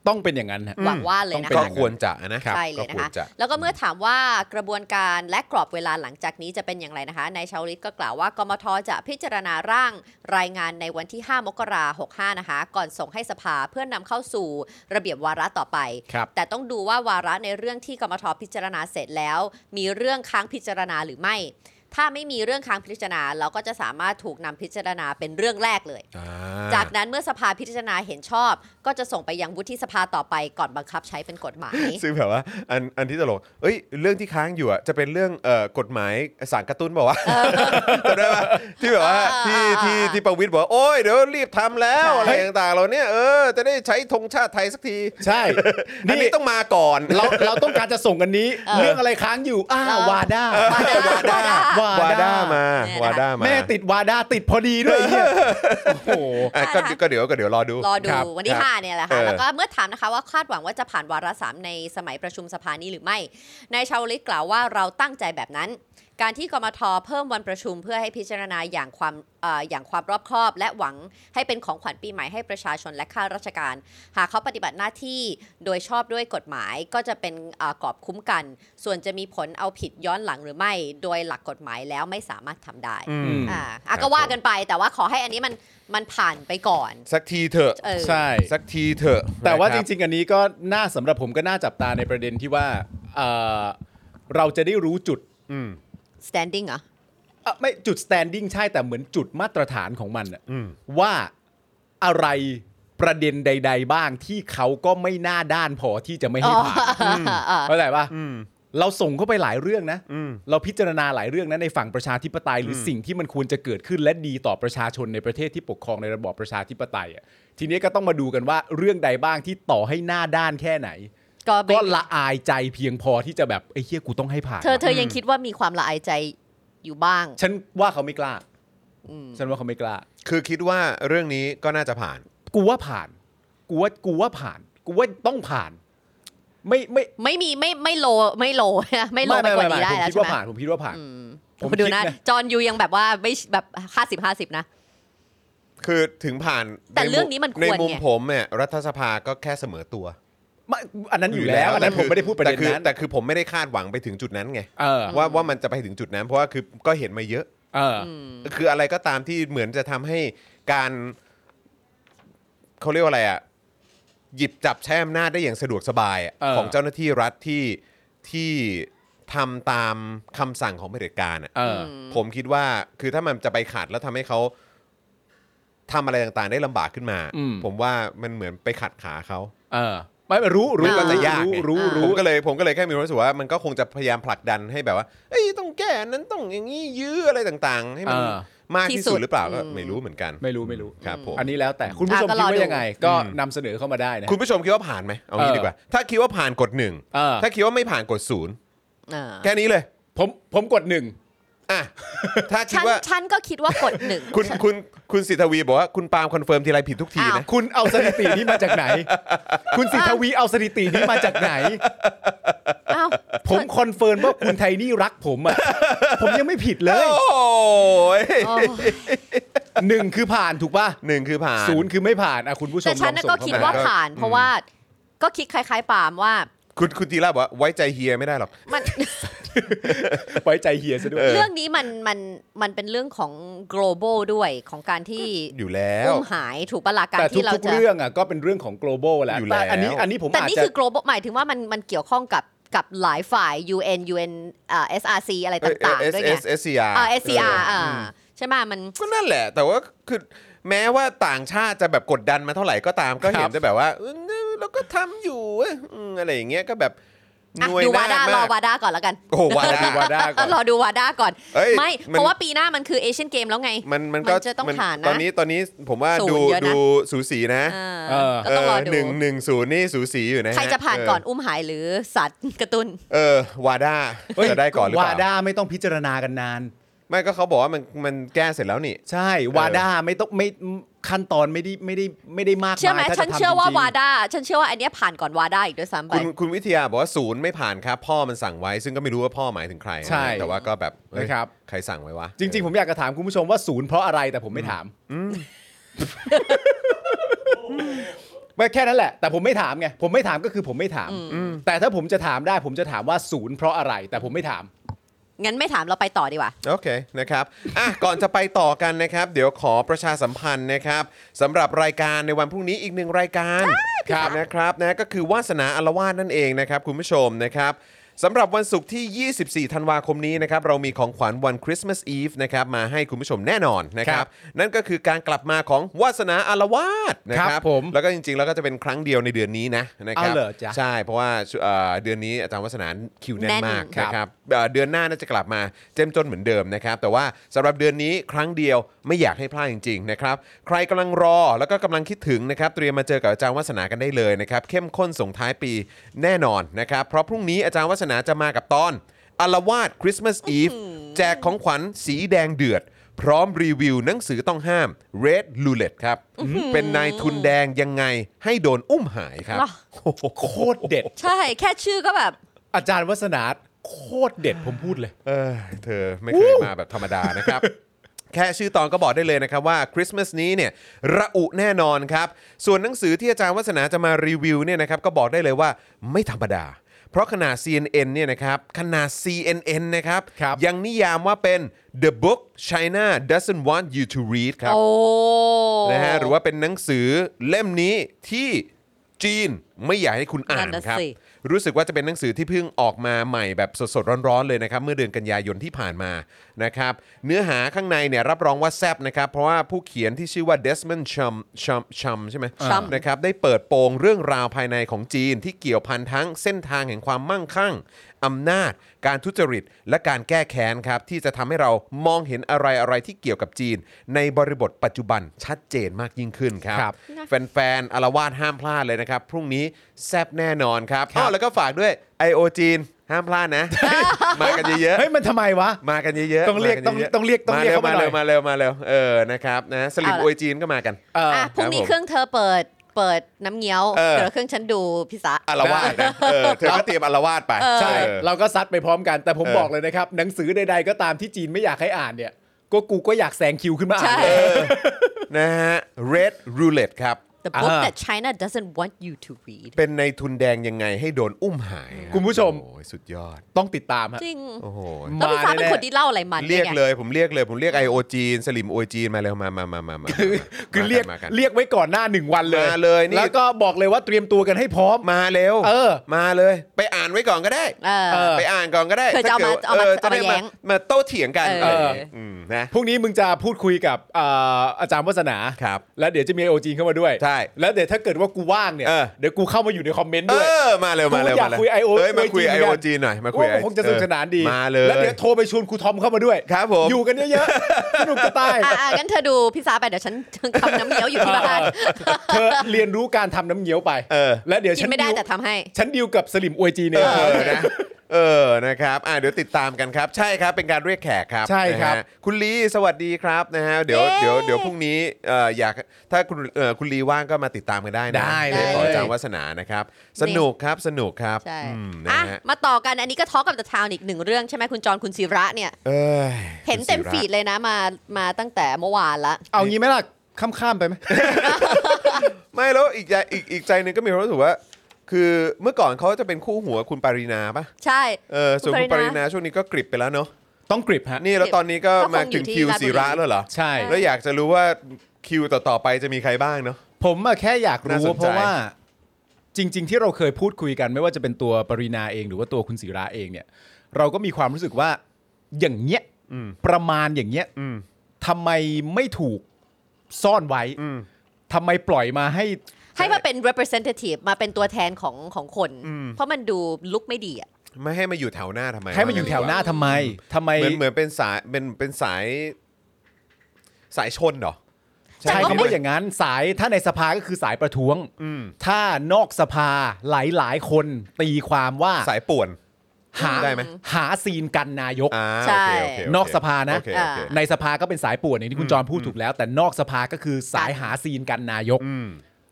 ต้องเป็นอย่างนั้นฮะ
หวังว่าเลยนะ
ก็
คะ
ควรจะนะครับ
ใช่เลย
ก็
นะ
วร
คะ
จ
แล้วก็เมื่อถามว่ากระบวนการและกรอบเวลาหลังจากนี้จะเป็นอย่างไรนะคะ นายชาวลิตก็กล่าวว่ากมทจะพิจารณาร่างรายงานในวันที่ 5 มกราคม65 นะคะ ก่อนส่งให้สภาเพื่อนนำเข้าสู่ระเบียบวาระต่อไป
ครับ
แต่ต้องดูว่าวาระในเรื่องที่กมทพิจารณาเสร็จแล้ว มีเรื่องค้างพิจารณาหรือไม่ ถ้าไม่มีเรื่องค้างพิจารณา เราก็จะสามารถถูกนำพิจารณาเป็นเรื่องแรกเลย
อ่
จากนั้นเมื่อสภาพิจารณาเห็นชอบ ก็จะส่งไปยังวุฒิสภาต่อไปก่อนบังคับใช้เป็นกฎหมาย
ซึ่งแบบว่าอันอันที่ตลกเอ้ยเรื่องที่ค้างอยู่อ่ะจะเป็นเรื่องเอ่อกฎหมายสารกระตุ้นบอกว่าวะจำได้ปะที่แบบว่า
เออ
ที่
เออ
ที่
เออ
ที่ประวิทย์บอกว่าโอ้ยเดี๋ยวรีบทำแล้ว
ใช่
อะไรต่างๆเราเนี่ยเออจะได้ใช้ธงชาติไทยสักที
ใช่
อันนี้ต้องมาก่อน
เราเราต้องการจะส่งกันนี้
เออ
เรื่องอะไรค้างอยู่อ้า
เออ
วาด้า
วาดาวาดาว
าด้ามา
แน่นะคะ
วาด้ามา
แม่ติดวาด้าติดพอดีด้วยไอ้เหี้ยโอ้โห
อ่ะก็
อ่ะ
ก็เดี๋ยวก็เดี๋ยวรอดู
รอดู
คบ
วันที่
ครับ
5 เนี่ยแหละ
เอ
ค่ะ
อ
แล้วก็เมื่อถามนะคะว่าคาดหวังว่าจะผ่านวาระสามในสมัยประชุมสภานี้หรือไม่ นายชาวลิตกล่าวว่าเราตั้งใจแบบนั้น การที่กมทเพิ่มวันประชุมเพื่อให้พิจารณาอย่างความเอ่ออย่างความรอบคอบ และหวังให้เป็นของขวัญปีใหม่ให้ประชาชนและข้าราชการ หากเขาปฏิบัติหน้าที่โดยชอบด้วยกฎหมายก็จะเป็นเอ่อกรอบคุ้มกัน ส่วนจะมีผลเอาผิดย้อนหลังหรือไม่ โดยหลักกฎหมายแล้วไม่สามารถทำได้
อืม
อ่าอ่ะก็ว่ากันไปแต่ว่าขอให้อันนี้มันมันผ่านไปก่อน
สักทีเถอะ
เออ
ใช่
สักทีเถอะ
แต่ว่า
นะค
จ
บ
ริง ๆ อันนี้ก็น่าสำหรับผมก็น่าจับตาในประเด็นที่ว่าเอ่อเราจะได้รู้จุด
standing เหรอ
เอ่อไม่จุด standing ใช่แต่เหมือนจุดมาตรฐานของมันอะ
อืม
ว่าอะไรประเด็นใด ๆ บ้างที่เขาก็ไม่น่าด้านพอที่จะไม่ให้ผ่าน
อ่า
เข้าใจปะเราส่งเข้าไปหลายเรื่องนะ เราพิจารณาหลายเรื่องนะในฝั่งประชาธิปไตยหรืออสิ่งที่มันควรจะเกิดขึ้นและดีต่อประชาชนในประเทศที่ปกครองในระบอบประชาธิปไตยอะทีนี้ก็ต้องมาดูกันว่าเรื่องใดบ้างที่ต่อให้หน้าด้านแค่ไหน
ก็ไม่
ก็ละอายใจเพียงพอที่จะแบบไอ้เฮียกูต้องให้ผ่าน
เธอเธอยังคิดว่ามีความละอายใจอยู่บ้าง
ฉันว่าเขาไม่กล้า
อืม
ฉันว่าเขาไม่กล้า
คือคิดว่าเรื่องนี้ก็น่าจะผ่าน
กูว่าผ่าน กูว่ากูว่าผ่าน กูว่าต้องผ่าน ไม่ไม่
ไม่มีไม่ไม่โลไม่โล นะไม่โลไปกว่านี้ได้
ผม
แล้
คิ
ว
ด
ใช่
ว่า
ไหม
ผ่าน ผมคิดว่าผ่าน
อืม
ผม
ไปดูนะ
คิดนะ
จอห์นยูยังแบบว่าไม่แบบห้าสิบห้าสิบนะ
คือถึงผ่าน
แต่เรื่องนี้มันควร
ในมุม
ไง
ผมเนี่ยรัฐสภาก็แค่เสมอตัว
ไม่อันนั้นอยู่แล้วอันนั้น
แต่
ผ
คื
มไม่ได้พูดประเด็น
แต่คือ
นั้น
แต่คือผมไม่ได้คาดหวังไปถึงจุดนั้นไง
เออ
ว่าว่ามันจะไปถึงจุดนั้น เพราะว่าคือก็เห็นมาเยอะ
เอออ
คืออะไรก็ตามที่เหมือนจะทำให้การเขาเรียกว่าอะไรอ่ะหยิบจับใช้อำนาจได้อย่างสะดวกสบายอะ
เออ
ของเจ้าหน้าที่รัฐที่ที่ทำตามคำสั่งของเผด็จการอะ
เออ
ผมคิดว่าคือถ้ามันจะไปขัดแล้วทำให้เขาทำอะไรต่างๆ ได้ลำบากขึ้นมา
อืม
ผมว่ามันเหมือนไปขัดขาเขา
เออไม่ไม่รู้รู้
มันก็จะยาก
รู้
ไงผม
รู้รู้
ก็เลยผมก็เลยแค่มีความรู้สึกว่ามันก็คงจะพยายามผลักดันให้แบบว่าเอ้ยต้องแก้อันนั้นต้องอย่างนี้ยื้ออะไรต่างๆ ให้มัน
เออ
มากที่
ที่สุ
สุด
ด
หรือเปล่าก็
อืม
ไม่รู้เหมือนกัน
ไม่รู้ไม่รู้
ครับผม
อันนี้แล้วแต่คุณผู้ชม
อ่ะ
คิด
ก็รอดู
ว่ายังไง ก็
อืม
นำเสนอเข้ามาได้นะ
คุณผู้ชมคิดว่าผ่านไหมเอางี้
เออ
ดีกว่า ถ้าคิดว่าผ่านกดหนึ่ง
เออ
ถ้าคิดว่าไม่ผ่านกดศูนย์
เออ
แค่นี้เลย
ผมผมกดหนึ่ง
อ่ะ ถ้าคิด
ฉัน
ว่า
ฉันก็คิดว่ากดหนึ่ง
คุณคุณคุณสิทธวีบอกว่าคุณปาล์มคอนเฟิร์มทีไรผิดทุกที
อ้าว
นะ
คุณเอาสถิตินี้มาจากไหน คุณสิทธวีเอาสถิตินี้มา จากไหน
อ้าว
ผมคอนเฟิร์มว่าคุณไทนี่รักผมอ่ะ ผมยังไม่ผิดเลย
โอ้ย
โอ้
หนึ่งคือผ่านถูกป่ะ
หนึ่งคือผ่าน
ศูนย์คือไม่ผ่านอ่ะคุณผู้ชม
แต่ฉั
ล
น
อ
น่ะ
งส่ง
ก็
เข้
คิด
ม
ว่า
ก็
ผ่าน เพราะว่าก็คิดคล้ายๆปาล์มว่า
คุณคุณทีล่าบอกว่าไว้ใจเฮียไม่ได้หรอก
มัน
ไว้ใจเฮียซะด้วย
เรื่องนี้มันมันมันเป็นเรื่องของ global ด้วยของการที่
อยู่แล้ว
อุ้มหายถูกปะละการ
แต่
ที่เรา
ทุกๆ
จะ
เรื่องอ่ะก็เป็นเรื่องของ global แหละ
อยู่
แต่
แล้ว
อันนี้อันนี้ผม
แต่
อาจ
นี่
จะ
คือ global หมายถึงว่ามันมันเกี่ยวข้องกับกับหลายฝ่าย UN UN เอ่อ SRC อะไร
เอ
ต่าง
อ
ๆ ด้วยไง
S S C R
เอ่อ SCR อ่าใช่ไหมมัน
ก็นั่นแหละ แต่ว่าคือแม้ว่าต่างชาติจะแบบกดดันมาเท่าไหร่ก็ตามก็เห็
คน รับ
จะแบบว่าเออเราก็ทำอยู่เว้ยอืมอะไรอย่างเงี้ยก็แบบ
อ่ะ
หน่วย
ดู
หน้าว
าด้ารอ
มาก
วาด้าก่อนแล้วกัน
โอ้โหวาดา
วาด้าก่อน
เออรอดูวาด้าก่อน
เอ้ย
ไม่
มัน
เพราะว่าปีหน้ามันคือเอเชียนเกมแล้วไง
มันมันก็
มันจะต้อง
มั
ผ่านนะ
ตอนนี้ตอนนี้ผมว่า
ศู
ดู
นย์เยอะนะ
ดูสูสีนะ
เออ
เออ
ก็ต้องรอดู
หนึ่งหนึ่งศูนย์นี่สูสีอยู่นะฮ
ใครจะผ่านก่อน
เ
อุ้มหายหรือสัตว์กระตุน
เออวาด้า
เฮ้ย
จะได้ก่อนหรือเป
วา
ล่า
ด้าไม่ต้องพิจารณากันนาน
ไม่ก็เขาบอกว่ามันมันแก้เสร็จแล้วนี่
ใช่วาด้าไม่ต้องไม่ขั้นตอนไม่ได้ไม่ได้ไม่ได้มากาย
เชื่อไหม
ถ้าจะ
ฉัน
ทำ
เชื่อว่า
จริงๆ
วาด้าฉันเชื่อว่าอันเนี้ยผ่านก่อนวาด้าอีกด้วยซ้ำไป
คุณคุณวิทยาบอกว่าศูนย์ไม่ผ่านครับ พ่อมันสั่งไว้ ซึ่งก็ไม่รู้ว่าพ่อหมายถึงใครนะ
ใช่
แต่ว่าก็แบบเฮ้ย
นะครับ
ใครสั่งไว้วะ
จริง ๆ ผมอยากจะถามคุณผู้ชมว่าศูนย์เพราะอะไรแต่ผมไม่ถามไม่แค่นั้นแหละ แต่ผมไม่ถามไงผมไม่ถามก็คือผมไม่ถาม แต่ถ้าผมจะถามได้ ผมจะถามว่าศูนย์เพราะอะไร แต่ผมไม่ถาม
งั้นไม่ถามเราไปต่อดีกว่า
โอเคนะครับอ่ะ ก่อนจะไปต่อกันนะครับ เดี๋ยวขอประชาสัมพันธ์นะครับสำหรับรายการในวันพรุ่งนี้อีกหนึ่งรายการ
ครับ
นะครับนะก็คือวาสนาอลวาดนั่นเองนะครับ คุณผู้ชมนะครับสำหรับวันศุกร์ที่ 24 ธันวาคมนี้นะครับเรามีของขวัญวันคริสต์มาสอีฟนะครับมาให้คุณผู้ชมแน่นอนนะค
ค
รั
รับ บ
นั่นก็คือการกลับมาของวาสนาอลวาดนะค
ค
รั
รั
บบ
ผม
แล้วก็จริงๆแล้วก็จะเป็นครั้งเดียวในเดือนนี้นะนะครับ
เอาเหรอจ๊ะ
ใช่เพราะว่าเอ่อเดือนนี้อาจารย์วาสนาคิวแน่น
แน่น
มาก
ครับ
นะครับ เอ่อเดือนหน้าน่าจะกลับมาเจ้มจนเหมือนเดิมนะครับ แต่ว่าสำหรับเดือนนี้ครั้งเดียวไม่อยากให้พลาดจริงๆนะครับใครกำลังรอแล้วก็กำลังคิดถึงนะครับ เตรียมมาเจอกับอาจารย์วัฒนากันได้เลยนะครับ เข้มข้นส่งท้ายปีแน่นอนนะครับ เพราะพรุ่งนี้อาจารย์วัฒนาจะมากับตอนอลวาดคริสต์มาสอีฟแจกของขวัญสีแดงเดือด พร้อมรีวิวหนังสือต้องห้าม Red Roulette ครับเป็นนายทุนแดงยังไงให้โดนอุ้มหายครับ
หรอ
โคตรเด็ด
ใช่ แค่ชื่อก็แบบ
อาจารย์วัฒนาโคตรเด็ดผมพูดเลย
เออเธอไม่เคยมาแบบธรรมดานะครับ แค่ชื่อตอนก็บอกได้เลยนะครับว่าคริสต์มาสนี้เนี่ยระอุแน่นอนครับ ส่วนหนังสือที่อาจารย์วัฒนาจะมารีวิวเนี่ยนะครับก็บอกได้เลยว่าไม่ธรรมดา เพราะขนาด CNN เนี่ยนะครับขนาด CNN นะครับ
ครับ
ยังนิยามว่าเป็น the book China doesn't want you to read ครับ
โอ้
นะฮะหรือว่าเป็นหนังสือเล่มนี้ที่จีนไม่อยากให้คุณอ่าน
นน่ะ
ครับ
สิ
รู้สึกว่าจะเป็นหนังสือที่เพิ่งออกมาใหม่แบบสดๆร้อนๆเลยนะครับ เมื่อเดือนกันยายนที่ผ่านมานะครับ เนื้อหาข้างในเนี่ยรับรองว่าแซบนะครับ เพราะว่าผู้เขียนที่ชื่อว่าเดสมอนชัมชัมชัมใช่ไหม
ชัม
นะครับได้เปิดโปงเรื่องราวภายในของจีนที่เกี่ยวพันทั้งเส้นทางแห่งความมั่งคั่งอำนาจ การทุจริต และการแก้แค้นครับ ที่จะทำให้เรามองเห็นอะไรอะไรๆที่เกี่ยวกับจีน ในบริบทปัจจุบันชัดเจนมากยิ่งขึ้นครับ
ครับ
แฟนๆอารวาสห้ามพลาดเลยนะครับ พรุ่งนี้แซบแน่นอนครับอ้าวแล้วก็ฝากด้วย I.O. จีน ห้ามพลาดนะ มากันเยอะ
เฮ้ยมันทำไมวะ
ๆ มากันเยอะๆ
ต้องเรียก
มานะๆ
ต้องเรียกต้องเรียก
มา
เข้ามาหน่
เร็
อ
วย มาเร็วมาเร็วมาเร็วเออนะครับนะสลิม
เอาล่ะ
โอยจีนก็มากัน
เออ
อ่ะพรุ่งนี้
ครับผม
เครื่องเธอเปิดเปิดน้ำเงี้ยว
เออ
เดี๋ยวเครื่องฉันดูพิสะ
อารวาสนะเออเธอก็เตรียมอารวาสไป
เออ
ใช่
เออ
เราก็ซัดไปพร้อมกันแต่ผม
เออ
บอกเลยนะครับ หนังสือใดๆก็ตามที่จีนไม่อยากให้อ่านเนี่ย ก็กูก็อยากแซงคิวขึ้นมาอ่า
ใช่
นเลย
นะฮะ Red Roulette ครับ
The book
อ่า
that China doesn't want you to read
เป็นในทุนแดงยังไงให้โดนอุ้มหายรับ
คุณผู้ชม
โอ้ยสุดยอด
ต้องติดตามฮะ
จริง
โอ้โห
แล้วพิสะ
มา
เป็น
แน่ๆ
คนที่เล่าอะไรมัน
เรียก
ไง
เลยผมเรียกเลยผมเรียก I.O. จีนสลิมโอยจีนมาเร็วมามามามามา
คือคือ
มา
เรียก
มา
เรียกไว้ก่อนหน้าหนึ่งวันเลย
มาเลยนี่
แล้วก็บอกเลยว่าเตรียมตัวกันให้พร้อม
มาเร็ว
เออ
มาเลย ไปอ่านไว้ก่อนก็ได้
เออ
ไปอ่านก่อนก็ได้
เผื่อจะเอามา
ถ้กิด
เอามา
จะได้
เอามาแย้ง
มาโต้เถียงกัน
เออ
เอออืมนะ
พรุ่งนี้มึงจะพูดคุยกับเอ่ออาจารย์วัฒนา
ครับ
แล้วเดี๋ยวจะมีไอโอจีนเข้ามาด้วย
ใช่
แล้วเดี๋ยวถ้าเกิดว่ากูว่างเนี่ย
เออ
เดี๋ยวกูเข้ามาอยู่ในคอมเมนต์
เอ
ด้วย
อมาเร็วมาเร็ว
กูอยาก
มเล
คุย IO
เอ้ยมาคุย
จีนเหมือน
I.O.
กัน
จีนหน่อยมาคุย
ว่ามันคงจะสนุกสนานดี
เออมาเลย
แล้วเดี๋ยวโทรไปชวนครูทอมเข้ามาด้วย
ครับผม
อยู่กันเยอะๆ สนุกจะตาย
อ่ะอ่ะงั้นเธอดูพิสะไปเดี๋ยวฉัน ทำน้ำเงี้ยวอยู่ที่บ้าน
เธอเรียนรู้การทำน้ำเงี้ยวไป
เออ
แล้วเดี๋ยว
กิ
ฉั
น
น
ไม่ได้
ดิว
แต่ทำให้
ฉันดีลกับสลิมอวยจีนเอง
เออนะเออนะครับอ่าเดี๋ยวติดตามกันครับ ใช่ครับเป็นการเรียกแขกครับ
ใช่ครับ
นะฮะคุณลีสวัสดีครับนะฮะเดี๋ยว
เย้
เดี๋ยวเดี๋ยวพรุ่งนี้เอ่ออยากถ้าคุณเอ่อคุณลีว่างก็มาติดตามกันได้นะ
ได้
ได้
ขออาจารย์วัฒนานะครับ สนุกครับสนุกครับ
ใช่
อืมนะ
อ่ะ
ฮะ
มาต่อกันอันนี้ก็ทอกับ The Town อีกหนึ่งเรื่องใช่ไหมคุณจรคุณศิระเนี่ย
เอ้ย
เห็นเต็ม
คุณศิ
ฟี
ระ
ดเลยนะมามาตั้งแต่เมื่อวานละ
เอางี้ไหมล่ะข้ามๆไปไหม
ไม่แล้วอีกใจอีกอีกใจหนึ่งก็มีความรู้สึกว่า คือเมื่อก่อนเขาจะเป็นคู่หัวคุณปารีนาปะ
ใช่
เออส่วน
คุ
คุณ ณ
ปา
ปา
รี
รี
นา
นาช่วงนี้ก็กริบไปแล้วเนาะ
ต้องกริบฮะ
นี่แล้วตอนนี้ก็
ก็คง
มาถึง
อยู่ที่
คิว
ราช
ศิระ
บุรี
แล้วเหรอ
ใช่
แล้วอยากจะรู้ว่าคิวต่อๆไปจะมีใครบ้างเนาะ
ผมอะแค่อยาก
น่า
รู้
สนใจ
เพราะว่าจริง ๆ ที่เราเคยพูดคุยกัน ไม่ว่าจะเป็นตัวปรินาเองหรือว่าตัวคุณศิระเองเนี่ย เราก็มีความรู้สึกว่าอย่างเงี้ยประมาณอย่างเงี้ยทำไมไม่ถูกซ่อนไว้ทำไมปล่อยมาให้
ให้มาเป็น representative มาเป็นตัวแทนของของคน เพราะมันดูลุกไม่ดีอ่ะ
ไม่ให้มาอยู่แถวหน้าทำไม
ให้มันอยู่แถวหน้าทำไมทำไม
เหมือนเหมือนเป็นสายเป็นเป็นสายสายชนเหรอ
ใช้
แต่ก็ไม่
คำว่าอย่างนั้นสายถ้าในสภาก็คือสายประท้วงถ้านอกสภาหลายๆ คนตีความว่า
สายป่วน
หา
ได้ไหม
หาซีนกันนายก
อ่า
ใช่
โอเคโเคโเคน
อกสภานะ
โอเคโอเค
อ่า
ในสภาก็เป็นสายป่วนอย่างที่คุณจรพูดถูกแล้ว แต่นอกสภาก็คือสายหาซีนกันนายก
อืม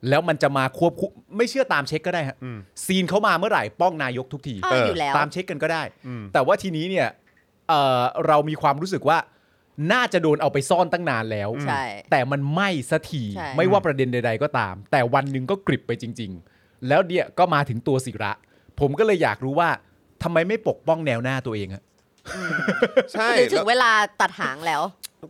แล้วมันจะมาควบคุมไม่เชื่อตามเช็คก็ได้ฮะ
อืม
ซีนเขามาเมื่อไหร่ป้องนายกทุกที
อ้อ
เอออ
อยู่แล้ว
ตามเช็คกันก็ได้
อืม
แต่ว่าทีนี้เนี่ยเอ่อเรามีความรู้สึกว่า น่าจะโดนเอาไปซ่อนตั้งนานแล้ว
ใช่
แต่มันไม่สักที
ใช่
ไม่ว่าประเด็นใด ๆ ก็ตาม แต่วันหนึ่งก็กริบไปจริง ๆ แล้วเดี่ยก็มาถึงตัวศิระ ผมก็เลยอยากรู้ว่าทำไมไม่ปกป้องแนวหน้าตัวเองอะ
ใช่
หรือถึ
แล้ว
งเวลาตัดหางแล้ว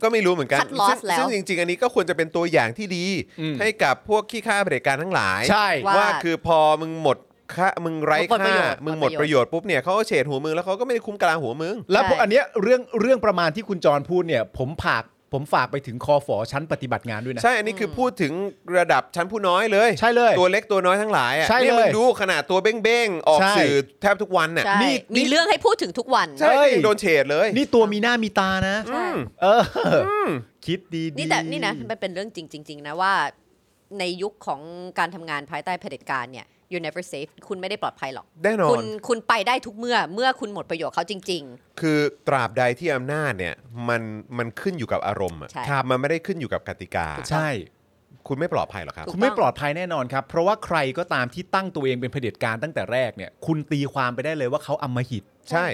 ก็ไม่รู้เหมือนกัน
cut loss
ซึ่ง
แล้ว
ซึ่งจริง ๆ อันนี้ก็ควรจะเป็นตัวอย่างที่ดี
อืม
ให้กับพวกขี้ข้าเผด็จการทั้งหลาย
ใช่
ว่า
ว่าคือพอมึงหมดค่ามึงไร้
หมดประ
ค่า
โยชน์
มึงหมดประโยชน์ปุ๊บเนี่ยเขาก็เฉดหัวมึงแล้วเขาก็ไม่ได้คุ้มกลาหัวมึง
แล้ว
ใช่
พวกอันเนี้ยเรื่องเรื่องประมาณที่คุณจรพูดเนี่ย ผมผากผมฝากไปถึงคอฝอชั้นปฏิบัติงานด้วยนะ
ใช่ อันนี้คือพูดถึงระดับชั้นผู้น้อยเลย
ใช่เลย
ตัวเล็กตัวน้อยทั้งหลายอ่ะ
ใช่เลย
นี่มึงดูขนาดตัวเบ้งๆ ออก
ใช่
สื่อแทบทุกวันน่ะ
ใช่
นี่นี่
มีเรื่องให้พูดถึงทุกวัน
ใช่ยังโดนเฉดเลย
นี่ตัวมีหน้ามีตานะ
ใช่
เอออคิดดีๆ
นี่แต่นี่นะมันเป็นเรื่องจริง ๆ นะว่า ในยุคของการทำงานภายใต้เผด็จการเนี่ย you never safe คุณไม่ได้ปลอดภัยหรอก
แน่นอ
คุ
น
ณคุณไปได้ทุกเมื่อเมื่อคุณหมดประโยชน์เขาจริง
คือตราบใดที่อำนาจเนี่ยมันมันขึ้นอยู่กับอารมณ์อ่ะ
ใช่
ครับมันไม่ได้ขึ้นอยู่กับกติกา
ใช่
คุณไม่ปลอดภัยหรอกครับ
ถูก
คุณไม่
ต้อง
ปลอดภัยแน่นอนครับ เพราะว่าใครก็ตามที่ตั้งตัวเองเป็นเผด็จการตั้งแต่แรกเนี่ย คุณตีความไปได้เลยว่าเขาอำมหิต
ใช่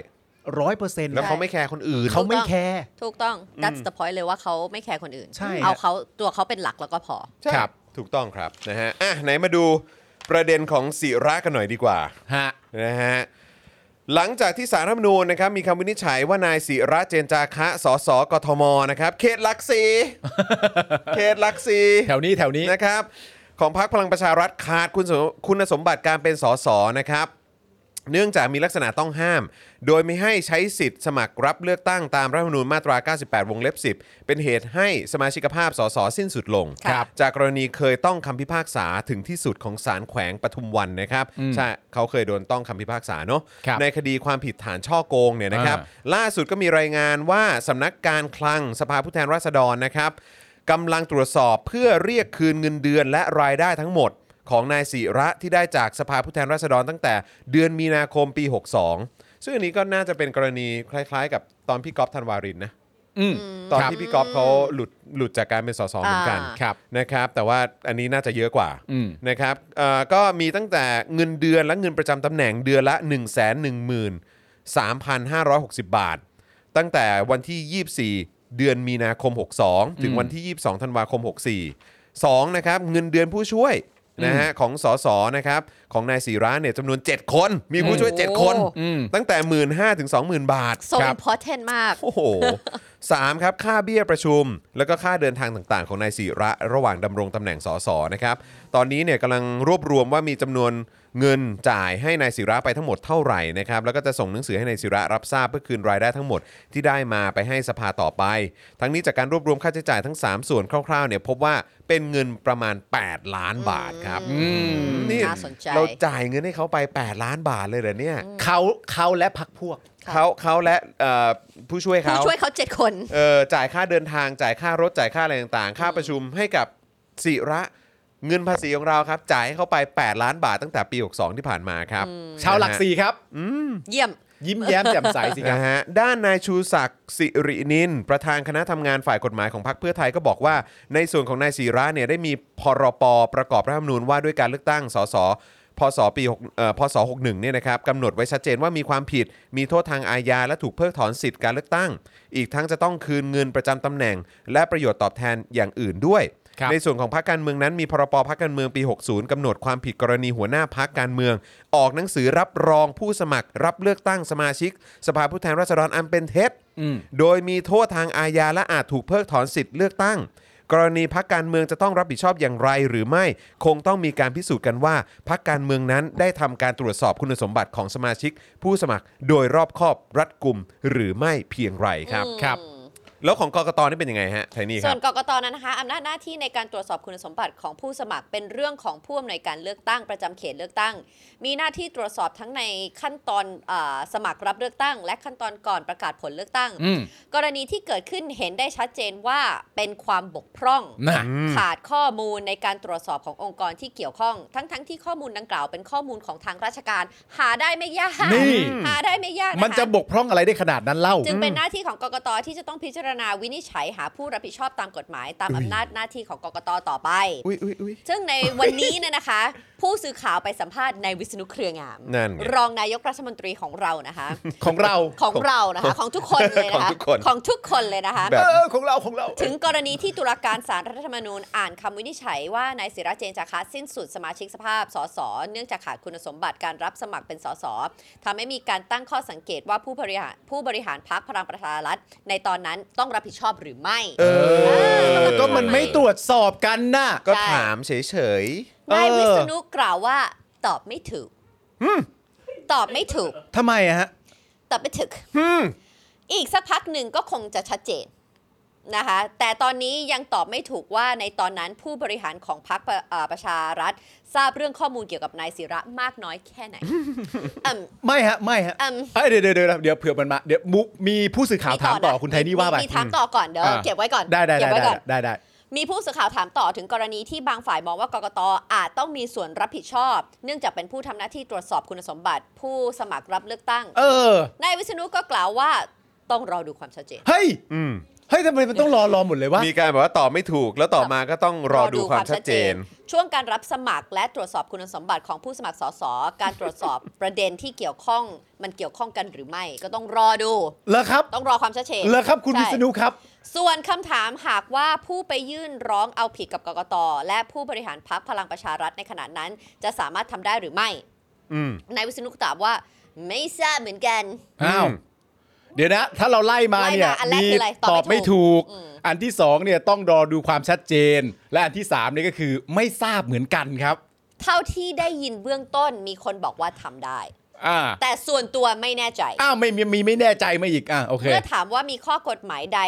ร้อยเปอร์เซ็นต์
แล้วเขาไม่แคร์คนอื่น
เขาไม่แคร์
ๆ ถูกต้อง that's the point เลยว่าเขาไม่แคร์คนอื่น
ใช่ฮะ
เอาเขาตัวเขาเป็นหลักแล้วก็พอ
ใช่
ครับ
ถูกต้องครับนะฮะอ่ะไหนมาดูประเด็นของศิระกันหน่อยดีกว่า
ฮะ
นะฮะหลังจากที่สารรัฐธรรมนูญนะครับมีคำวินิจฉัยว่านายศิระเจนจาคะสสกทมนะครับเขตหลักสีเขตหลักสี
แถวนี้แถวนี้
นะครับของพรรคพลังประชารัฐขาดคุณสมคุณสมบัติการเป็นสสนะครับ เนื่องจากมีลักษณะต้องห้าม โดยไม่ให้ใช้สิทธิ์สมัครรับเลือกตั้งตามรัฐธรรมนูญมาตรา 98 วงเล็บ 10 เป็นเหตุให้สมาชิกภาพสสสิ้นสุดลง
ครับ
จากกรณีเคยต้องคำพิพากษาถึงที่สุดของศาลแขวงปทุมวันนะครับ ใช่เขาเคยโดนต้องคำพิพากษาเนาะ
ครับ
ในคดีความผิดฐานช่อโกงเนี่ยนะครับ
อ่า
ล่าสุดก็มีรายงานว่าสำนักการคลังสภาผู้แทนราษฎรนะครับกำลังตรวจสอบเพื่อเรียกคืนเงินเดือนและรายได้ทั้งหมด ของนายศิระที่ได้จากสภาผู้แทนราษฎรตั้งแต่เดือนมีนาคมปี 62 ซึ่งอันนี้ก็น่าจะเป็นกรณีคล้ายๆ กับตอนพี่ก๊อฟธันวารินนะ
อืม
ตอน
ครับ
ที่พี่ก๊อฟเขาหลุดหลุดจากการเป็นสสเหมือนกัน
อ่า
ครับ
นะครับแต่ว่าอันนี้น่าจะเยอะกว่า
อืม
นะครับเอ่อก็มีตั้งแต่เงินเดือนและเงินประจำตำแหน่งเดือนละ 1 1 3 5 6 0 บาท ตั้งแต่วันที่ 24 เดือนมีนาคม 62 ถึงวันที่ 22ธันวาคม 64 2นะครับเงินเดือนผู้ช่วยนะฮะของสสนะครับของนายศิระเนี่ยจำนวน 7 คน มีผู้ช่วย 7 คน
โอ้
อืม
ตั้งแต่ 1 5 0 0 0ถึง20,000 บาท
so important มาก
โอ้โห สามครับ ค่าเบี้ยประชุม แล้วก็ค่าเดินทางต่างๆ ของนายศิระระหว่างดำรงตำแหน่งสสนะครับ ตอนนี้เนี่ยกำลังรวบรวมว่ามีจำนวนเงินจ่ายให้นายศิระไปทั้งหมดเท่าไหร่นะครับ แล้วก็จะส่งหนังสือให้นายศิระรับทราบเพื่อคืนรายได้ทั้งหมดที่ได้มาไปให้สภาต่อไป ทั้งนี้จากการรวบรวมค่าใช้จ่ายทั้ง 3 ส่วนคร่าวๆเนี่ยพบว่าเป็นเงินประมาณ 8 ล้านบาทครับนี่
น่าสนใจ
เราจ่ายเงินให้เขาไป 8 ล้านบาทเลยเหรอเนี่ย
เขาเขาและพักพวก
ค่ะ
เขาเขาและเอ่อผู้ช่วยเขา
ผู้ช่วยเขาเจ็ดคน
เออจ่ายค่าเดินทางจ่ายค่ารถจ่ายค่าอะไรต่างๆ ค่าประชุมให้กับศิระเงินภาษีของเราครับ จ่ายให้เขาไป 8 ล้านบาทตั้งแต่ปี 62 ที่ผ่านมาครับ
ชาวหลักสี่ครับ
เยี่ยม
ยิ้มแย้มแจ่มใสสิครับ
นะฮะด้านนายชูศักดิ์สิรินิน ประธานคณะทำงานฝ่ายกฎหมายของพรรคเพื่อไทยก็บอกว่า ในส่วนของนายศิระเนี่ยได้มีพรปประกอบรัฐธรรมนูญว่าด้วยการเลือกตั้งสสพศปี6เอ่อพศ61เนี่ยนะครับกำหนดไว้ชัดเจนว่ามีความผิด มีโทษทางอาญาและถูกเพิกถอนสิทธิ์การเลือกตั้ง อีกทั้งจะต้องคืนเงินประจำตำแหน่ง และประโยชน์ตอบแทนอย่างอื่นด้วย ในส่วนของพรรคการเมืองนั้นมีพรบพรรคการเมืองปี 60กำหนดความผิดกรณีหัวหน้าพรรคการเมือง ออกหนังสือรับรองผู้สมัครรับเลือกตั้งสมาชิก สภาผู้แทนราษฎรอันเป็นเท็จโดยมีโทษทางอาญาและอาจถูกเพิกถอนสิทธิ์เลือกตั้ง กรณีพักการเมืองจะต้องรับผิดชอบอย่างไรหรือไม่ คงต้องมีการพิสูจน์กันว่าพักการเมืองนั้นได้ทำการตรวจสอบคุณสมบัติของสมาชิก ผู้สมัครโดยรอบคอบรัดกุมหรือไม่เพียงไรครับ
ครับ
แล้วของกกตนี่เป็นยังไงฮะไทนี่ค
ส่
รั
วน
บ
กกตนั้นนะคะอำนาจหน้าที่ในการตรวจสอบคุณสมบัติของผู้สมัครเป็นเรื่องของผู้อำนวยการเลือกตั้งประจำเขตเลือกตั้ง มีหน้าที่ตรวจสอบทั้งในขั้นตอนอาสมัครรับเลือกตั้ง และขั้นตอนก่อนประกาศผลเลือกตั้ง
อืม
กรณีที่เกิดขึ้นเห็นได้ชัดเจนว่าเป็นความบกพร่อง
นะ
ขาดข้อมูลในการตรวจสอบขององค์กรที่เกี่ยวข้อง ทั้งๆทที่ข้อมูลดังกล่าวเป็นข้อมูลของทางราชการ หาได้ไม่ยาก
นี่
หาได้ไม่ยากค
มันจะบกพร่องอะไรได้ขนาดนั้นเล่า
จึงเป็นหน้าที่ของกกตที่จะต้องพิจารณาวินิจฉัยหาผู้รับผิดชอบตามกฎหมาย ตามอำนาจหน้าที่ของกกตต่อไป
อุ้ยอุ้ยอุ้ย
ซึ่งในวันนี้เนี่ยนะคะ ผู้สื่อข่าวไปสัมภาษณ์นายวิษณุเครืองาม
นั่นไง
รองนายกรัฐมนตรีของเรานะคะ
ของเรา
ของเรานะคะของทุกคนเลยนะ
ของ
คะ
ทุกคน
ของทุกคนเลยนะคะ
แบบ
เออของเราของเรา
ถึงกรณีที่ตุลาการสารรัฐธรรมนูญอ่านคำวินิจฉัยว่านายศิระเจนจาคะสิ้นสุดสมาชิกสภาพสสเนื่องจากขาดคุณสมบัติการรับสมัครเป็นสสทำให้มีการตั้งข้อสังเกตว่าผู้บริหารผู้บริหารพักพลังประชารัฐในตอนนั้นต้องรับผิดชอบหรือไม่
เออ
ก็มันไม่ตรวจสอบกันน่ะ
ก็
ได้
ถามเฉย
นาย
เออ
วิษณุกล่าวว่า ตอบไม่ถูกตอบไม่ถูก
ทำไมอะฮะ
ตอบไม่ถึกอีกสักพักหนึ่งก็คงจะชัดเจนนะคะ แต่ตอนนี้ยังตอบไม่ถูกว่าในตอนนั้นผู้บริหารของพรรคประเอ่อประชารัฐ ทราบเรื่องข้อมูลเกี่ยวกับนายศิระมากน้อยแค่ไหน อืม
ไม่ฮะ ไม่ฮะ
อืม
เอ้ยเดี๋ยวเดี๋ยวเดี๋ยวเดี๋ยวเผื่อมันมา เดี๋ยวมุมีผู้สื่อข่าวถามต่อ
ก่ะ
คุณไทนี่ว่าไป
มีมีถามต่อก่อนเดี๋ยว
อ่า
เก็บไว้ก่อน
ได้ได้
เก็บ
ได้
ไว้ก่อน
ได้ได้
มีผู้สื่อข่าวถามต่อถึงกรณีที่บางฝ่ายมองว่ากกตอาจต้องมีส่วนรับผิดชอบ เนื่องจากเป็นผู้ทำหน้าที่ตรวจสอบคุณสมบัติ ผู้สมัครรับเลือกตั้ง
เออ
นายวิษณุก็กล่าวว่าต้องรอดูความชัดเจน
เฮ้ย
ๆอืม
เฮ้ยทำไมมันต้องรอรอหมดเลยวะ
มีการแบบว่าตอบไม่ถูกแล้วต่อมาก็ต้องรอดูความชัดเจน
ช่วงการรับสมัครและตรวจสอบคุณสมบัติของผู้สมัครสสการตรวจสอบ ประเด็นที่เกี่ยวข้องมันเกี่ยวข้องกันหรือไม่ก็ต้องรอดู
เหรอครับ
ต้องรอความชัดเจน
เหรอครับคุณวิ
ใช่
ษณุครับ
ส่วนคำถามหากว่าผู้ไปยื่นร้องเอาผิดกับกกตและผู้บริหารพักพลังประชารัฐในขณะนั้น จะสามารถทำได้หรือไม่
อืม
นายวิษณุก็ตอบว่า ไม่ทราบเหมือนกัน
อ้าว เดี๋ยวนะ ถ้าเราไล่มาเนี่ย
ไล่มาอันแรกคืออะไร
ต
ต
อ
อ
บบ
ไม่
ไม่
ถู
ถูก
กอืม
อันที่สองเนี่ยต้องรอดูความชัดเจน และอันที่สามเนี่ยก็คือไม่ทราบเหมือนกันครับ
เท่าที่ได้ยินเบื้องต้นมีคนบอกว่าทำได้
อ่า
แต่ส่วนตัวไม่แน่ใจ
อ้าวไม่มีมีไม่แน่ใจมาอีก อ่ะโอเค
เมื่อถามว่ามีข้อกฎหมายใด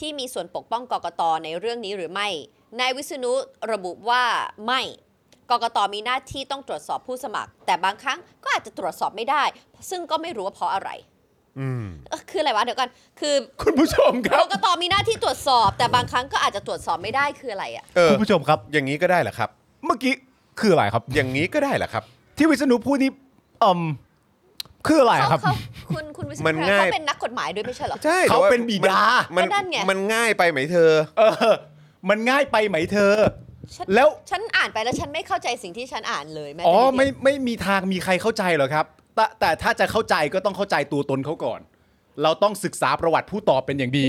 ที่มีส่วนปกป้องกกตในเรื่องนี้หรือไม่ นายวิษณุระบุว่าไม่ กกตมีหน้าที่ต้องตรวจสอบผู้สมัคร แต่บางครั้งก็อาจจะตรวจสอบไม่ได้ ซึ่งก็ไม่รู้ว่าเพราะอะไร
อืม
เอ้อคืออะไรวะเดี๋ยวก่อนคือ
คุณผู้ชมครั
ก
บ
กตมีหน้าที่ตรวจสอบ แต่บางครั้งก็อาจจะตรวจสอบไม่ได้คืออะไรอ่ะ
เออ
คุณผู้ชมครับ
อย่างนี้ก็ได้เหรอครับ
เมื่อกี้คืออะไรครับ
อย่างนี้ก็ได้เหรอครับ
ที่วิษณุพูดนี่อืมคืออะไร
เขา
ครับ
เขาคุณคุณวิษณุ
มันง่าย
เขาเป็นนักกฎหมายด้วยไม่ใช่เหรอ
ใช่
เขา
แต่ว่
เป็นบิดามั
มัน
ก็นั่นไง
มันง่ายไปไหมเธอ
เออ มันง่ายไปไหมเธอ
ฉัน
แล้ว
ฉันอ่านไปแล้วฉันไม่เข้าใจสิ่งที่ฉันอ่านเลยแม้แต่
อ๋อ
นิดเดียว
ไม่ไม่มีทางมีใครเข้าใจหรอกครับ แต่แต่ถ้าจะเข้าใจก็ต้องเข้าใจตัวตนเขาก่อน เราต้องศึกษาประวัติผู้ตอบเป็นอย่างดี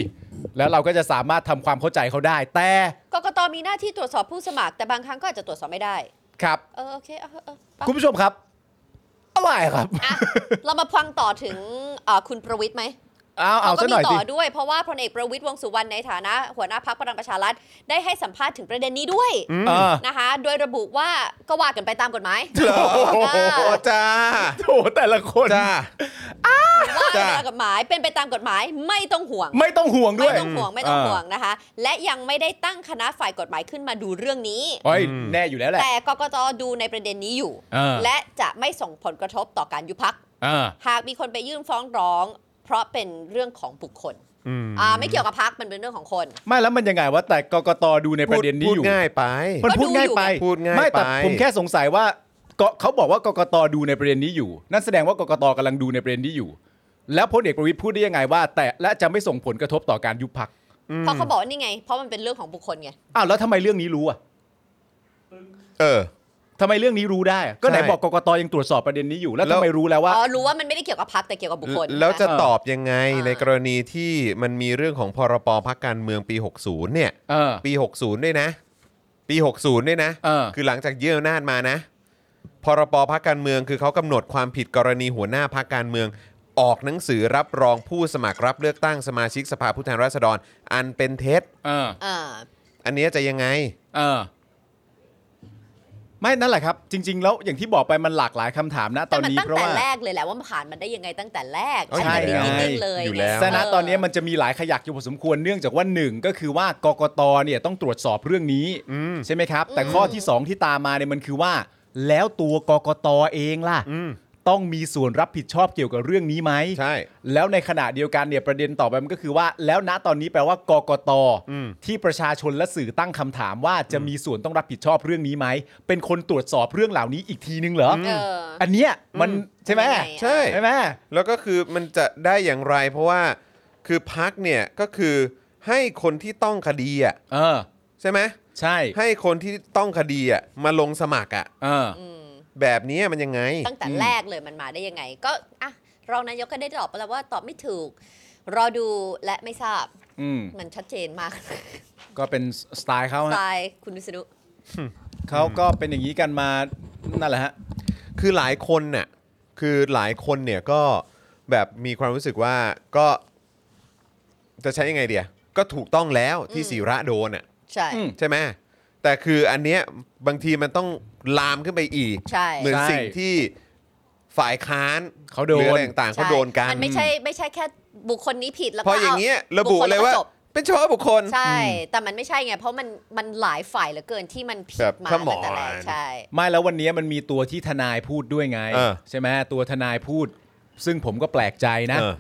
แล้วเราก็จะสามารถทำความเข้าใจเขาได้ แต่
กกตมีหน้าที่ตรวจสอบผู้สมัคร แต่บางครั้งก็อาจจะตรวจสอบไม่ได้
ครับ
เออโอเคเออเออเออไป
คุณผู้ชมครับอะไรครับ
อ่ะเรามาฟังต่อถึงเอ่อคุณประวิทย์ไหม
เอาเอา
ก็
ซะห
มี
น่อย
ต่
สิ
อด้วยเพราะว่าพลเอกประวิทย์วงษ์สุวรรณในฐานะ หัวหน้าพักพลังประชารัฐได้ให้สัมภาษณ์ถึงประเด็นนี้ด้วย
เออ
นะคะ โดยระบุว่าก็ว่ากันไปตามกฎหมาย
โอ้จ้า
โอ้โหแต่ละคน
จ้า
ว่ากันไป
จ้ะ
ตามกฎหมายเป็นไปตามกฎหมายไม่ต้องห่วง
ไม่ต้องห่วงด้
ไม่
วย
ต้องห่วงไม่ต้องห่วงนะคะ และยังไม่ได้ตั้งคณะฝ่ายกฎหมายขึ้นมาดูเรื่องนี้
เฮ้ยแน่อยู่แล้วแหละ
แต่กกตดูในประเด็นนี้อยู่
เออ
และจะไม่ส่งผลกระทบต่อการยุบพัก
อ่า
หากมีคนไปยื่นฟ้องร้อง เพราะเป็นเรื่องของบุคคลอ่าไม่เกี่ยวกับพักมันเป็นเรื่องของคน
ไม่แล้วมันยังไงวะแต่กกตดูในประเด็นนี้
พูด
อยู่
ง่ายไป
มันพูดง่ายไป
พูดง่าย
ไม่แต่
ไป
ผมแค่สงสัยว่าก็เขาบอกว่ากกตดูในประเด็นนี้อยู่ นั่นแสดงว่ากกตกำลังดูในประเด็นนี้อยู่ แล้วพลเอกประวิตยพูดได้ยังไงว่า แต่และจะไม่ส่งผลกระทบต่อการยุบพัก
เพราะเขาบอกว่านี่ไง เพราะมันเป็นเรื่องของบุคคลไง
อ้าวแล้วทำไมเรื่องนี้รู้อ่ะ
เออ
ทำไมเรื่องนี้รู้ได้อะก็ไหน
ใช่
บอกกกตยังตรวจสอบประเด็นนี้อยู่ แล้ว
แล้ว
ทำไมรู้แล้วว่า
อ๋อ รู้ว่ามันไม่ได้เกี่ยวกับพักแต่เกี่ยวกับบุคคล
แล้วจะ
น
ตอบยังไง
อ่า
ในกรณีที่มันมีเรื่องของพรปพักการเมืองปี 60 เนี่ย
เออ
ปี 60 ด้วยนะ ปี 60 ด้วยนะ
เออ
คือหลังจากเยื่อหน้าจมานะ พรปพักการเมืองคือเขากำหนดความผิดกรณีหัวหน้าพักการเมือง ออกหนังสือรับรองผู้สมัครรับเลือกตั้งสมาชิกสภาผู้แทนราษฎร อันเป็นเท็จ
เออ
อ่า
อันเนี้ยจะยังไง
เออ ไม่นั่นแหละครับ จริง ๆ แล้วอย่างที่บอกไปมันหลากหลายคำถามนะต
แต่
อน
มัน
นี้
ตั้ง
เพราะ
แต่
ว่า
แรกเลยแหละว่ามันผ่านมันได้ยังไงตั้งแต่แรก
เอ้ย
ใช่
อยู่แล้ว
นิ่งๆเลย
อยู่แล้ว
แต่ณตอนนี้มันจะมีหลายขยักอยู่พอสมควรเนื่องจากว่าหนึ่งก็คือว่ากกตเนี่ยต้องตรวจสอบเรื่องนี้ ใช่ไหมครับ แต่ข้อที่ 2 ที่ตามมาเนี่ยมันคือว่า แล้วตัวกกตเองล่ะ ต้องมีส่วนรับผิดชอบเกี่ยวกับเรื่องนี้ไหม
ใช่
แล้วในขณะเดียวกันเนี่ยประเด็นต่อไปมันก็คือว่า แล้วณตอนนี้แปลว่ากกตที่ประชาชนและสื่อตั้งคำถามว่าจะมีส่วนต้องรับผิดชอบเรื่องนี้ไหมเป็นคนตรวจสอบเรื่องเหล่านี้อีกทีนึงเหรอ
เอออ
อันเนี้ยมันใช่ไหม
ยังไงอะ
ใช่
ใช่ไหม
แล้วก็คือมันจะได้อย่างไร เพราะว่าคือพักเนี่ยก็คือให้คนที่ต้องคดีอ่ะ
เออ
ใช่ไหม
ใช่
ให้คนที่ต้องคดีอ่ะมาลงสมัครอ่ะ
เออ
แบบนี้มันยังไง
ตั้งแต่แรกเลยมันมาได้ยังไง ก็อ่ะรองนายกก็ได้ตอบไปแล้วว่าตอบไม่ถูก รอดูและไม่ทราบ
อืม
มันชัดเจน มาก
ก็เป็นสไตล์เขา
ต
ฮะ
ายคุณวิษณุ
เขาก็เป็นอย่างนี้กันมานั่นแหละฮะ
คือหลายคนน่ะคือหลายคนเนี่ยก็แบบมีความรู้สึกว่าก็จะใช้ยังไงเดียก็ถูกต้องแล้วที่ศิระโดนอ่ะ
ใช่
อืม
ใช่ไหมแต่คืออันเนี้ยบางทีมันต้องลามขึ้นไปอีก
ใช่
เหมือน
ใช่
สิ่งที่ฝ่ายค้าน
เขาโดน
หรืออะไรต่างๆเขาโดนกัน
มันไม่ใช่ไม่ใช่แค่บุคคลนี้ผิดแล้ว
เพราะอย่างเงี้ยระบุเลยว่า
บุคคแก็จ
เป็นเฉพาะบุคคล
ใช่ แต่มันไม่ใช่ไง เพราะมันมันหลายฝ่ายเหลือเกินที่มันผิ
แบ
ด
บ
มา
come
ตั้งแต่แรก
on
ใช่
ไม่แล้ววันนี้มันมีตัวที่ทนายพูดด้วยไง
เออ
ใช่ไหมตัวทนายพูด ซึ่งผมก็แปลกใจนะ
เออ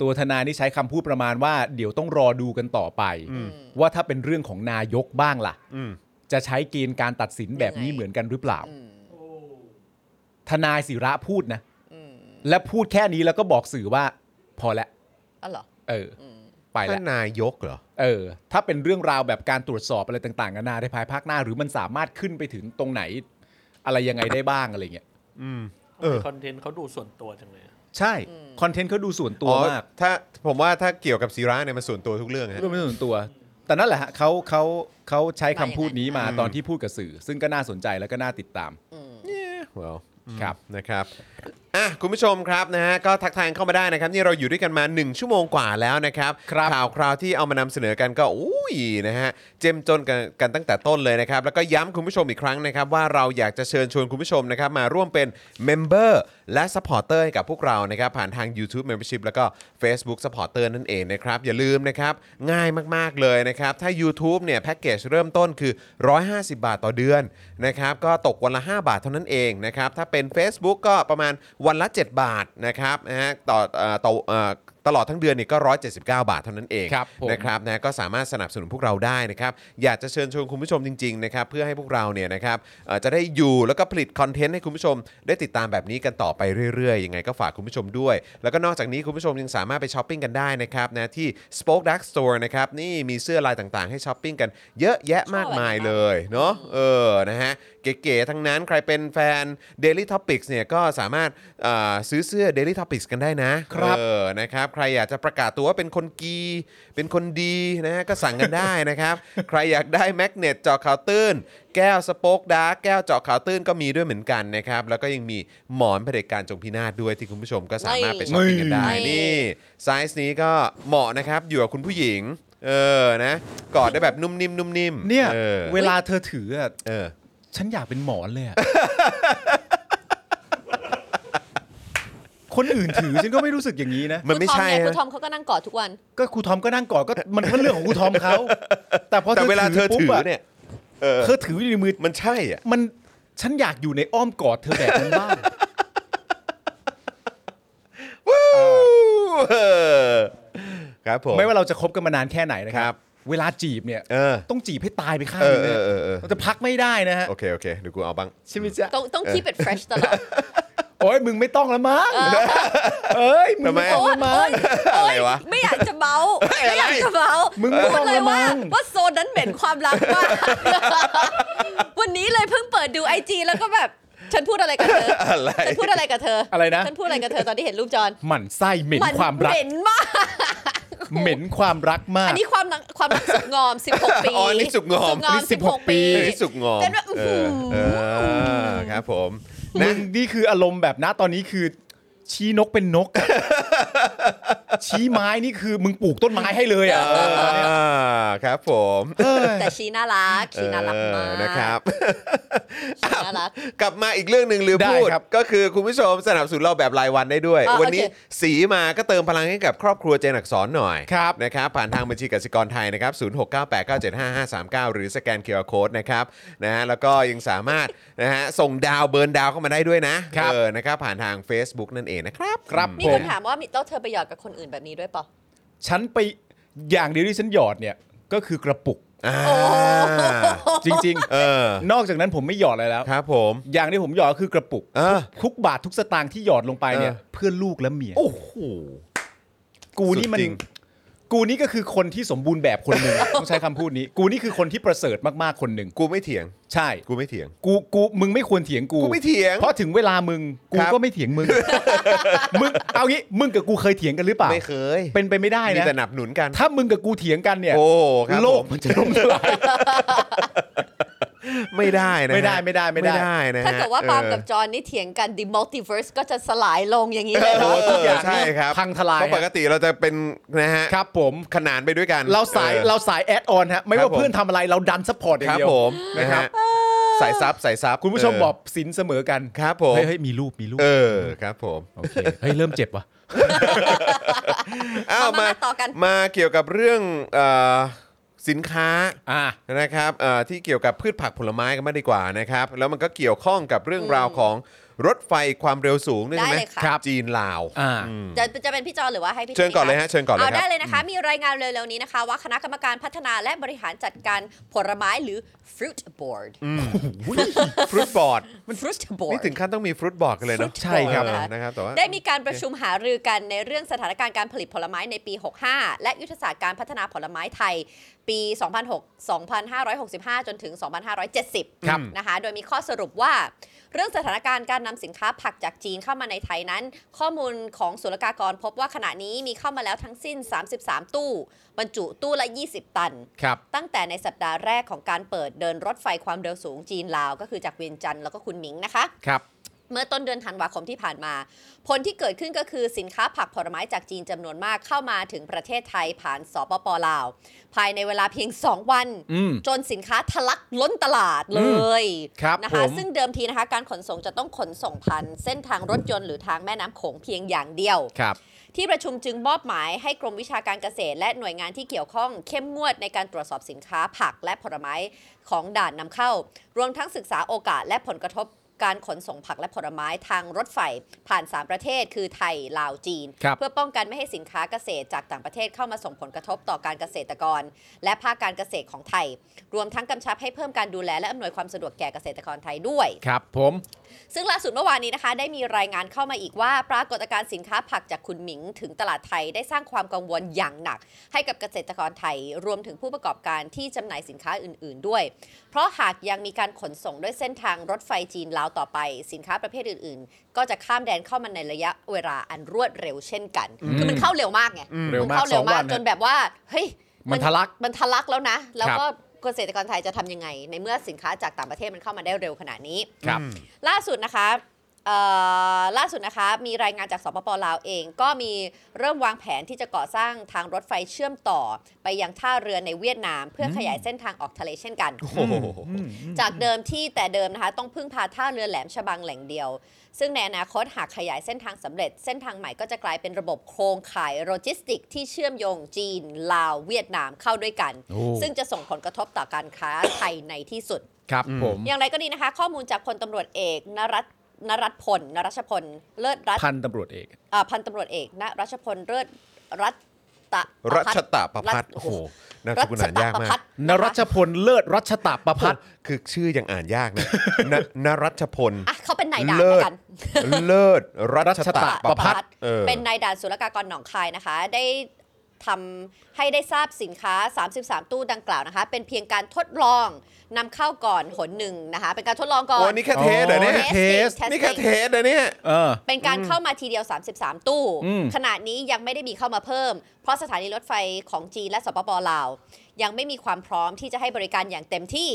ตัวทนายนี่ใช้คำพูดประมาณว่า เดี๋ยวต้องรอดูกันต่อไป ว่าถ้าเป็นเรื่องของนายกบ้างล่ะ
อืม
จะใช้เกณฑ์การตัดสินแบบนี้
ยังไง
เหมือนกันหรือเปล่า ทนายศิระพูดนะ และพูดแค่นี้แล้วก็บอกสื่อว่า พอละ
อ๋อเหรอ
เอออไปละ
ท่านนายกเหรอ
เออ ถ้าเป็นเรื่องราวแบบการตรวจสอบอะไรต่างๆกันานาในภายภาคหน้า หรือมันสามารถขึ้นไปถึงตรงไหน อะไรยังไงได้บ้างอะไรเงี้ย
เออ
คอนเทนต์เขาดูส่วนตัวจังเลยอะ
ใช่คอนเทนต์เขาดูส่วนตัว
อ๋อ
มาก
ถ้าผมว่าถ้าเกี่ยวกับศิระเนี่ยมันส่วนตัวทุกเรื่องฮะ
ดูไม่ส่วนตัว แต่นั่นแหละฮะเขาเขาเขาใช้คำพูดนี้มา
อืม
ตอนที่พูดกับสื่อ ซึ่งก็น่าสนใจแล้วก็น่าติดตาม
Well
ครับ
นะครับ อ่ะ คุณผู้ชมครับนะฮะ ก็ทักทายเข้ามาได้นะครับ นี่เราอยู่ด้วยกันมา 1 ชั่วโมงกว่าแล้วนะครับ
ครับ
ข่าวคราวที่เอามานำเสนอกันก็อุ้ยนะฮะ เจ้มจนกันกันตั้งแต่ต้นเลยนะครับ แล้วก็ย้ำคุณผู้ชมอีกครั้งนะครับ ว่าเราอยากจะเชิญชวนคุณผู้ชมนะครับ มาร่วมเป็นเมมเบอร์และสปอร์เตอร์ให้กับพวกเรานะครับ ผ่านทาง YouTube Membership แล้วก็ Facebook Supporter นั่นเองนะครับ อย่าลืมนะครับ ง่ายมากๆเลยนะครับ ถ้า YouTube เนี่ยแพ็กเกจเริ่มต้นคือ 150 บาทต่อเดือนนะครับ ก็ตกวันละ 5 บาทเท่านั้นเองนะครับ ถ้าเป็น Facebook ก็ประมาณวันละ 7 บาทนะครับนะฮะต่อเอ่อต่อเอ่อตลอดทั้งเดือนเนี่ยก็ 179 บาทเท่านั้นเอง
ครับผม
นะครับนะก็สามารถสนับสนุนพวกเราได้นะครับ อยากจะเชิญชวนคุณผู้ชมจริงๆนะครับเพื่อให้พวกเราเนี่ยนะครับเอ่อจะได้อยู่แล้วก็ผลิตคอนเทนต์ให้คุณผู้ชม ได้ติดตามแบบนี้กันต่อไปเรื่อยๆยังไงก็ฝากคุณผู้ชมด้วย แล้วก็นอกจากนี้คุณผู้ชมยังสามารถไปช้อปปิ้งกันได้นะครับนะที่ Spoke Dark Store นะครับนี่มีเสื้อลายต่างๆ ให้ช้อปปิ้งกันเยอะแยะมากมายเลย เลยเนาะเออนะฮะเก๋ๆทั้งนั้นใครเป็นแฟน Daily Topics เนี่ยก็สามารถเอ่อซื้อเสื้อ Daily Topics กันได้นะครับ เออนะครับใครอยากจะประกาศตัวว่าเป็นคนกี เป็นคนดีนะฮะก็สั่งกันได้นะครับ ใครอยากได้แมกเนตเจาะข่าวตื้น แก้วสป็อกดาร์กแก้วเจาะข่าวตื้นก็มีด้วยเหมือนกันนะครับ แล้วก็ยังมีหมอนเผด็จการจงพินาศด้วยที่คุณผู้ชมก็สามารถไปช้อปปิ้งกันได้
นี่
นี่ ไซส์นี้ก็เหมาะนะครับอยู่กับคุณผู้หญิงเออนะกอดได้แบบนุ่มนิ่มนุ่มนิ่ม
เนี่ย
ออ
เวลาเธอถืออะ
เออ
ฉันอยากเป็นหมอนเลยอะ คนอื่นถือฉันก็ไม่รู้สึกอย่างนี้นะ
มันไม่ใช่
ค
ฮะ
รูทอครูทอมเขาก็นั่งกอดทุกวัน
ก็ครูทอมก็นั่งกอดก็มันก็เรื่องของครูทอมเขาแต่พอ
แต่เวลาเธอถือ
ปุ๊บะ
เนี่ย เออ
เธอถืออยู่ในมือ
มันใช่อ่ะ
มันฉันอยากอยู่ในอ้อมกอดเธอแบบนั้นบ้าง
วู้เออครับผม
ไม่ว่าเราจะคบกันมานานแค่ไหนนะค
ครั
รับ บ เวลาจีบเนี่ย
เออ
ต้องจีบให้ตายไปข้าง
เอ
ห
อ
นึง
เอ
นะ
อเออเออ
เราจะพักไม่ได้นะฮะ
โอเค โอเคเดี๋ยวกูเอาบ้าง
ใช่ไหมจ๊ะ
ต้องต้องคีบเป็น fresh ตลอด
โอ้ยมึงไม่ต้องละมั้งเอ้ยมึง
ทำไม
ไม่ต้องละมั้ง
อะไรวะ
ไม่อยากจะเมาไม่อยากจะเมา
มึง
พูดเลย
ไม่ต้องละ
ว่า
มั้ง
ว่าโซนนั้นเหม็นความรักมาก วันนี้เลยเพิ่งเปิดดูไอจีแล้วก็แบบ ฉันพูดอะไรกับเธออ
อะไร
ฉันพูดอะไรกับเธออะไร
นะ
ฉันพูดอะไรกับเธอตอนที่เห็นรูปจอน
หมั่นไส้เหม็นความรัก
เหม็นมาก
เหม็นความรักมาก
อันนี้ความรักความรักสุกงอม 16 ปี
อ๋ออันนี้สุกงอม
อันนี้
สุกงอม
16
16 ปี
เออที่สุกงอม
เป็นแบบ
เออเออครับผม
มึ
นะ
งนี่คืออารมณ์แบบนะตอนนี้คือชี้นกเป็นนกอะ ชี้ไม้นี่คือมึงปลูกต้นไม้ให้เลยอ่ะ
อ่าครับผม
แต่ชีน่ารักชีน่ารักมาก
เออนะครับ
ชีน่ารัก
กลับมาอีกเรื่องหนึ่งลืม
ได้
พูด
ครับ
ก็คือคุณผู้ชมสนับสนุนเราแบบรายวันได้ด้วย
อ่ะ
วันนี้
โอเค
สีมาก็เติมพลังให้กับครอบครัวเจนอักสอนหน่อย
ครับ
นะครับผ่านทางบัญชีกสิกรไทยนะครับ 0698975539 หรือสแกนเคอร์โคดนะครับนะฮะแล้วก็ยังสามารถนะฮะส่งดาวเบิร์นดาวเข้ามาได้ด้วยนะครับ เออนะครับผ่านทาง Facebook นั่นเองนะครับ
ครับ
นี่
ผ
คุ
ม
ณถามว่ามีแล้วเธอไปหยอดกับคนอื่นแบบนี้ด้วยเปล่า
ฉันไปอย่างเดียวที่ฉันหยอดเนี่ยก็คือกระปุก
อ่า
จริง
เออ
ๆ นอกจากนั้นผมไม่หยอดอะไรแล้ว
ครับผม
อย่างที่ผมหยอดก็คือกระปุก
เออ
ทุกบาททุกสตางค์ที่หยอดลงไปเนี่ย
เออ
เพื่อลูกและเมีย
โอ้โห
กูนี่มัน
สุดจริง
กูนี่ก็คือคนที่สมบูรณ์แบบคนหนึ่ง ต้องใช้คำพูดนี้ กูนี่คือคนที่ประเสริฐมากๆคนหนึ่ง
กูไม่เถียง
ใช่
กูไม่เถียง
กูกูมึงไม่ควรเถียงกู
กูไม่เถียง
เพราะถึงเวลามึงกู
ครับ
ก็ไม่เถี ยงมึง มึงเอางี้มึงกับกูเคยเถียงกันหรือเปล่า
ไม่เคย
เป็นไปไม่ได้
มี
นะ
แต่หนับหนุนกัน
ถ้ามึงกับกูเถียงกันเนี่ย
โอ้ครับ
โลก
ผม
มันจะล่มสลาย
ไม่ได้นะฮะ
ไม่ได้ไม่ได้ไม่ได้
ไม่ได้นะฮะ
ถ้าเกิดว่าปาล์มกับ
เอ
จอห์นนี่เถียงกัน The Multiverse ก็จะสลายลงอย่างนี้เล
อย
เหรอ
เออใช่ครับ
พังทลาย
เพราะปกติเราจะเป็นนะฮะ
ครับผม
ขนานไปด้วยกัน
เราสาย
ออ
เราสายแอดออนฮะไม่
ครับ
ว่า
ผม
เพื่อนทำอะไรเราดันซัพพอร์ตอย่า
ค
ง
รับ
เดียว
ผม
นะ
นะ
ครั
ฮะ
บ
สายซับสายซับ
คุณผู้ชม
เ
บอกสินเสมอกัน
ครับผม
เฮ้ยเฮ้ยมีรูปมีรูป
เออครับผม
โอเคเฮ้ยเริ่มเจ็บว่ะ
อ้าว
มา
มา
มาต่อกัน
มาเกี่ยวกับเรื่องเอ่อสินค้า
อ่า
นะครับเอ่อที่เกี่ยวกับพืชผักผลไม้กันมากดีกว่านะครับ แล้วมันก็เกี่ยวข้องกับเรื่องราวของรถไฟความเร็วสูงด้วยใช่ไหม
ได้เลยค่ะ
จีนลาว
อ่า
อืม
จะจะเป็นพี่จอหรือว่าให้พี่
เชิญก่อนเลยฮะ
คะ
เชิญก่อนเลยครับ
ได้เลยนะคะ มีรายงานเร็วๆนี้นะคะ ว่าคณะกรรมการพัฒนาและบริหารจัดการผลไม้หรือ fruit board
ฟรุตบอร์ด
fruit board
นี่ถึงขั้นต้องมีฟรุตบอร์ดกันเลยเนาะ
Fruit
ใช่ครับ
board นะะ
นะครับแต่ว่า
ได้มีการประชุมหารือกันในเรื่องสถานการณ์การผลิตผลไม้ในปี 65 และยุทธศาสตร์การพัฒนาผลไม้ไทย ปี 2006 2565 จนถึง 2570
ครับ
นะคะ โดยมีข้อสรุปว่า เรื่องสถานการณ์การนำสินค้าผักจากจีนเข้ามาในไทยนั้น ข้อมูลของศุลกากรพบว่าขณะนี้มีเข้ามาแล้วทั้งสิ้น 33 ตู้ บรรจุตู้ละ 20 ตัน
ครับ
ตั้งแต่ในสัปดาห์แรกของการเปิดเดินรถไฟความเร็วสูงจีนลาว ก็คือจากเวียงจันทร์แล้วก็คุณหมิงนะคะ
ครับ
เมื่อต้นเดือนธันวาคมที่ผ่านมา ผลที่เกิดขึ้นก็คือสินค้าผักผลไม้จากจีนจำนวนมากเข้ามาถึงประเทศไทยผ่านสปปลาว ภายในเวลาเพียง 2 วัน
อืม
จนสินค้าทะลักล้นตลาดเลย
ครับ
นะคะ
ผม
ซึ่งเดิมทีนะคะการขนส่งจะต้องขนส่งผ่านเส้นทางรถยนต์หรือทางแม่น้ำโขงเพียงอย่างเดียว
ครับ
ที่ประชุมจึงมอบหมายให้กรมวิชาการเกษตร และหน่วยงานที่เกี่ยวข้องเข้มงวดในการตรวจสอบสินค้าผักและผลไม้ของด่านนำเข้า รวมทั้งศึกษาโอกาสและผลกระทบการขนส่งผักและผลไม้ทางรถไฟ ผ่าน 3 ประเทศ คือไทย ลาว จีน
ครับ
เพื่อป้องกันไม่ให้สินค้าเกษตรจากต่างประเทศเข้ามาส่งผลกระทบต่อการเกษตรกร และภาคการเกษตรของไทย รวมทั้งกำชับให้เพิ่มการดูแลและอำนวยความสะดวกแก่เกษตรกรไทยด้วย
ครับผม
ซึ่งล่าสุดเมื่อวานนี้นะคะ ได้มีรายงานเข้ามาอีกว่า ปรากฏการณ์สินค้าผักจากคุณหมิง ถึงตลาดไทยได้สร้างความกังวลอย่างหนัก ให้กับเกษตรกรไทย รวมถึงผู้ประกอบการที่จำหน่ายสินค้าอื่น ๆ ด้วย เพราะหากยังมีการขนส่งด้วยเส้นทางรถไฟจีนลาวต่อไป สินค้าประเภทอื่น ๆ ก็จะข้ามแดนเข้ามาในระยะเวลาอันรวดเร็วเช่นกัน คือมันเข้าเร็วมากไง
เร็วมาก
เข้าเร็ว
สองวั
มาก
น
จนแบบว่าเฮ้ย
มันทะลัก
มันทะลักแล้วนะ แล้ว
ครับ
ก็เกษตรกรไทยจะทำยังไง ในเมื่อสินค้าจากต่างประเทศมันเข้ามาได้เร็วขนาดนี้
ครับ
ล่าสุดนะคะเอ่อล่าสุดนะคะ มีรายงานจากสปปลาวเอง ก็มีเริ่มวางแผนที่จะก่อสร้างทางรถไฟเชื่อมต่อ ไปยังท่าเรือในเวียดนาม เพื่อขยายเส้นทางออกทะเลเช่นกัน
โอ้โห
จากเดิมที่แต่เดิมนะคะ ต้องพึ่งพาท่าเรือแหลมฉบังแหล่งเดียว ซึ่งในอนาคตหากขยายเส้นทางสำเร็จ เส้นทางใหม่ก็จะกลายเป็นระบบโครงข่ายโลจิสติกส์ที่เชื่อมโยงจีน ลาวเวียดนามเข้าด้วยกัน
โอ้
ซึ่งจะส่งผลกระทบต่อการค้าไทยในที่สุด
ครับผม
อย่างไรก็ดีนะคะ ข้อมูลจากพลตำรวจเอกนรัตน์นรัชพล นรัชพล เลิศรัตน์
พันตำรวจเอก
อ่าพันตำรวจเอกนรัชพล เลิศรัตตะ
รั
พัฒ
ชตะประพัฒน์
รั
โอ้
ช
โหนามส
รั
กุล
ช
อ่าน
ตะ
ยาก
ประ
มา
พั
ก
ฒน์
นรัชพลเลิศรัชตะประพัฒน์
คือชื่อยังอ่าน ยากนะนนรัชพล
อ่ะเขาเป็นนายด่าน
เลิศ
แล้วกัน
เลิศรัชตะประพัฒน์ออ
เป็นนายด่านศุลกากรหนองคายนะคะ ได้ทำให้ได้ทราบสินค้า 33 ตู้ดังกล่าวนะคะ เป็นเพียงการทดลองนำเข้าก่อนหนหนึ่งนะคะ เป็นการทดลองก่อน
โอ้นี่แค่เทสเหรอเนี่ย
Testing
เทส
Testing
นี่แค่เทสเหรอเนี่ย
เออ
เป็นการเข้ามาทีเดียว 33 ตู้
อืม
ขณะนี้ยังไม่ได้มีเข้ามาเพิ่ม เพราะสถานีรถไฟของจีนและสปปลาว ยังไม่มีความพร้อมที่จะให้บริการอย่างเต็มที่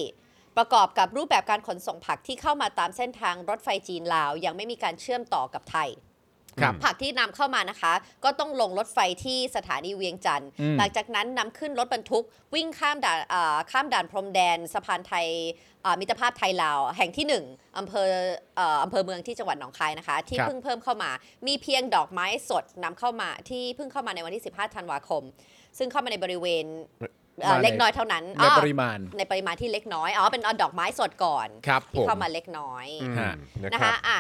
ประกอบกับรูปแบบการขนส่งผักที่เข้ามาตามเส้นทางรถไฟจีนลาว ยังไม่มีการเชื่อมต่อกับไทย
ครับ
ผักที่นำเข้ามานะคะ ก็ต้องลงรถไฟที่สถานีเวียงจันทร์
อืม
หลังจากนั้นนำขึ้นรถบรรทุก วิ่งข้ามด่านอ่าข้ามด่านพรมแดนสะพานไทยอ่ามิตรภาพไทยลาวแห่งที่ 1อำเภอเอ่ออำเภอเมืองที่จังหวัดหนองคายนะคะ ที่
ครับ
เพิ่งเพิ่มเข้ามา มีเพียงดอกไม้สดนำเข้ามาที่เพิ่งเข้ามาในวันที่ 15 ธันวาคม ซึ่งเข้ามาในบริเวณเอ่อเล็กน้อยเท่านั้น
ใน
อ้อ
ปริมาณ
ในปริมาณที่เล็กน้อยอ๋อเป็นเอาดอกไม้สดก่อน
ครับผ
ที่
ม
เข้ามาเล็กน้อย
อืม
ฮะ
นะ
นะ
ครั
คะ
บ
อ่ะ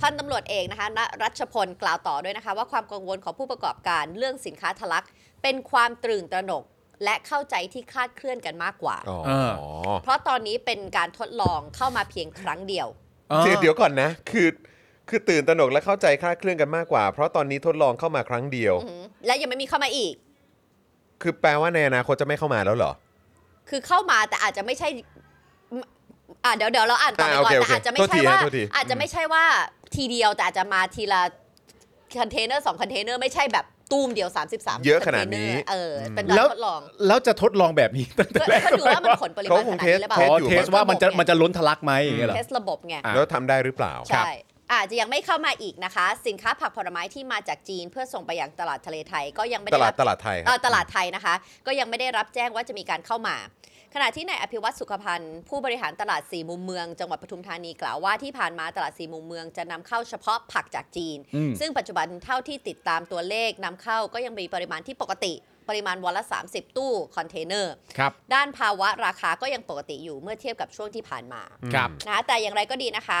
พันตำรวจเอกนะคะณรัชพลกล่าวต่อด้วยนะคะ ว่าความกังวลของผู้ประกอบการเรื่องสินค้าทะลัก เป็นความตรื่นตระหนก และเข้าใจที่คลาดเคลื่อนกันมากกว่า
อ๋อ
เออ
เพราะตอนนี้เป็นการทดลองเข้ามาเพียงครั้งเดียว
อ๋อ
คือเดี๋ยวก่อนนะ คือคือตื่นตระหนกและเข้าใจคลาดเคลื่อนกันมากกว่า เพราะตอนนี้ทดลองเข้ามาครั้งเดียว
อือหือและยังไม่มีเข้ามาอีก
คือแปลว่าในอนาคตจะไม่เข้ามาแล้วเหรอ
คือเข้ามาแต่อาจจะไม่ใช่อ่ะเดี๋ยวเดี๋ยวเราอ่านต่อไป
อ่ะโอ
ก่อน
เคโอเค
แต่อาจจะไม่
โทษที
ใช่ว่า
ฮะโทษที
อาจจะไม่ใช่ว่าทีเดียวแต่อาจจะมาทีละคอนเทนเนอร์สองคอนเทนเนอร์ไม่ใช่แบบตูมเดียว 33
เยอะขนาดนี้
คอเทเอร์เออเป็นการ
แล้ว
ทดลอง
แล้วจะทดลองแบบนี้ตั้งแต่
ก็
แรก
ก็ดูว่ามันขนปริมาณขนาดนี้หรือเปล่า
เข
อ๋อ
คง
เทสว่ามันจะมันจะล้นทะลักไหมอย่างเงี้ยเหรอ
เทสระบบไง
อ่ะ
แล้วทำได้หรือเปล่า
ใช่ อาจจะยังไม่เข้ามาอีกนะคะ สินค้าผักผลไม้ที่มาจากจีน เพื่อส่งไปยังตลาดทะเลไทยก็ยังไม่
ต
ได้
ลา
รั
ด
บ
ตลาดไทยค
เอ่
รั
อบ ตลาดไทยนะคะ ก็ยังไม่ได้รับแจ้งว่าจะมีการเข้ามา ขณะที่นายอภิวัตสุขพันธ์ ผู้บริหารตลาดสี่มุมเมืองจังหวัดปทุมธานีกล่าวว่าที่ผ่านมาตลาดสี่มุมเมืองจะนำเข้าเฉพาะผักจากจีน
อืม
ซึ่งปัจจุบันเท่าที่ติดตามตัวเลขนำเข้าก็ยังมีปริมาณที่ปกติ ปริมาณวันละ 30 ตู้คอนเทนเนอร์
ครับ
ด้านภาวะราคาก็ยังปกติอยู่เมื่อเทียบกับช่วงที่ผ่านมา
ครับ
นะแต่อย่างไรก็ดีนะคะ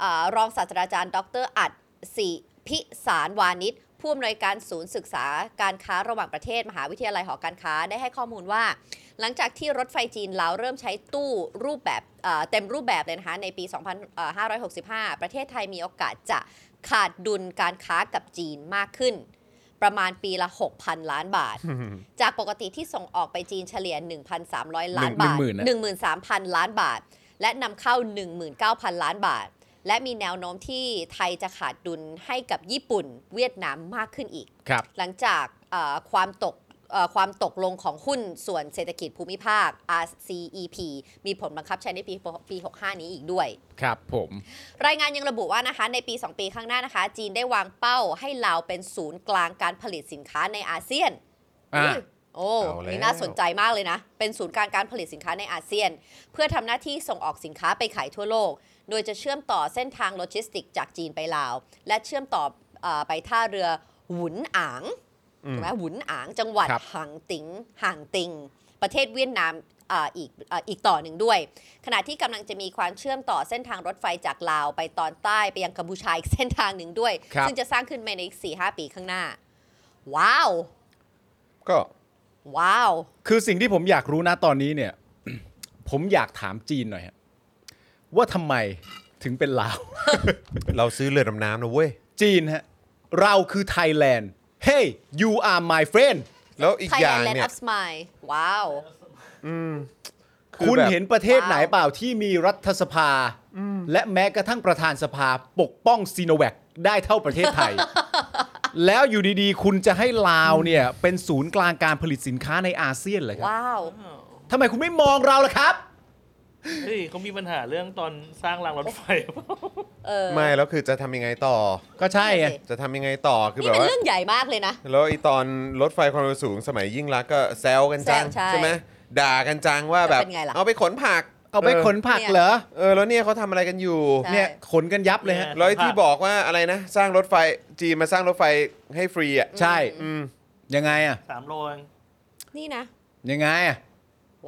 เออรองศาสตราจารย์ ดรอัดศิพิสารวานิชผู้อำนวยการศูนย์ศึกษาการค้าระหว่างประเทศ มหาวิทยาลัยหอการค้าได้ให้ข้อมูลว่า หลังจากที่รถไฟจีนลาวเริ่มใช้ตู้รูปแบบเอ่อเต็มรูปแบบเลยนะคะในปี 2565 ประเทศไทยมีโอกาสจะขาดดุลการค้ากับจีนมากขึ้น ประมาณปีละ 6,000 ล้านบาท จากปกติที่ส่งออกไปจีนเฉลี่ย 1,300 ล้านบาท
หนึ่งหมื่นนะ
13,000 ล้านบาท และนำเข้า 19,000 ล้านบาท และมีแนวโน้มที่ไทยจะขาดดุลให้กับญี่ปุ่น เวียดนามมากขึ้นอีก
ครับ
หลังจากเอ่อความตกเอ่อความตกลงของหุ้นส่วนเศรษฐกิจภูมิภาค RCEP มีผลบังคับใช้ในปีปี 65 นี้อีกด้วย
ครับผม
รายงานยังระบุว่านะคะในปี 2 ปีข้างหน้านะคะ จีนได้วางเป้าให้ลาวเป็นศูนย์กลางการผลิตสินค้าในอาเซียน
อ่า
อุ๊ยโอ้
เอาแล้ว
นี่น่าสนใจมากเลยนะ เป็นศูนย์กลางการผลิตสินค้าในอาเซียน เพื่อทำหน้าที่ส่งออกสินค้าไปขายทั่วโลก โดยจะเชื่อมต่อเส้นทางโลจิสติกส์จากจีนไปลาว และเชื่อมต่อเอ่อไปท่าเรือหวุนอางถูกไหมหวุนอางจังหวัด
ครับ
ห่างติงห่างติง ประเทศเวียดนามเอ่ออีกเอ่ออีกต่อหนึ่งด้วย ขณะที่กำลังจะมีความเชื่อมต่อเส้นทางรถไฟจากลาวไปตอนใต้ไปยังกัมพูชาอีกเส้นทางหนึ่งด้วย
ครับ
ซึ่งจะสร้างขึ้นภายในอีก 4-5 ปีข้างหน้า ว้าว
ก็
ว้าว
คือสิ่งที่ผมอยากรู้นะตอนนี้เนี่ย ผมอยากถามจีนหน่อยฮะว่าทำไมถึงเป็นลาว
เราซื้อเรือดำน้ำนะเว้ย
จีนฮะ เราคือไทยแลนด์ Hey you are my friend
แล้วอีกอย่าง
Thailand
เนี่ย
Up Smile ว้าว
คือ
คุณ
แบบ
เห็นประเทศไหน
ว้าว
เปล่าที่มีรัฐสภา และแม้กระทั่งประธานสภาปกป้องซีโนแวคได้เท่าประเทศไทย แล้วอยู่ดีๆ คุณจะให้ลาวเนี่ย เป็นศูนย์กลางการผลิตสินค้าในอาเซียนเลยครับ
ว้าว
ทำไมคุณไม่มองเราล่ะครับ
เฮ้ยเขามีปัญหาเรื่องตอนสร้างรางรถไฟ
เออ
ไม่แล้วคือจะทำยังไงต่อ
ก็ใช่ไง
นั่นสิ
จะทำยังไงต่อคือ
นี่
แบบ
เป็น
ว่า
เรื่องใหญ่มากเลยนะ
แล้วไอตอนรถไฟความเร็วสูงสมัยยิ่งรักษณ์ก็แซวกันจัง
แซวใช่
ไหมด่ากันจังว่าแบบ
จะเป็นไงล่ะ
เอาไปขนผัก
เอาไปขนผักเหรอ
เออแล้วเนี่ยเขาทำอะไรกันอยู่
ใช่
เนี่ยขนกันยับเลยฮะ
แล้วไอ้ที่บอกว่าอะไรนะ สร้างรถไฟจีนมาสร้างรถไฟให้ฟรีอ่ะ
ใช่
อืม
ยังไงอ่ะ
สามโลเอง
นี่นะ
ยังไงอ่ะ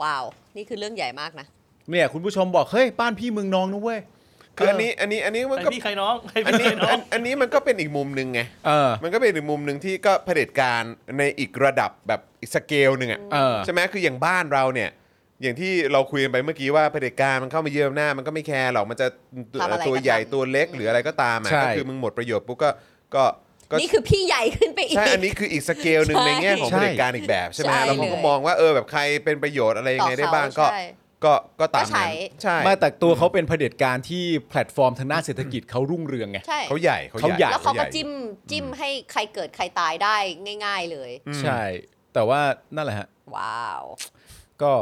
ว้าว นี่คือเรื่องใหญ่มากนะ
เนี่ยคุณผู้ชมบอก เฮ้ย บ้านพี่เมืองน้องนะเว้ย
คืออันนี้อันนี้อันนี้มัน
ใคร
ก็
พี่ใครน้องใคร
อัน
พี่
นี้
ใครน้อ
อั
ง
นอันนี้มันก็เป็นอีกมุมหนึ่งไง
เออ
มันก็เป็นอีกมุมหนึ่งที่ก็เผด็จการในอีกระดับแบบอีกสเกลหนึ่งอ่ะ
เออ
ใช่ไหมคืออย่างบ้านเราเนี่ย อย่างที่เราคุยกันไปเมื่อกี้ว่าเผด็จการมันเข้ามาเยือนหน้าจมันก็ไม่แคร์หรอกมันจะ
ทำอะไรก็
ตัวใหญ่
ทำ
ตัวเล็กหรืออะไรก็ตามอ่ะ
ใช่
ก็คือมึงหมดประโยชน์ปุ๊บก็ก็ก็
นี่คือพี่ใหญ่ขึ้นไปอีก
ใช่อันนี้คืออีกสเกลหนึ่ง
ใช่
ในแง่ของ
ใช่
เผด็จการอีกแบบใช่ไหม
ใช่
แล้วเขาก็
เลย
มองว่าเออแบบใครเป็นประโยชน์อะไรยังไงได้บ้าง
ต่
ก็
อเขาใช่
ก็ก็ตาม
ใช้
นั้นใช่
ไม่แต่ตัวเขาเป็นเผด็จการที่แพลตฟอร์มทางด้านเศรษฐกิจเขารุ่งเรืองไง
ใช่
เขาใหญ่
เขาใหญ่
แล้วเขาก็จิ้มจิ้มให้ใครเกิดใครตายได้ง่าย ๆเลย
ใช่ แต่ว่านั่นแหละฮะ
ว้าว
ก็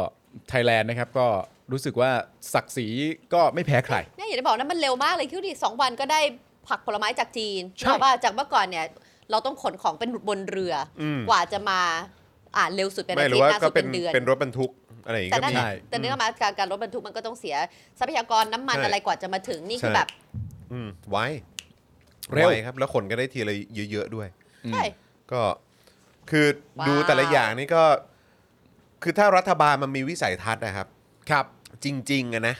ไทยแลนด์นะครับ ก็รู้สึกว่าศักดิ์ศรีก็ไม่แพ้ใคร
เนี่ยอย่างที่บอกนะมันเร็วมากเลยคิดวาดิสองวันก็ได้ ผักผลไม้จากจีน
ใช่
เพราะว่าจากเมื่อก่อนเนี่ย เราต้องขนของเป็นบนเรือ
อืม
กว่าจะมาอ่าเร็วสุดเป็น
ไม่
อา
หรื
ทิต
อว่า
ย์นาน
ก็
สุด
เป็
เป็น นเดือน
เป็นรถบรรทุกอะไรอย่าง
แต่
งี้ก็มี
นั่น
ใช่
แต่เนื่องมาจากการรถบรรทุกมันก็ต้องเสียทรัพยากรน้ำมัน
ใช่
อะไรกว่าจะมาถึงนี่คือ
ใช่
แบบ
อืมไว้
เร็ว
ไครับ แล้วขนก็ได้ทีละเยอะๆด้วย
ใช่
ก็คือ
ว้าว
ดูแต่ละอย่างนี่ก็ คือถ้ารัฐบาลมันมีวิสัยทัศน์นะครับ
ครับ
จริงๆอะนะ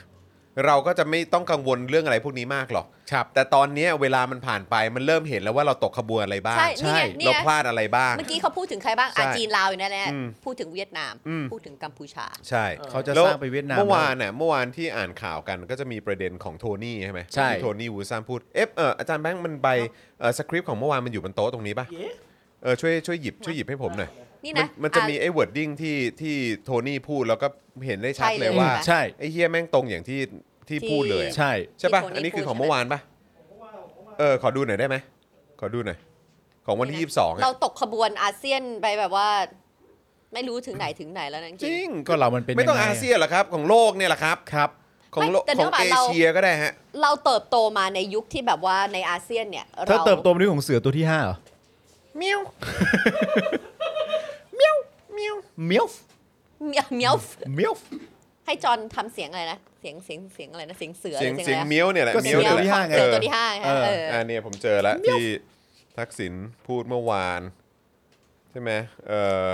เราก็จะไม่ต้องกังวลเรื่องอะไรพวกนี้มากหรอก
ครับ
แต่ตอนเนี้ยเวลามันผ่านไปมันเริ่มเห็นแล้วว่าเราตกขบวนอะไรบ้าง
ใช่นี่ไงนี่
เรา
ไง
พลาดอะไรบ้าง
เมื่อกี้เขาพูดถึงใครบ้างอา
ใช่
จีนลาวอยู่นั่นแหละ
อืม
พูดถึงเวียดนาม
อืม
พูดถึงกัมพูชา
ใช่
เขาจะ
แล้
สร้างไปเวียดนาม
เมื่อวานน่ะเมื่อวานที่อ่านข่าวกันก็จะมีประเด็นของโทนี่ใช่ไหม
ใช่
ที่โทนี่วูซัมพูดเอ๊ะเอ่ออาจารย์แบงค์มันใบเอ่อสคริปต์ของเมื่อวานมันอยู่บนโต๊ะตรงนี้ป่ะ
เย้
เออช่วยช่วยหยิบช่วยหยิบให้ผมหน่อย
นี่
มั
นะ
นมันจะ
อ่ะ
มีไอ้วอร์ดดิ้งที่ที่โทนี่พูดแล้วก็เห็นได้ชัดเล
ใช่เลย ย
ว่า
ใช่
ไอ้เฮียแม่งตรงอย่างที่ที่พูดเลยอะ
ใช่
ใช่ป่ะ
ที่โทนี่
อันนี้คือ
พูด
ของ
ใช่ไหม
เมื่อวานป่ะเออขอดูหน่อยได้ไหมขอดูหน่อยของวันที่ยี่สิบสอง
เราตกขบวนอาเซียนไปแบบว่า ไม่รู้ถึงไหนถึงไหนแล้วนะ
จริง
ก็เรามันเป็น
ไม่ต้อง
ยัไะ
อาเซียนหรอกครับของโลกเนี่ยแหละครับ
ครับ
ของโลก
ไม่แต่
ข
เนื่
อ
อง งจาก
เอ
เรา
เชียก็ได้ฮะ
เราเติบโตมาในยุคที่แบบว่าในอาเซียนเนี่ย
เธอ
เรา
เติบโตมาด้วยของเสือตัวที่ห้าเหรอเมียว
เมียวเมียว
เมียว
ให้จอนทำเสียงอะไรนะเสียงเสียงเสียงอะไรนะเสียงเสือ
เสียง
หรือ
เสียง
อะไรนะ
เมี้ยวเนี่ยแหละ
ก็
เมี้ยว
เสียงตัวที่
เนี่ยแหละ
ห้าไง
เสือตัวที่ห้าไง
เออ
เออ
อ่าเนี่ยผมเจอแล้วที่ทักษิณพูดเมื่อวาน ใช่ไหมเออ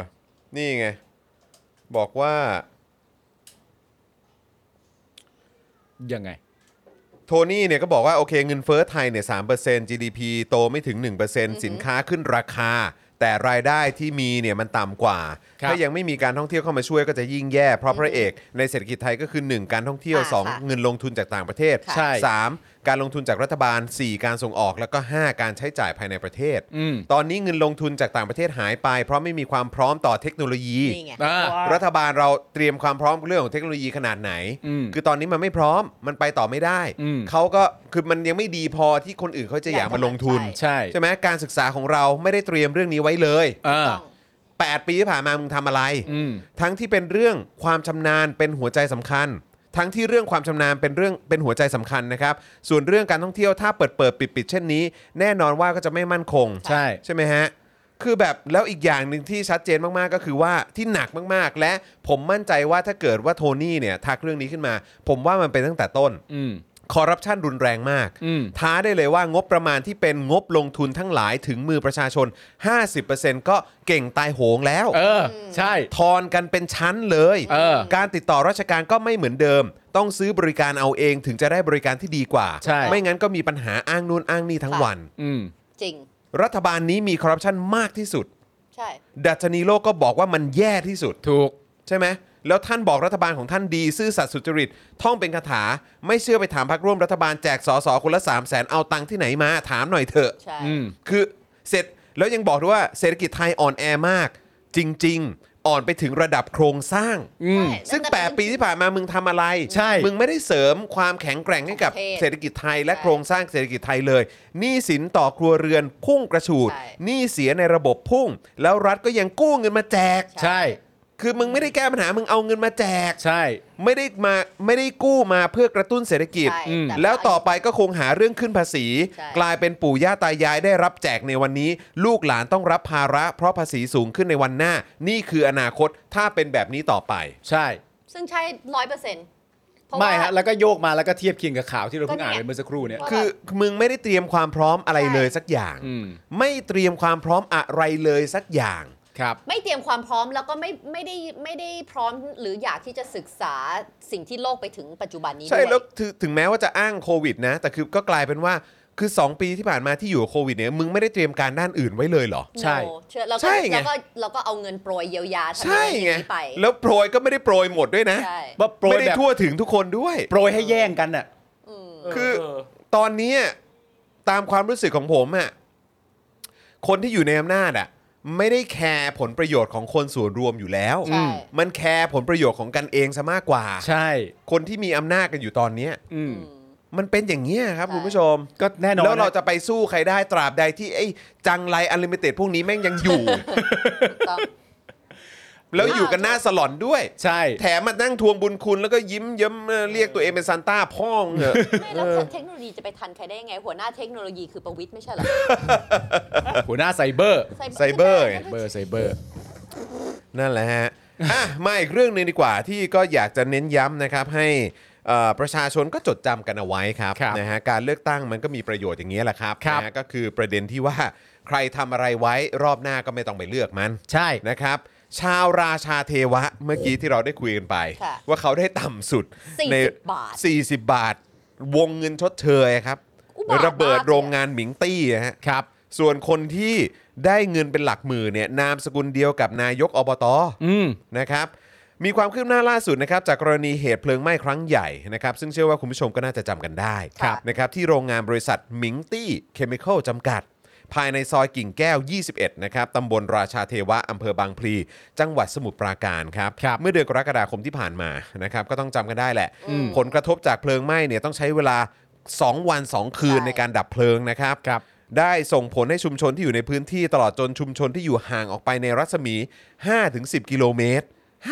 นี่ไง บอกว่า
ยังไง
โทนี่เนี่ยก็บอกว่าโอเคเงินเฟ้อไทยเนี่ยส GDP โตไม่ถึง 1%สินค้าขึ้นราคา แต่รายได้ที่มีเนี่ยมันต่ำกว่า
ครับ
ถ้ายังไม่มีการท่องเที่ยวเข้ามาช่วยก็จะยิ่งแย่ เพราะพระเอกในเศรษฐกิจไทยก็คือ 1 การท่องเที่ยว
อ่าค่ะ
2 เงินลงทุนจากต่างประเทศ
ค่ะ
ใช่
3. การลงทุนจากรัฐบาล 4. การส่งออกแล้วก็ 5. การใช้จ่ายภายในประเทศ
อืม
ตอนนี้เงินลงทุนจากต่างประเทศหายไป เพราะไม่มีความพร้อมต่อเทคโนโลยี
นี่ไง
อ่า
รัฐบาลเราเตรียมความพร้อมเรื่องของเทคโนโลยีขนาดไหน
อืม
คือตอนนี้มันไม่พร้อมมันไปต่อไม่ได้
อืม
เขาก็คือมันยังไม่ดีพอที่คนอื่นเขาจะอยากมาลงทุน
ใช่
ใช่
ใช่ไหมการศึกษาของเราไม่ได้เตรียมเรื่องนี้ไว้เลย
อ่า
ต้อง
8 ปีที่ผ่านมามึงทำอะไร
อืม
ทั้งที่เป็นเรื่องความชำนาญเป็นหัวใจสำคัญ ทั้งที่เรื่องความชำนาญเป็นเรื่องเป็นหัวใจสำคัญนะครับ ส่วนเรื่องการท่องเที่ยวถ้าเปิดเปิดปิดปิดเช่นนี้ แน่นอนว่าก็จะไม่มั่นคง
ใช่
ใช่ไหมฮะ คือแบบแล้วอีกอย่างหนึ่งที่ชัดเจนมากๆ ก็คือว่าที่หนักมากๆ และผมมั่นใจว่าถ้าเกิดว่าโทนี่เนี่ยทักเรื่องนี้ขึ้นมา ผมว่ามันเป็นตั้งแต่ต้น
อืม
คอร์รัปชันรุนแรงมาก
อืม
ท้าได้เลยว่างบประมาณที่เป็นงบลงทุนทั้งหลายถึงมือประชาชน 50%ก็เก่งตายโหงแล้ว
เออ ใช่
ทอนกันเป็นชั้นเลย
เออ
การติดต่อราชการก็ไม่เหมือนเดิม ต้องซื้อบริการเอาเองถึงจะได้บริการที่ดีกว่า
ใช่
ไม่งั้นก็มีปัญหาอ้างนู่นอ้างนี่ทั้งวัน
อืม
จริง
รัฐบาลนี้มีคอร์รัปชันมากที่สุด
ใช่
ดัชนีโลกก็บอกว่ามันแย่ที่สุด
ถูก
ใช่ไหม แล้วท่านบอกรัฐบาลของท่านดี ซื่อสัตย์สุจริต ท่องเป็นคาถา ไม่เชื่อไปถามพักร่วมรัฐบาลแจกสอสอคนละ 3 0 0แสนเอาตังค์ที่ไหนมา ถามหน่อยเถอะ
ใช่
อืม
คือเสร็จแล้วยังบอกด้วยว่าเศรษฐกิจไทยอ่อนแอมาก จริง ๆ อ่อนไปถึงระดับโครงสร้าง
อืม
ซึ่ง 8 ปีที่ผ่านมามึงทำอะไร
ใช่
มึงไม่ได้เสริมความแข็งแกร่งให้กับ
ของประเทศ
เศรษฐกิจไทยและ
ใช่
โครงสร้างเศรษฐกิจไทยเลยหนี้สินต่อครัวเรือนพุ่งกระฉูด
ใช่
หนี้เสียในระบบพุ่ง แล้วรัฐก็ยังกู้เงินมาแจก
ใช่
คือมึงไม่ได้แก้ปัญหา มึงเอาเงินมาแจก
ใช่
ไม่ได้มาไม่ได้กู้มาเพื่อกระตุ้นเศรษฐกิจ
ใช่
อืม
ต่
แล้วต่อไปก็คงหาเรื่องขึ้นภาษี
ใช่
กลายเป็นปู่ย่าตายายได้รับแจกในวันนี้ ลูกหลานต้องรับภาระ เพราะภาษีสูงขึ้นในวันหน้า นี่คืออนาคตถ้าเป็นแบบนี้ต่อไป
ใช่
ซึ่งใช่ร้อยเปอร์เซ็นต์เพราะ
ไม่
ว่า
ฮะ แล้วก็โยกมาแล้วก็เทียบเคียงกับข่าวที่เราเพิ่ง
ก็เนี่ย
อ่านไปเมื่อสักครู่เนี่ย
คือมึงไม่ได้เตรียมความพร้อมอะไร
ใช่
เลยสักอย่าง
อืม
ไม่เตรียมความพร้อมอะไรเลยสักอย่าง
ครับ
ไม่เตรียมความพร้อมแล้วก็ไม่ไม่ได้ไม่ได้พร้อมหรืออยากที่จะศึกษาสิ่งที่โลกไปถึงปัจจุบันนี้
ใช่
ด้วย
แล้วถึงถึงแม้ว่าจะอ้างโควิดนะ แต่คือก็กลายเป็นว่าคือ 2 ปีที่ผ่านมาที่อยู่กับโควิดเนี่ยมึงไม่ได้เตรียมการด้านอื่นไว้เลยเหรอ
ใช่
โนเชื่อแล้ว
ใช่
ก็
ไง
แล้วก็แล้วก็เอาเงินโปรยเยียวยาทำ
ใช่
อย่าง
ไง
นี้ไป
แล้วโปรยก็ไม่ได้โปรยหมดด้วยนะ
ใช่
ว่าโปรย
ไม่ได้
แบบ
ทั่วถึงทุกคนด้วย
โปรยให้แย่งกันน่ะ
คือ
เ
ตอนนี้ตามความรู้สึกของผมอะคนที่อยู่ในอำนาจอะไม่ได้แคร์ผลประโยชน์ของคนส่วนรวมอยู่แล้ว
ใช่
มันแคร์ผลประโยชน์ของกันเองซะมากกว่า
ใช่
คนที่มีอำนาจกันอยู่ตอนเนี้ย
อืม
อืม
มันเป็นอย่างนี้ยครับ
ใช่
คุณผู้ชม
ก็แน่นอน
แล้วเรา
จะ
จะไปสู้ใครได้ต ราบใดที่ไอ้จังไรอ n l ลิมิเต็ดพวกนี้แม่งยังอยู่
ถูกต้อง
แล้วอยู่กันหน้าสลอนด้วย
ใช่
แถมมานั่งทวงบุญคุณแล้วก็ยิ้มเยิ้มเอ่อเรียกตัวเองเป็นซานต้าพ่อมึงเหอะ
ไม่แล้วเทคโนโลยีจะไปทันใครได้ยังไง หัวหน้าเทคโนโลยีคือประวิทย์ไม่ใช่เหรอ
หัวหน้าไซเบอร์
ไซเบอร์ไง
เบอร์ไซเบอร์
นั่นแหละฮะ อ่ะ มาอีกเรื่องหนึงดีกว่าที่ก็อยากจะเน้นย้ำนะครับให้เอ่อประชาชนก็จดจำกันเอาไว้ครับ
ครับ
นะฮะการเลือกตั้งมันก็มีประโยชน์อย่างนี้ยแหละครับ
ครับ
นะฮะก็คือประเด็นที่ว่าใครทำอะไรไว้รอบหน้าก็ไม่ต้องไปเลือกมัน
ใช่
นะครับ ชาวราชาเทวะเมื่อกี้ที่เราได้คุยกันไป
ค่ะ
ว่าเขาได้ต่ำสุด
40
ใน
บาท
40 บาท วงเงินชดเชยครับ
อุบาทมาก
ระเบิดโรงงานหมิงตี้นะฮะ
ครับ
ส่วนคนที่ได้เงินเป็นหลักหมื่นเนี่ยนามสกุลเดียวกับนายกอบต
อืม
นะครับมีความคืบหน้าล่าสุดนะครับจากกรณีเหตุเพลิงไหม้ครั้งใหญ่นะครับซึ่งเชื่อว่าคุณผู้ชมก็น่าจะจำกันได้
ครับ
นะครับที่โรงงานบริษัทมิงตี้เคมีคอลจำกัด ภายในซอยกิ่งแก้ว 21 นะครับตำบลราชาเทวะอำเภอบางพลี จังหวัดสมุทรปราการครับ
ครับ
เมื่อเดือนกรกฎาคมที่ผ่านมานะครับก็ต้องจำกันได้แหละ ผลกระทบจากเพลิงไหม้เนี่ยต้องใช้เวลา 2 วัน 2 คืนในการดับเพลิงนะครับ
ครับ
ได้ส่งผลให้ชุมชนที่อยู่ในพื้นที่ตลอดจนชุมชนที่อยู่ห่างออกไปในรัศมี 5-10 กิโลเมตร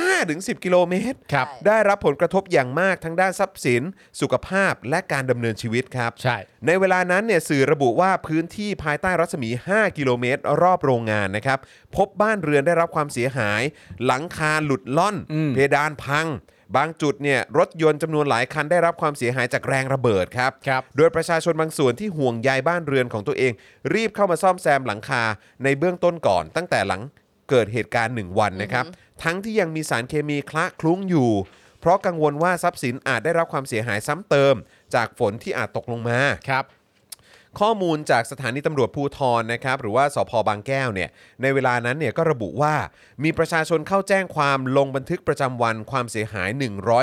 5-10 กิโลเมตร
ครับ
ได้รับผลกระทบอย่างมากทั้งด้านทรัพย์สิน สุขภาพและการดำเนินชีวิตครับ
ใช่
ในเวลานั้นเนี่ยสื่อระบุว่าพื้นที่ภายใต้รัศมี 5 กิโลเมตร รอบโรงงานนะครับ พบบ้านเรือนได้รับความเสียหาย หลังคาหลุดล่อน
อืม
เพดานพัง บางจุดเนี่ยรถยนต์จำนวนหลายคันได้รับความเสียหายจากแรงระเบิดครับ
ครับ
โดยประชาชนบางส่วนที่ห่วงใยบ้านเรือนของตัวเอง รีบเข้ามาซ่อมแซมหลังคาในเบื้องต้นก่อน ตั้งแต่หลังเกิดเหตุการณ์ 1 วันนะครับ ทั้งที่ยังมีสารเคมีคละคลุ้งอยู่ เพราะกังวลว่าทรัพย์สินอาจได้รับความเสียหายซ้ำเติม จากฝนที่อาจตกลงมา
ครับ
ข้อมูลจากสถานีตำรวจภูทรนะครับหรือว่าสพบางแก้วเนี่ยในเวลานั้นเนี่ยก็ระบุว่ามีประชาชนเข้าแจ้งความลงบันทึกประจำวันความเสียหาย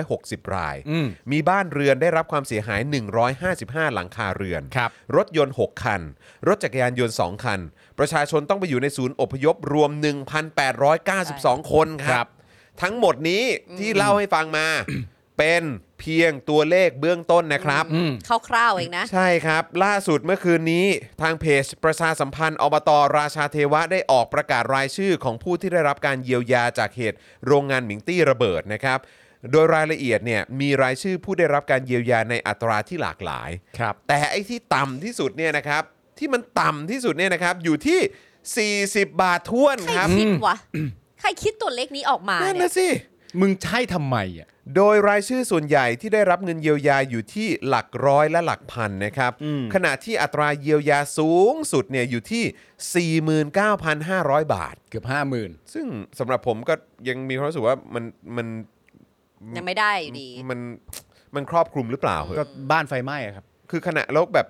160 ราย
อืม
มีบ้านเรือนได้รับความเสียหาย 155 หลังคาเรือน
ครับ
รถยนต์ 6 คัน รถจักรยานยนต์ 2 คัน ประชาชนต้องไปอยู่ในศูนย์อพยพรวม 1,892 คนค
ครั
รับ
บ
ทั้งหมดนี้ที่เล่าให้ฟังมา เป็นเพียงตัวเลขเบื้องต้นนะครับ
คร่าวๆเองนะ
ใช่ครับ ล่าสุดเมื่อคืนนี้ทางเพจประชาสัมพันธ์อบตราชาเทวะได้ออกประกาศรายชื่อของผู้ที่ได้รับการเยียวยาจากเหตุโรงงานหมิงตี้ระเบิดนะครับ โดยรายละเอียดเนี่ยมีรายชื่อผู้ได้รับการเยียวยาในอัตราที่หลากหลาย
ครับ
แต่ไอ้ที่ต่ำที่สุดเนี่ยนะครับ ที่มันต่ำที่สุดเนี่ยนะครับ อยู่ที่ 40 บาทท้วน
ใคร
ครับ
คิดวะ ใครคิดตัวเลขนี้ออกมา
นั่น
เนี่ย
นะสิ
มึงใช่ทำไมอ่ะ
โดยรายชื่อส่วนใหญ่ที่ได้รับเงินเยียวยาอยู่ที่หลักร้อยและหลักพันนะครับ ขณะที่อัตราเยียวยาสูงสุดเนี่ยอยู่ที่ 49,500 บาท
เกือบห้าหมื่น
ซึ่งสำหรับผมก็ยังมีความรู้สึกว่ามันมัน
ยังไม่ได้อยู่ดี
มันมันครอบคลุมหรือเปล่าเหร
ก็
อ
บ้านไฟไหม้อะครับ
คือขณะแล้วแบบ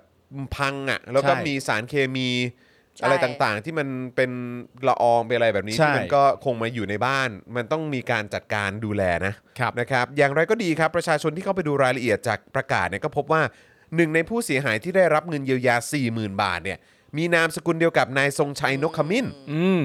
พังอ่ะแล้วก็
ใช่
มีสารเคมี
ใช่
อะไรต่างๆ ที่มันเป็นละอองเป็นอะไรแบบนี้
ใช่
ที่มันก็คงมาอยู่ในบ้าน มันต้องมีการจัดการดูแลนะ
ครับ
นะครับอย่างไรก็ดีครับ ประชาชนที่เข้าไปดูรายละเอียดจากประกาศเนี่ยก็พบว่าหนึ่งในผู้เสียหายที่ได้รับเงินเยียวยา 40,000 บาทเนี่ยมีนามสกุลเดียวกับนายทรงชัยนกขมิ้น
อืม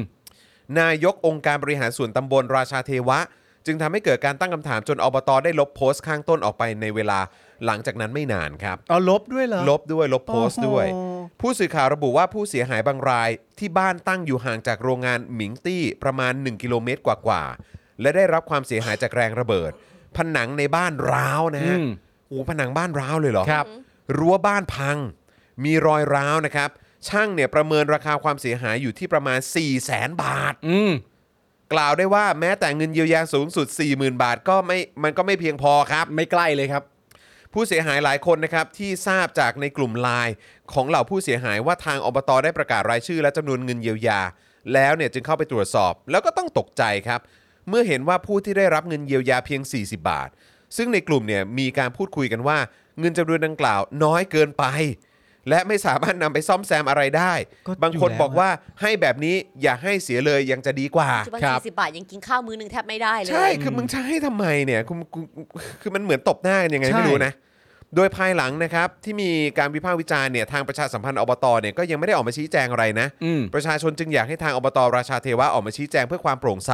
นายกองค์การบริหารส่วนตำบลราชาเทวะ จึงทำให้เกิดการตั้งคำถามจนอบตได้ลบโพสต์ข้างต้นออกไปในเวลาหลังจากนั้นไม่นานครับ
เอาลบด้วยเหรอ
ลบด้วยลบโพสต์ด้วย
โอ้โห
ผู้สื่อข่าวระบุว่าผู้เสียหายบางรายที่บ้านตั้งอยู่ห่างจากโรงงานหมิงตี้ประมาณ 1 กิโลเมตรกว่าๆและได้รับความเสียหายจากแรงระเบิด ผนังในบ้านร้าวนะฮะ
อืม
โอ้ผนังบ้านร้าวเลยเหรอ
ครับ
รั้วบ้านพัง มีรอยร้าวนะครับ ช่างเนี่ยประเมินราคาความเสียหายอยู่ที่ประมาณ 4 0 0แสนบาท
อืม
กล่าวได้ว่าแม้แต่เงินเยียวยาสูงสุด 40,000 บาทก็ไม่มันก็ไม่เพียงพอครับ
ไม่ใกล้เลยครับ
ผู้เสียหายหลายคนนะครับที่ทราบจากในกลุ่มไลน์ของเหล่าผู้เสียหายว่าทางอบตได้ประกาศรายชื่อและจำนวนเงินเยียวยา แล้วเนี่ยจึงเข้าไปตรวจสอบ แล้วก็ต้องตกใจครับ เมื่อเห็นว่าผู้ที่ได้รับเงินเยียวยาเพียง 40 บาท ซึ่งในกลุ่มเนี่ยมีการพูดคุยกันว่า เงินจำนวนดังกล่าวน้อยเกินไป และไม่สามารถนำไปซ่อมแซมอะไรได้
ก็อยู่แล้ว
บางคนบอกว่าให้แบบนี้อย่าให้เสียเลยยังจะดีกว่า
ปัจจุบัน
ครับ
สี่สิบบาทยังกินข้าวมื้อหนึงแทบไม่ได้เลย
ใช่ คือมึงจะให้ทำไมเนี่ยคุณคุณคือมันเหมือนตบหน้ากันยังไง
ใช่
ไม่รู้นะ โดยภายหลังนะครับ ที่มีการวิพากษ์วิจารณ์เนี่ยทางประชาสัมพันธ์อบตเนี่ยก็ยังไม่ได้ออกมาชี้แจงอะไรนะ
อืม
ประชาชนจึงอยากให้ทางอบตราชาเทวะออกมาชี้แจงเพื่อความโปร่งใส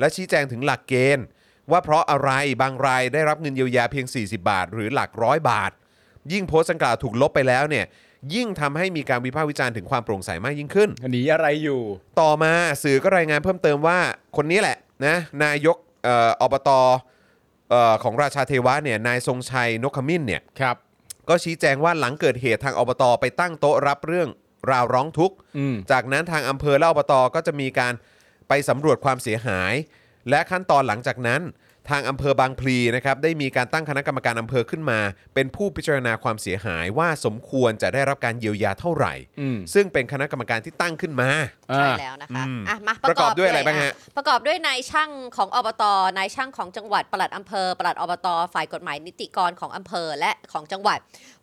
และชี้แจงถึงหลักเกณฑ์ ว่าเพราะอะไรบางรายได้รับเงินเยียวยาเพียง 40 บาท หรือหลักร้อยบาท ยิ่งโพสต์ดังกล่าวถูกลบไปแล้วเนี่ยยิ่งทำให้มีการวิพากษ์วิจารณ์ถึงความโปร่งใสมากยิ่งขึ้น
หนีอะไรอยู่
ต่อมาสื่อก็รายงานเพิ่มเติมว่าคนนี้แหละ นะนายกเอ่ออบตเอ่อของราชาเทวะเนี่ยนายทรงชัยนกขมิ้นเนี่ย
ครับ
ก็ชี้แจงว่าหลังเกิดเหตุทางอบตไปตั้งโต๊ะรับเรื่องราวร้องทุกข์
อืม
จากนั้นทางอำเภอและอบตก็จะมีการไปสำรวจความเสียหาย และขั้นตอนหลังจากนั้น ทางอำเภอบางพลีนะครับได้มีการตั้งคณะกรรมการอำเภอขึ้นมา เป็นผู้พิจารณาความเสียหายว่าสมควรจะได้รับการเยียวยาเท่าไหร่
อืม
ซึ่งเป็นคณะกรรมการที่ตั้งขึ้นมา
ใช่แล้วนะคะ
อืม
อ่ะมา
ประกอบด้วยอะไรบ้างฮะ
อ่ประกอบด้วยนายช่างของอบตนายช่างของจังหวัดปลัดอำเภอปลัดอบตฝ่ายกฎหมายนิติกรของอำเภอและของจังหวัด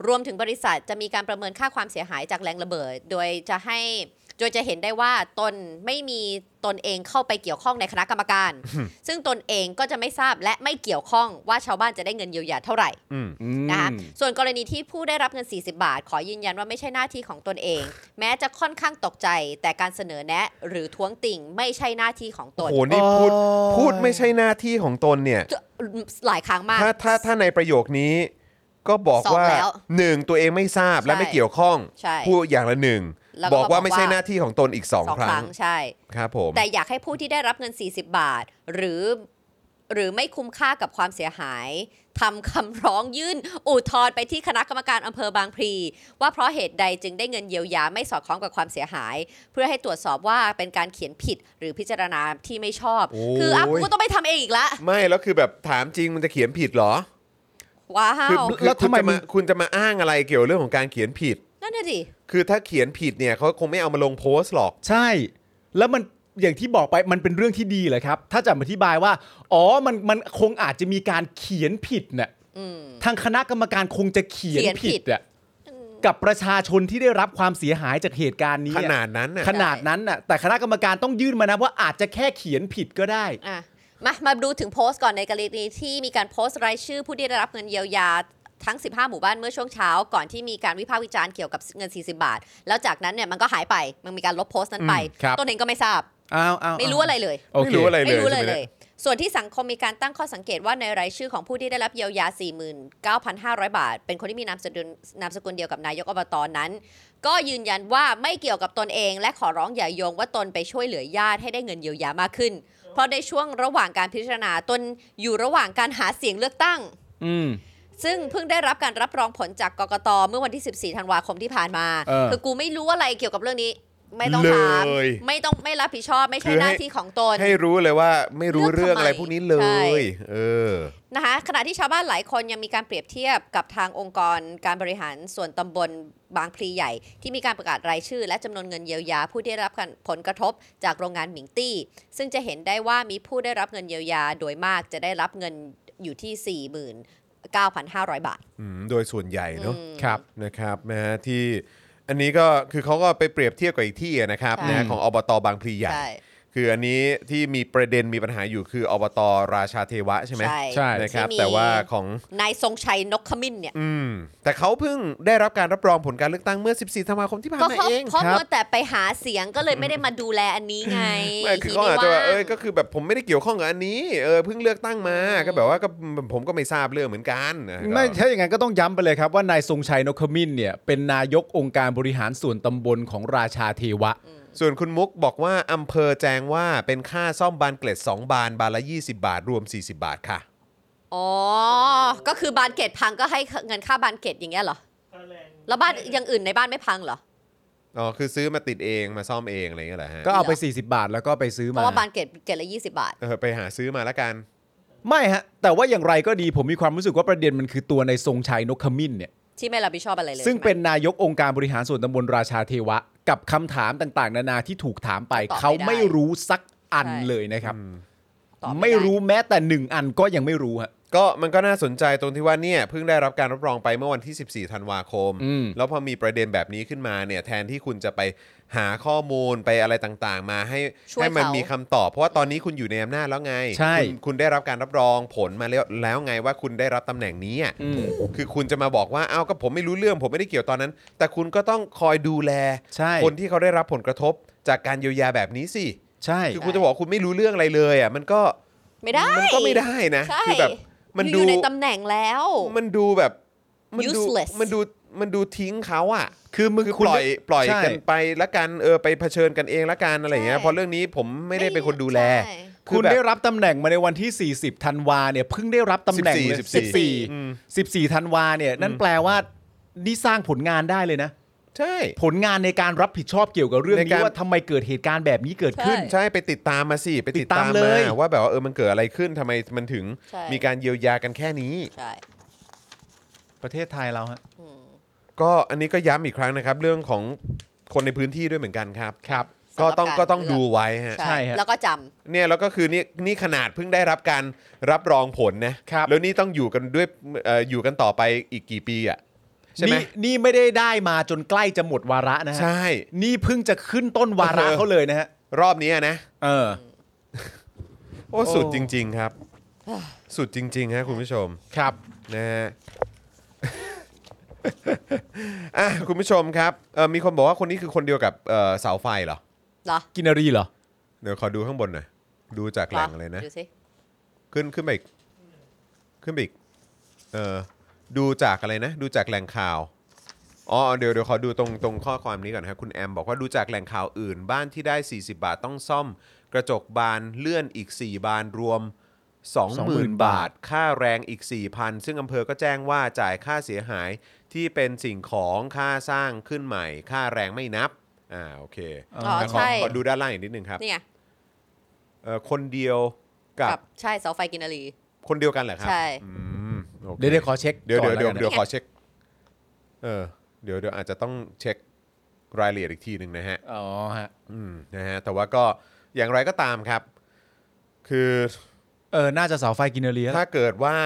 รวมถึงบริษัทจะมีการประเมินค่าความเสียหายจากแรงระเบิด โดยจะให้โดยจะเห็นได้ว่าตนไม่มีตนเองเข้าไปเกี่ยวข้องในคณะกรรมการ ซึ่งตนเองก็จะไม่ทราบและไม่เกี่ยวข้องว่าชาวบ้านจะได้เงินเยียวยาเท่าไหร่
อืม
นะคะส่วนกรณีที่ผู้ได้รับเงิน 40 บาท ขอยืนยันว่าไม่ใช่หน้าที่ของตนเอง แม้จะค่อนข้างตกใจ แต่การเสนอแนะ หรือท้วงติ่งไม่ใช่หน้าที่ของต
โอ้
น
โหนี่พูดพูดไม่ใช่หน้าที่ของตนเนี่ย
หลายครั้งมาก
ถ้าถ้าถ้าในประโยคนี้ก็บอก
สอง
ว่า
แล้ว
หนึ่งตัวเองไม่ทราบและ
ใช่
ไม่เกี่ยวข้อง
ใช่
พูดอย่างละหนึ่ง
แล้วก็
บอกว่า
บอกว่า
ไม่ใช่หน้าที่ของตนอีกสองครั้ง
ใช่
ครับผม
แต่อยากให้ผู้ที่ได้รับเงิน 40 บาท หรือหรือไม่คุ้มค่ากับความเสียหายทำคำร้องยื่นอุทธรณ์ไปที่คณะกรรมการอำเภอบางพลีว่าเพราะเหตุใดจึงได้เงินเยียวยาไม่สอดคล้องกับความเสียหาย เพื่อให้ตรวจสอบว่าเป็นการเขียนผิดหรือพิจารณาที่ไม่ชอบ
โอ้ย
คืออ้าวกูก็ต้องไปทำเองอีกละ
ไม่แล้วคือแบบถามจริงมันจะเขียนผิดเหรอ
ว้า
คือ
ว
คือ
แล้ว
คุณ
ทำไม
จะ
มึ
มาง คุณจะมาอ้างอะไรเกี่ยวเรื่องของการเขียนผิด
นั่นน่ะดิ
คือถ้าเขียนผิดเนี่ยเขาคงไม่เอามาลงโพสต์หรอก
ใช่ แล้วมันอย่างที่บอกไปมันเป็นเรื่องที่ดีเลยครับ ถ้าจะอธิบายว่า อ๋อมันมันคงอาจจะมีการเขียนผิดน่ะทางคณะกรรมการคงจะเขียน
เขียนผิ
ผิ
ด
ดอ่ะกับประชาชนที่ได้รับความเสียหายจากเหตุการณ์นี้
ข
อะ
นาดนั้น น่ะ
ขนาดนั้นน่ะแต่คณะกรรมการต้องยื่นมานะว่าอาจจะแค่เขียนผิดก็ได้
อ่ะมามาดูถึงโพสต์ก่อนในกรณีที่มีการโพสต์รายชื่อผู้ที่ได้รับเงินเยียวยาทั้ง 15 หมู่บ้านเมื่อช่วงเช้า ก่อนที่มีการวิพากษ์วิจารณ์เกี่ยวกับเงิน 40 บาท แล้วจากนั้นเนี่ยมันก็หายไป มันมีการลบโพสต์นั้นไป
อืมครับ
ต้นเองก็ไม่ทราบ
อ้าวอ้าว
ไม่รู้อะไรเลย
โอ
ไม่
เค
รู้อะไรเลย
ไม่รู้เลย
ใช่ห
เลย ส่วนที่สังคมมีการตั้งข้อสังเกตว่าในรายชื่อของผู้ที่ได้รับเยียวยา 49,500 บาท เป็นคนที่มีนามสกุลนามสกุลเดียวกับนายกอบตนั้น ก็ยืนยันว่าไม่เกี่ยวกับตนเอง และขอร้องอย่าโยงว่าตนไปช่วยเหลือญาติให้ได้เงินเยียวยามากขึ้น เพราะในช่วงระหว่างการพิจารณาตนอยู่ระหว่างการหาเสียงเลือกตั้ง
อืม
ซึ่งเพิ่งได้รับการรับรองผลจากกกตเมื่อวันที่ 14 ธันวาคมที่ผ่านมา
เออ
คือกูไม่รู้อะไรเกี่ยวกับเรื่องนี้ ไม่ต้องถาม
เลย
ไม่ต้องไม่รับผิดชอบไม่ใช่หน้าที่ของตน
ให้รู้เลยว่าไม่รู้
เลือก
เรื่องอะไร
ทำไม
พวกนี้เล
ใช่
ย เออ
นะคะขณะที่ชาวบ้านหลายคนยังมีการเปรียบเทียบกับทางองค์กรการบริหารส่วนตำบลบางพลีใหญ่ ที่มีการประกาศรายชื่อ และจำนวนเงินเยียวยา ผู้ที่ได้รับการผลกระทบจากโรงงานหมิงตี้ ซึ่งจะเห็นได้ว่ามีผู้ได้รับเงินเยียวยาโดยมากจะได้รับเงินอยู่ที่ 49,500 บาท
อืมโดยส่วนใหญ่เนอะ
อืม
ครับนะครับนะฮะที่อันนี้ก็คือเขาก็ไปเปรียบเทียบกับอีกที่อะนะครับ
ใช่
นะฮะของอบตบางพลีใหญ่
ใช่
คืออันนี้ที่มีประเด็นมีปัญหาอยู่คืออบตราชาเทวะใช่ไหม
ใช่
ใช่
นะครับ
ที่มี
แต่ว่าของ
นายทรงชัยนกขมิ้นเนี่ย
อืมแต่เขาเพิ่งได้รับการรับรองผลการเลือกตั้งเมื่อ 14ธันวาคมที่ผ่าน
ก็
มา
เขา
เอง
เพราะมัวแต่ไปหาเสียงก็เลยไม่ได้มาดูแลอันนี้ไง
ไม่คือเขาอาจจะว่า
ทีนี้ว่ง
เอ้ยก็คือแบบผมไม่ได้เกี่ยวข้องกับอันนี้เออเพิ่งเลือกตั้งมา
อืม
ก็แบบว่าก็ผมก็ไม่ทราบเรื่องเหมือนกันนะก็
ไม่ถ้าอย่างนั้นก็ต้องย้ำไปเลยครับว่านายทรงชัยนกขมิ้นเนี่ยเป็นนายกองค์การบริหารส่วนตำบลของราชาเทวะ
ส่วนคุณมุกบอกว่า อำเภอแจ้งว่าเป็นค่าซ่อมบานเกล็ด 2 บาน บานละ 20 บาท รวม 40 บาทค่ะ
อ๋อ ก็คือบานเกตพังก็ให้เงินค่าบานเกตอย่างเงี้ยเหรอ แล้วบ้านอย่างอื่นในบ้านไม่พังเหรอ
อ๋อ คือซื้อมาติดเองมาซ่อมเอง อะไรอย่างเงี้ยเหรอฮะ
ก็เอาไป
เหร
40
อ
บาทแล้วก็ไปซื้อ
เพ
มา
ราะว่าบานเกตเกตละยี่สิบาท
เออ ไปหาซื้อมาแล้วกัน
ไม่ฮะ แต่ว่าอย่างไรก็ดีผมมีความรู้สึกว่าประเด็นมันคือตัวในทรงชัยนกขมิ้นเนี่ย
ที่ไม่รับผิดชอบอะไรเลย
ซึ่งเป็น
ใช่ไหม
นายกองค์การบริหารส่วนตำบลราชาเทวะ กับคำถามต่างๆ นานาที่ถูกถามไป
ตอบไม่ได้
เขาไม่รู้สักอัน
ใช่
เลยนะครับ
ตอบ
ไม่
ด้
รู้แม้แต่หนึ่งอันก็ยังไม่รู้ฮะ
ก็มันก็น่าสนใจตรงที่ว่าเนี่ยเพิ่งได้รับการรับรองไปเมื่อวันที่ 14 ธันวาคม
อืม
แล้วพอมีประเด็นแบบนี้ขึ้นมาเนี่ยแทนที่คุณจะไปหาข้อมูลไปอะไรต่างๆ มาให้
ช่วย
ให้มัน
เขามี
มีคำตอบ เพราะว่าตอนนี้คุณอยู่ในอำนาจแล้วไง
ใช่
คุณคุณได้รับการรับรองผลมาแล้วแล้วไงว่าคุณได้รับตำแหน่งนี้อะ
อืม
คือคุณจะมาบอกว่าเอ้าวก็ผมไม่รู้เรื่อง ผมไม่ได้เกี่ยวตอนนั้น แต่คุณก็ต้องคอยดูแล
ใช่
คนที่เขาได้รับผลกระทบจากการเยียวยาแบบนี้สิ
ใช่
คือคุณจะบอกว่าคุณไม่รู้เรื่องอะไรเลยอ่ะมันก็
ไม่ได้
มันก็ไม่ได้นะ
ใช่
คือแบบมัน
อ
ดู
ยู่ในตำแหน่งแล้ว
มันดูแบบมัดู
useless
มันดูมันดูทิ้งเขาอ่ะ
คือมึง
คือ
คุณ
ปล่อยปล่อย
ใช่
กันไปละกันเออไปเผชิญกันเองละกันอะไรอย่างเงี้ย
ใช่
เพราะเรื่องนี้ผมไม่ได้เป็นคนดูแล
ใช่
คุ
อ
ณ
แบบ
ได้รับตำแหน่งมาในวันที่ 40ธันวาเนี่ยเพิ่งได้รับตำแหน่งเลย
14
14 14ธันวาเนี่ยนั่นแปลว่านี่สร้างผลงานได้เลยนะ
ใช่
ผลงานในการรับผิดชอบเกี่ยวกับเรื่อง
ใน
นี้
การ
ว่าทำไมเกิดเหตุการณ์แบบนี้เกิดขึ้น
ใช่
ใช่ไปติดตามมาสิ ไปติดตาม
ติดตามเลย
มาว่าแบบว่าเออมันเกิดอะไรขึ้นทำไมมันถึง
ใช่
มีการเยียวยากันแค่นี้
ใช่
ประเทศไทยเราฮะ
อืม
ก็อันนี้ก็ย้ำอีกครั้งนะครับ เรื่องของคนในพื้นที่ด้วยเหมือนกันครับครับ
สำหรับ
ก็ต้อง
การ
ก็ต้อง
เลือก
ดูไว้ฮะ
ใช่ฮะ
แล้วก็จำ
เนี่ยแล้วก็คือนี่นี่ขนาดเพิ่งได้รับการรับรองผลนะครับ แล้วนี่ต้องอยู่กันด้วยเอ่ออยู่กันต่อไปอีกกี่ปีอ่ะใช่ไหม
นี่นี่ไม่ได้ได้มาจนใกล้จะหมดวาระนะฮะ
ใช่
นี่เพิ่งจะขึ้นต้นวาระ
เออ
เขาเลยนะฮะ
รอบนี้นะ
เออ
โอ้
โอ้
สุดจริง ๆ ครับ สุดจริงๆฮะคุณผู้ชม
ครับ
นะฮะ อ่ะคุณผู้ชมครับเอ่อมีคนบอกว่าคนนี้คือคนเดียวกับเอ่อเสาไฟเหรอ
เหรอ
กินรีเหรอ
เดี๋ยวขอดูข้างบนหน่อยดูจากแหล่งเลยนะ
ดูสิ
ขึ้นขึ้นไปอีกขึ้นไปอีกเออดูจากอะไรนะ ดูจากแหล่งข่าวอ๋อเดี๋ยวเดี๋ยวขอดูตรงตรงข้อความนี้ก่อนนะครับคุณแอมบอกว่าดูจากแหล่งข่าวอื่น บ้านที่ได้ 40 บาทต้องซ่อม กระจกบานเลื่อนอีก 4 บานรวม 20,000
20,000
บาท ค่าแรงอีก 4,000 ซึ่งอำเภอก็แจ้งว่าจ่ายค่าเสียหายที่เป็นสิ่งของค่าสร้างขึ้นใหม่ ค่าแรงไม่นับอ่าโอเค
อ๋อ
แต่ข
ใช่
ขอดูด้านล่างอีกนิดนึงครับ
นี่ไง
เอ่อคนเดียวกับ
กับใช่เสาไฟกินรี
คนเดียวกันเหรอครับ
ใช่
อืมโอค
เดี๋ยวเดี๋ยวขอเช็ค
เดี๋ยว
ก่
เดี๋
อย
วน เดี๋ยวเดี๋
แล้วกัน
ยวขอเช็ค เออ เดี๋ยวเดี๋ยวอาจจะต้องเช็ครายละเอียดอีกทีหนึ่งนะฮะ
อ๋อฮะ
อืมนะฮะ แต่ว่าก็อย่างไรก็ตามครับ คือ
เออน่าจะเสาไฟกินรีแล้ว
ถ้าเกิดว่า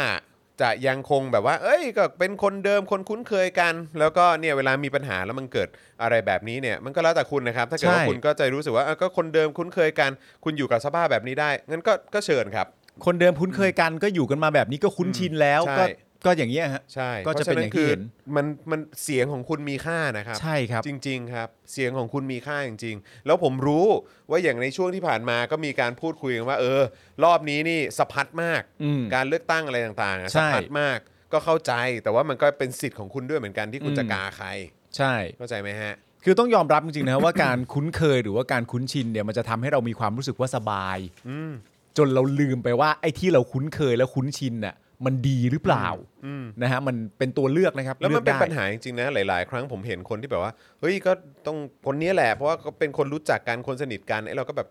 จะยังคงแบบว่า เอ้ย ก็เป็นคนเดิมคนคุ้นเคยกัน แล้วก็เนี่ยเวลามีปัญหาแล้วมันเกิดอะไรแบบนี้เนี่ย มันก็แล้วแต่คุณนะครับ ถ้าเกิดว่า
ใช่
คุณก็จะรู้สึกว่าเออก็คนเดิมคุ้นเคยกัน คุณอยู่กับสภาพแบบนี้ได้ งั้นก็ก็เชิญครับ
คนเดิมคุ้นเคยกันก็อยู่กันมาแบบนี้ก็คุ้นชินแล้ว
ใช่
ก็ก็อย่างเงี้ยฮะ
ใช่
ก็จะเป็นอย่างที่เห็น
พระฉะคือมันมันเสียงของคุณมีค่านะครับ
ใช่ครับ
จริง ๆ ครับ เสียงของคุณมีค่าจริง ๆ แล้วผมรู้ว่าอย่างในช่วงที่ผ่านมาก็มีการพูดคุยกันว่า เออ รอบนี้นี่สะพัดมาก
อืม
การเลือกตั้งอะไรต่างๆอะ
ใช่
สะพัดมากก็เข้าใจ แต่ว่ามันก็เป็นสิทธิ์ของคุณด้วยเหมือนกันที่คุณ
อืม
จะกาใคร
ใช่
เข้าใจไหมฮะ
คือต้องยอมรับจริงๆนะว่า การคุ้นเคยหรือว่าการคุ้นชินเนี่ยมันจะทำให้เรามีความรู้สึกว่าสบาย
อืม
จนเราลืมไปว่าไอ้ที่เราคุ้นเคยและคุ้นชินน่ะมันดีหรือเปล่า
อืม
นะฮะมันเป็นตัวเลือกนะครับ
แล้วมันเป็น
อกได้
ปัญหาจริงๆนะหลาย ๆ ครั้งผมเห็นคนที่แบบว่าเฮ้ยก็ต้องคนนี้แหละเพราะว่าก็เป็นคนรู้จักกันคนสนิทกันไอ้เราก็แบบ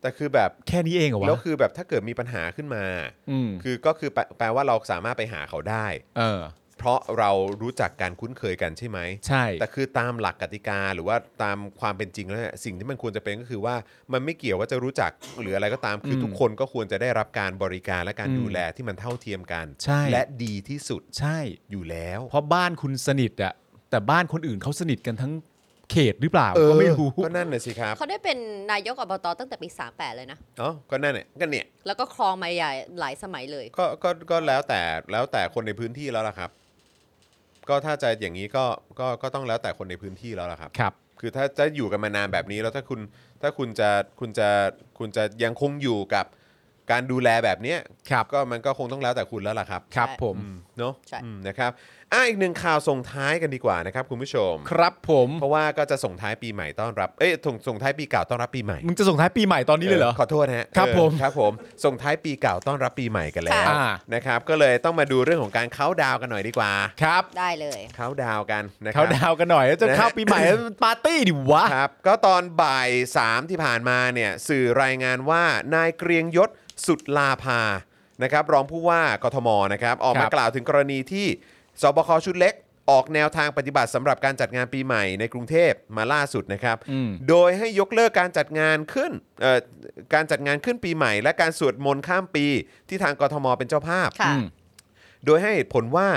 แต่คือแบบ
แค่นี้เองเหรอวะ
แล้วคือแบบถ้าเกิดมีปัญหาขึ้นมา
อืม
คือก็คือแปลแปลว่าเราสามารถไปหาเขาได้
เออ
เพราะเรารู้จักการคุ้นเคยกันใช่ไหม
ใช่
แต่คือตามหลักกติกาหรือว่าตามความเป็นจริงแล้วเนี่ยสิ่งที่มันควรจะเป็นก็คือว่ามันไม่เกี่ยวว่าจะรู้จักหรืออะไรก็ตามคืออ
ม
ทุกคนก็ควรจะได้รับการบริการและการ
อืม
ดูแลที่มันเท่าเทียมกัน
ใช่
และดีที่สุด
ใช่
อยู่แล้ว
เพราะบ้านคุณสนิทอะแต่บ้านคนอื่นเขาสนิทกันทั้งเขตหรือเปล่า
เออ
ก็ไม่รู้
ก็นั่นน่ะสิครับ
เขาได้เป็นนายกอบตตั้งแต่ปี 38 เลยนะ
อ๋อก็นั่นเนี่ยก็เนี่ย
แล้วก็ครองมาใหญ่หลายสมัยเลย
ก็ก็ก็แล้วแต่แล้วแต่คนในพื้นที่แล้วล่ะครับ ก็ถ้าจะอย่างนี้ก็ก็ก็ต้องแล้วแต่คนในพื้นที่แล้วล่ะครับ
ครับ
คือถ้าจะอยู่กันมานานแบบนี้แล้วถ้าคุณถ้าคุณจะคุณจะคุณจะยังคงอยู่กับการดูแลแบบเนี้ย
ครับ
ก็มันก็คงต้องแล้วแต่คุณแล้วล่ะครับ
ครับ
ใช่
ผม
อืมเนาะ
ใช่
อืมนะครับอ่ะอีกหนึ่งข่าวส่งท้ายกันดีกว่านะครับคุณผู้ชม
ครับผม
เพราะว่าก็จะส่งท้ายปีใหม่ต้อนรับเอ้ยส่งส่งท้ายปีเก่าต้อนรับปีใหม่
มึงจะส่งท้ายปีใหม่ตอนนี้เลยเหรอ
ขอโทษนะฮะ
ครับ
เออ
ผม
ครับผมส่งท้ายปีเก่าต้อนรับปีใหม่กันแล้ว
ค่ะ
นะครับก็เลยต้องมาดูเรื่องของการเค้าน์ดาวน์กันหน่อยดีกว่า
ครับ
ได้เลย
เค้าน์ดาวน์กันนะค
เขา
รับ
ดาวกันหน่อยแล้วจะ
นะฮะ
เข้าปีใหม่แล้วปาร์ตี้ดิวะ
ครับก็ตอนบ่าย 3 ที่ผ่านมาเนี่ยสื่อรายงานว่านายเกรียงยศสุดลาภานะครับรองผู้ว่ากทมนะครับออก
ค
มา
รับ
กล่าวถึงกรณีที่สบคชุดเล็ก ออกแนวทางปฏิบัติสำหรับการจัดงานปีใหม่ในกรุงเทพมาล่าสุดนะครับ
อืม
โดยให้ยกเลิกการจัดงานขึ้นเอ่อการจัดงานขึ้นปีใหม่ และการสวดมนต์ข้ามปีที่ทางกทมเป็นเจ้าภาพ
ค่ะ
อืม
โดยให้เหตุผลว่า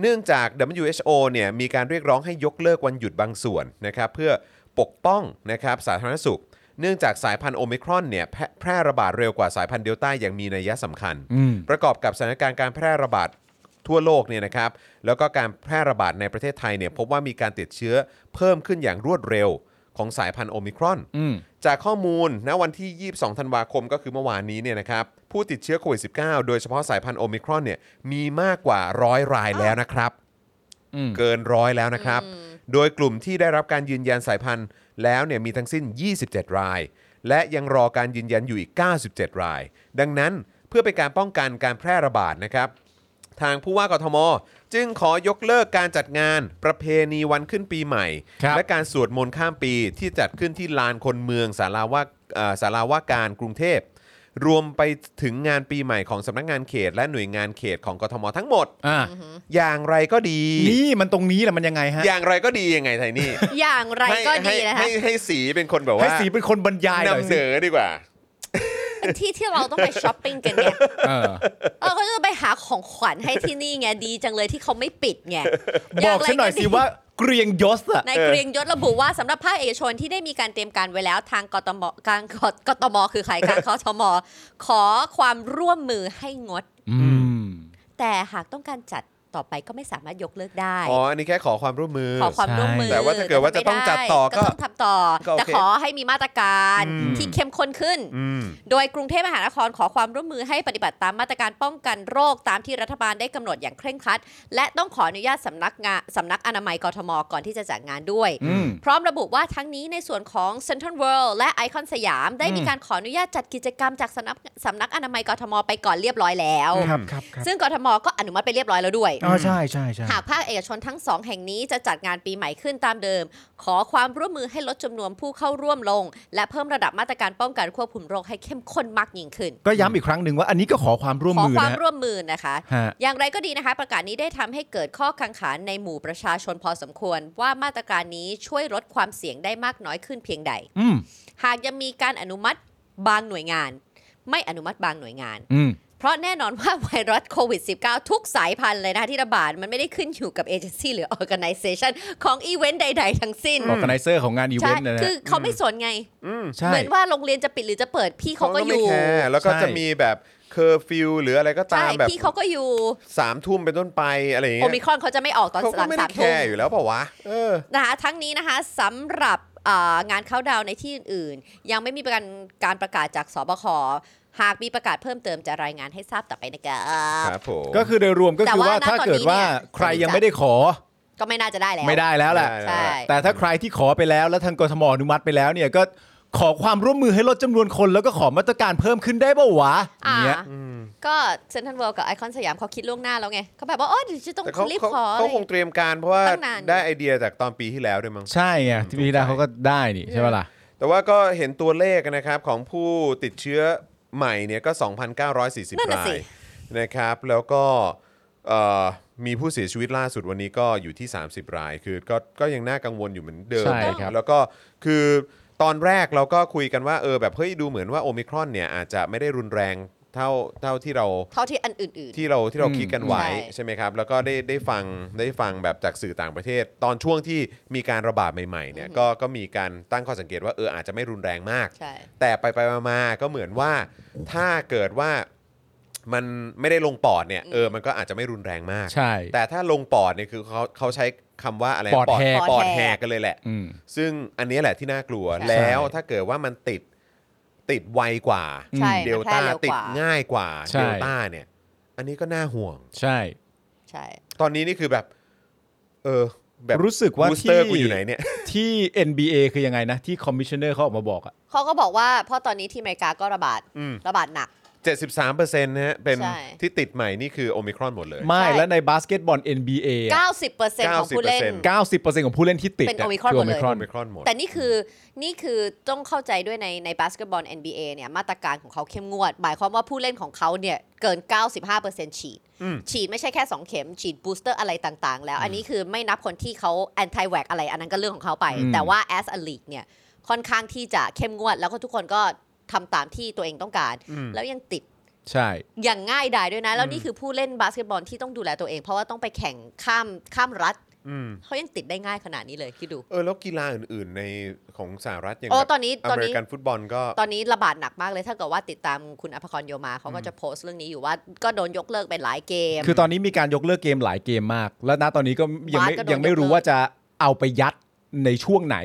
เนื่องจาก WHO เนี่ยมีการเรียกร้องให้ยกเลิกวันหยุดบางส่วนนะครับเพื่อปกป้องนะครับสาธารณสุข เนื่องจากสายพันธุ์โอมิครอนเนี่ยแพร่แพร่ระบาดเร็วกว่าสายพันธุ์เดลต้าอย่างมีนัยสำคัญ
อืม
ประกอบกับสถานการณ์การแพร่ระบาดทั่วโลกเนี่ยนะครับแล้วก็การแพร่ระบาดในประเทศไทยเนี่ยพบว่ามีการติดเชื้อเพิ่มขึ้นอย่างรวดเร็วของสายพันธุ์โอมิครอน
อืม
จากข้อมูลณวันที่ 22 ธันวาคมก็คือเมื่อวานนี้เนี่ยนะครับผู้ติดเชื้อโควิด -19 โดยเฉพาะสายพันธุ์โอมิครอนเนี่ยมีมากกว่าร้อยรายแล้วนะครับ
อืม
เกินร้อยแล้วนะครับ โดยกลุ่มที่ได้รับการยืนยันสายพันธุ์แล้วเนี่ยมีทั้งสิ้น 27 ราย และยังรอการยืนยันอยู่อีก 97 ราย ดังนั้นเพื่อเป็นการป้องกันการแพร่ระบาดนะครับ ทางผู้ว่ากทม จึงขอยกเลิกการจัดงานประเพณีวันขึ้นปีใหม่
ครับ
และการสวดมนต์ข้ามปีที่จัดขึ้นที่ลานคนเมืองสาราว่าเอ่อสาราว่าการกรุงเทพ รวมไปถึงงานปีใหม่ของสำนักงานเขต และหน่วยงานเขตของกทมทั้งหมด
อ่า
อย่างไรก็ดี
นี่มันตรงนี้แหละมันยังไงฮะ
อย่างไรก็ดียังไงไทนี่
อย่างไรก็ดีนะคะ
ให้ให้ให้สีเป็นคนแบบ
ให้
ว่า
สีเป็นคนบรรยายหน่อย
นำเห
สิ
นอดีกว่า
ที่ที่เราต้องไปช้อปปิ้งกันเนี่ย
เออ
เออก็จะไปหาของขวัญให้ที่นี่ไงดีจังเลยที่เขาไม่ปิด ไง
บอกฉันหน่อยสิว่าเกรียงยศอะ
ในเกรียง ยศระบุว่าสำหรับภาคเอกชนที่ได้มีการเตรียมการไว้แล้วทางกตมกลาง กตมคือใครกลางคอทม ขอความร่วมมือให้งด แต่หากต้องการจัดต่อไปก็ไม่สามารถยกเลิกได้
อ๋อ อันนี้แค่ขอความร่วมมือ
ขอความร่วมมือ
แต่ว่าถ้าเกิดว่าจะต้องจัดต่อก็
ไม่ไต้องทำต่อ
ก็โอเค
แต่ขอให้มีมาตรการ
อืม
ที่เข้มข้นขึ้น
อืม
โดยกรุงเทพมหานครขอความร่วมมือให้ปฏิบัติตามมาตรการป้องกันโรคตามที่รัฐบาลได้กำหนดอย่างเคร่งครัด และต้องขออนุญาตสำนักงานสำนักอนามัยกทมก่อนที่จะจัดงานด้วย
อืม
พร้อมระบุว่าทั้งนี้ในส่วนของ Central World และไอคอนสยาม ได้มีการขออนุญาตจัดกิจกรรมจากสำนักสำนักอนามัยกทมไปก่อนเรียบร้อยแล้ว
ครับครับครับ
ซึ่งกทมก็อนุมัติไปเรียบร้อยแล้วด้วย
อ๋อใช่ใช่ใช่
หากภาคเอกชนทั้งสองแห่งนี้จะจัดงานปีใหม่ขึ้นตามเดิม ขอความร่วมมือให้ลดจำนวนผู้เข้าร่วมลง และเพิ่มระดับมาตรการป้องกันควบคุมโรคให้เข้มข้นมากยิ่งขึ้น
ก็ย้ำอีกครั้งหนึ่งว่าอันนี้ก็ขอความร่วม
ขอ
มือ
ความ
นะ
ร่วมมือนะคะ
ฮะ
อย่างไรก็ดีนะคะ ประกาศนี้ได้ทำให้เกิดข้อกังขาในหมู่ประชาชนพอสมควร ว่ามาตรการนี้ช่วยลดความเสี่ยงได้มากน้อยขึ้นเพียงใด
อืม
หากยังมีการอนุมัติบางหน่วยงาน ไม่อนุมัติบางหน่วยงาน
อืม
เพราะแน่นอนว่าไวรัสโควิด -19 ทุกสายพันธุ์เลยนะที่ระบาด มันไม่ได้ขึ้นอยู่กับเอเจนซี่หรือ organization ของอีเวนต์ใด ๆ ทั้งสิ้น
o r g a n i z e r ของงานอีเว
ใช่
นต์นะ
คือ
ฮะ
เขาไม่สนไง
ใช่
เหมือนว่าโรงเรียนจะปิดหรือจะเปิดพี่เขาก็อ
ไม่
ยู่
แคร์แล้วก็
ใช่
จะมีแบบเคอร์ฟิวหรืออะไรก็ตา
ใช่
มแบบ
พี่เขาก็อยู่
สามทุ่มเป็นต้นไปอะไรอย่าง
โอ
เงี้ย
มิครอนเขาจะไม่ออกตอน
เขา
ห
ก็
ลัง
ไม่
สา
ได้
ม
แค
ทุ่ม
ร์อยู่แล้วเปล่าวะเออ
นะคะทั้งนี้นะคะสำหรับเอ่องานเข้าดาวน์ในที่อื่นๆ ยังไม่มีการการประกาศจากสบคหากมีประกาศเพิ่มเติมจะรายงานให้ทราบต่อไปนะครั
ค
บ
รับผม
ก็คือโดยรวมก็คือ
แต่ว่า
ว่า
ณ
ถ้าเกิด
ตอนนี้
ว่า
เนี่ย
ใครยังไม่ได้ขอ
ก็ไม่น่าจะได้แล้ว
ไม่ได้แล้วแหละ
ใช่
แต่ถ้าใครที่ขอไปแล้วแล้วทางกทมอนุมัติไปแล้วเนี่ยก็ขอความร่วมมือให้ลดจำนวนคนแล้วก็ขอมาตรการเพิ่มขึ้นได้เปล่าวะอย่า
อ่าง
เงี้ย
ก็เซนทรัลเวิลด์กับไอคอนสยามเขาคิดล่วงหน้าแล้วไงเขาแบบว่าโอ้เดี๋ยวจะต้อง
แต่เขา
รีบ
เขา
ขออะ
เขา
ไร
คงเตรียมการเพราะว่า
ตั้งนาน
ได้ไอเดียจากตอนปีที่แล้วด้วยมั้ง
ใช่ไงที่พี่ดาเขาก็ได้นี่ใช่ปะล่ะ
แต่ว่าก็เห็นตัวเลขนะครับของผู้ติดเชื้อใหม่เนี่ยก็
นั่
2,940
นน่ะ
รา
สิ
ยนะครับ แล้วก็เอ่อมีผู้เสียชีวิตล่าสุดวันนี้ก็อยู่ที่ 30 ราย คือก็ก็ยังน่ากังวลอยู่เหมือนเดิม
ใช่ครับ
แล้วก็คือตอนแรกเราก็คุยกันว่าเออแบบเฮ้ยดูเหมือนว่าโอมิครอนเนี่ยอาจจะไม่ได้รุนแรงเท่าเท่าที่เรา
เท่าที่อันอื่น
ที่เราที่เรา
อืม
คิดกันไว้
ใช่
ใช่ไหมครับ แล้วก็ได้ได้ฟังได้ฟังแบบจากสื่อต่างประเทศ ตอนช่วงที่มีการระบาดใหม่ๆเนี่ยก็ก็มีการตั้งข้อสังเกตว่าเอออาจจะไม่รุนแรงมาก
ๆ ใช่
แต่ไปไปมามาก็เหมือนว่าถ้าเกิดว่ามันไม่ได้ลงปอดเนี่ยเออมันก็อาจจะไม่รุนแรงมาก
ใช่
แต่ถ้าลงปอดเนี่ยคือเขาเขาใช้คำว่าอะไรนะ
ปอดแหก
ปอดแหกกันเลยแหละ
อืม
ซึ่งอันนี้แหละที่น่ากลัว
ใช่
แล้วถ้าเกิดว่ามันติดติดไวกว่า
ใช่
เดล
มันแพร่
ต้า
เร็ว
ติ
ก
ด
ว่า
ง่ายกว่า
ใช่
เดลต้าเนี่ย อันนี้ก็น่าห่วง
ใช่
ใช่
ตอนนี้นี่คือแบบ เออ แบบ
รู้สึกว่า
บูสเตอร์
ที่
กูอยู่ไหนเนี่ย
ที่ NBA คือยังไงนะ ที่คอมมิชเนอร์เขาออกมาบอกอะ
เขาก็บอกว่าเพราะตอนนี้ที่อเมริกาก็ระบาด
อืม
ระบาดหนัก
73เปอร์เซ็นต์นะฮะเป็น
ใช่
ที่ติดใหม่นี่คือโอมิครอนหมดเลย
ไม่
ใช่
แล้วในบาสเกตบอล NBA อะ
90%ของผู้เล่น
90%
90%ของผู้เล่นที่ติด
เป็น Omicron
คื
หมดเล
โอ
ย
Omicron
มิครอนหมด
แต่นี่คือนี่คือต้องเข้าใจด้วยในในบาสเกตบอล NBA เนี่ยมาตรการของเขาเข้มงวด หมายความว่าผู้เล่นของเขาเนี่ยเกิน 95%ฉีด
อืม
ฉีดไม่ใช่แค่ 2 เข็ม ฉีดบูสเตอร์อะไรต่างๆ แล้ว อันนี้คือไม่นับคนที่เขาแอนตี้แวกอะไรอันนั้นก็เรื่องของเขาไป
อืม
แต่ว่า as a league เนี่ยค่อนข้างที่จะเข้มงวด แล้วก็ทุกคนก็ทำตามที่ตัวเองต้องการ แล้วยังติด
ใช่
อย่างง่ายดายด้วยนะ แล้วนี่คือผู้เล่นบาสเกตบอลที่ต้องดูแลตัวเอง เพราะว่าต้องไปแข่งข้ามข้ามรัฐ
อืม
เขายังติดได้ง่ายขนาดนี้เลยคิดดู
เออ แล้วกีฬาอื่นๆในของสหรัฐอย่าง
โอ้
แบบ
ตอนนี้
อ
ตอน
เม
นี้
ริกันฟุตบอลก็
ตอนนี้ระบาดหนักมากเลยถ้าเกิดว่าติดตามคุณอภกรณ์โยมาเขาก็จะโพสต์เรื่องนี้อยู่ว่าก็โดนยกเลิกไปหลายเกม
คือตอนนี้มีการยกเลิกเกมหลายเกมมาก และณตอนนี้ก็ยังไม่
บาสก็โดน
ยังไม่รู้
ยกเลิก
ว่าจะเอาไปยัดในช่วงไหน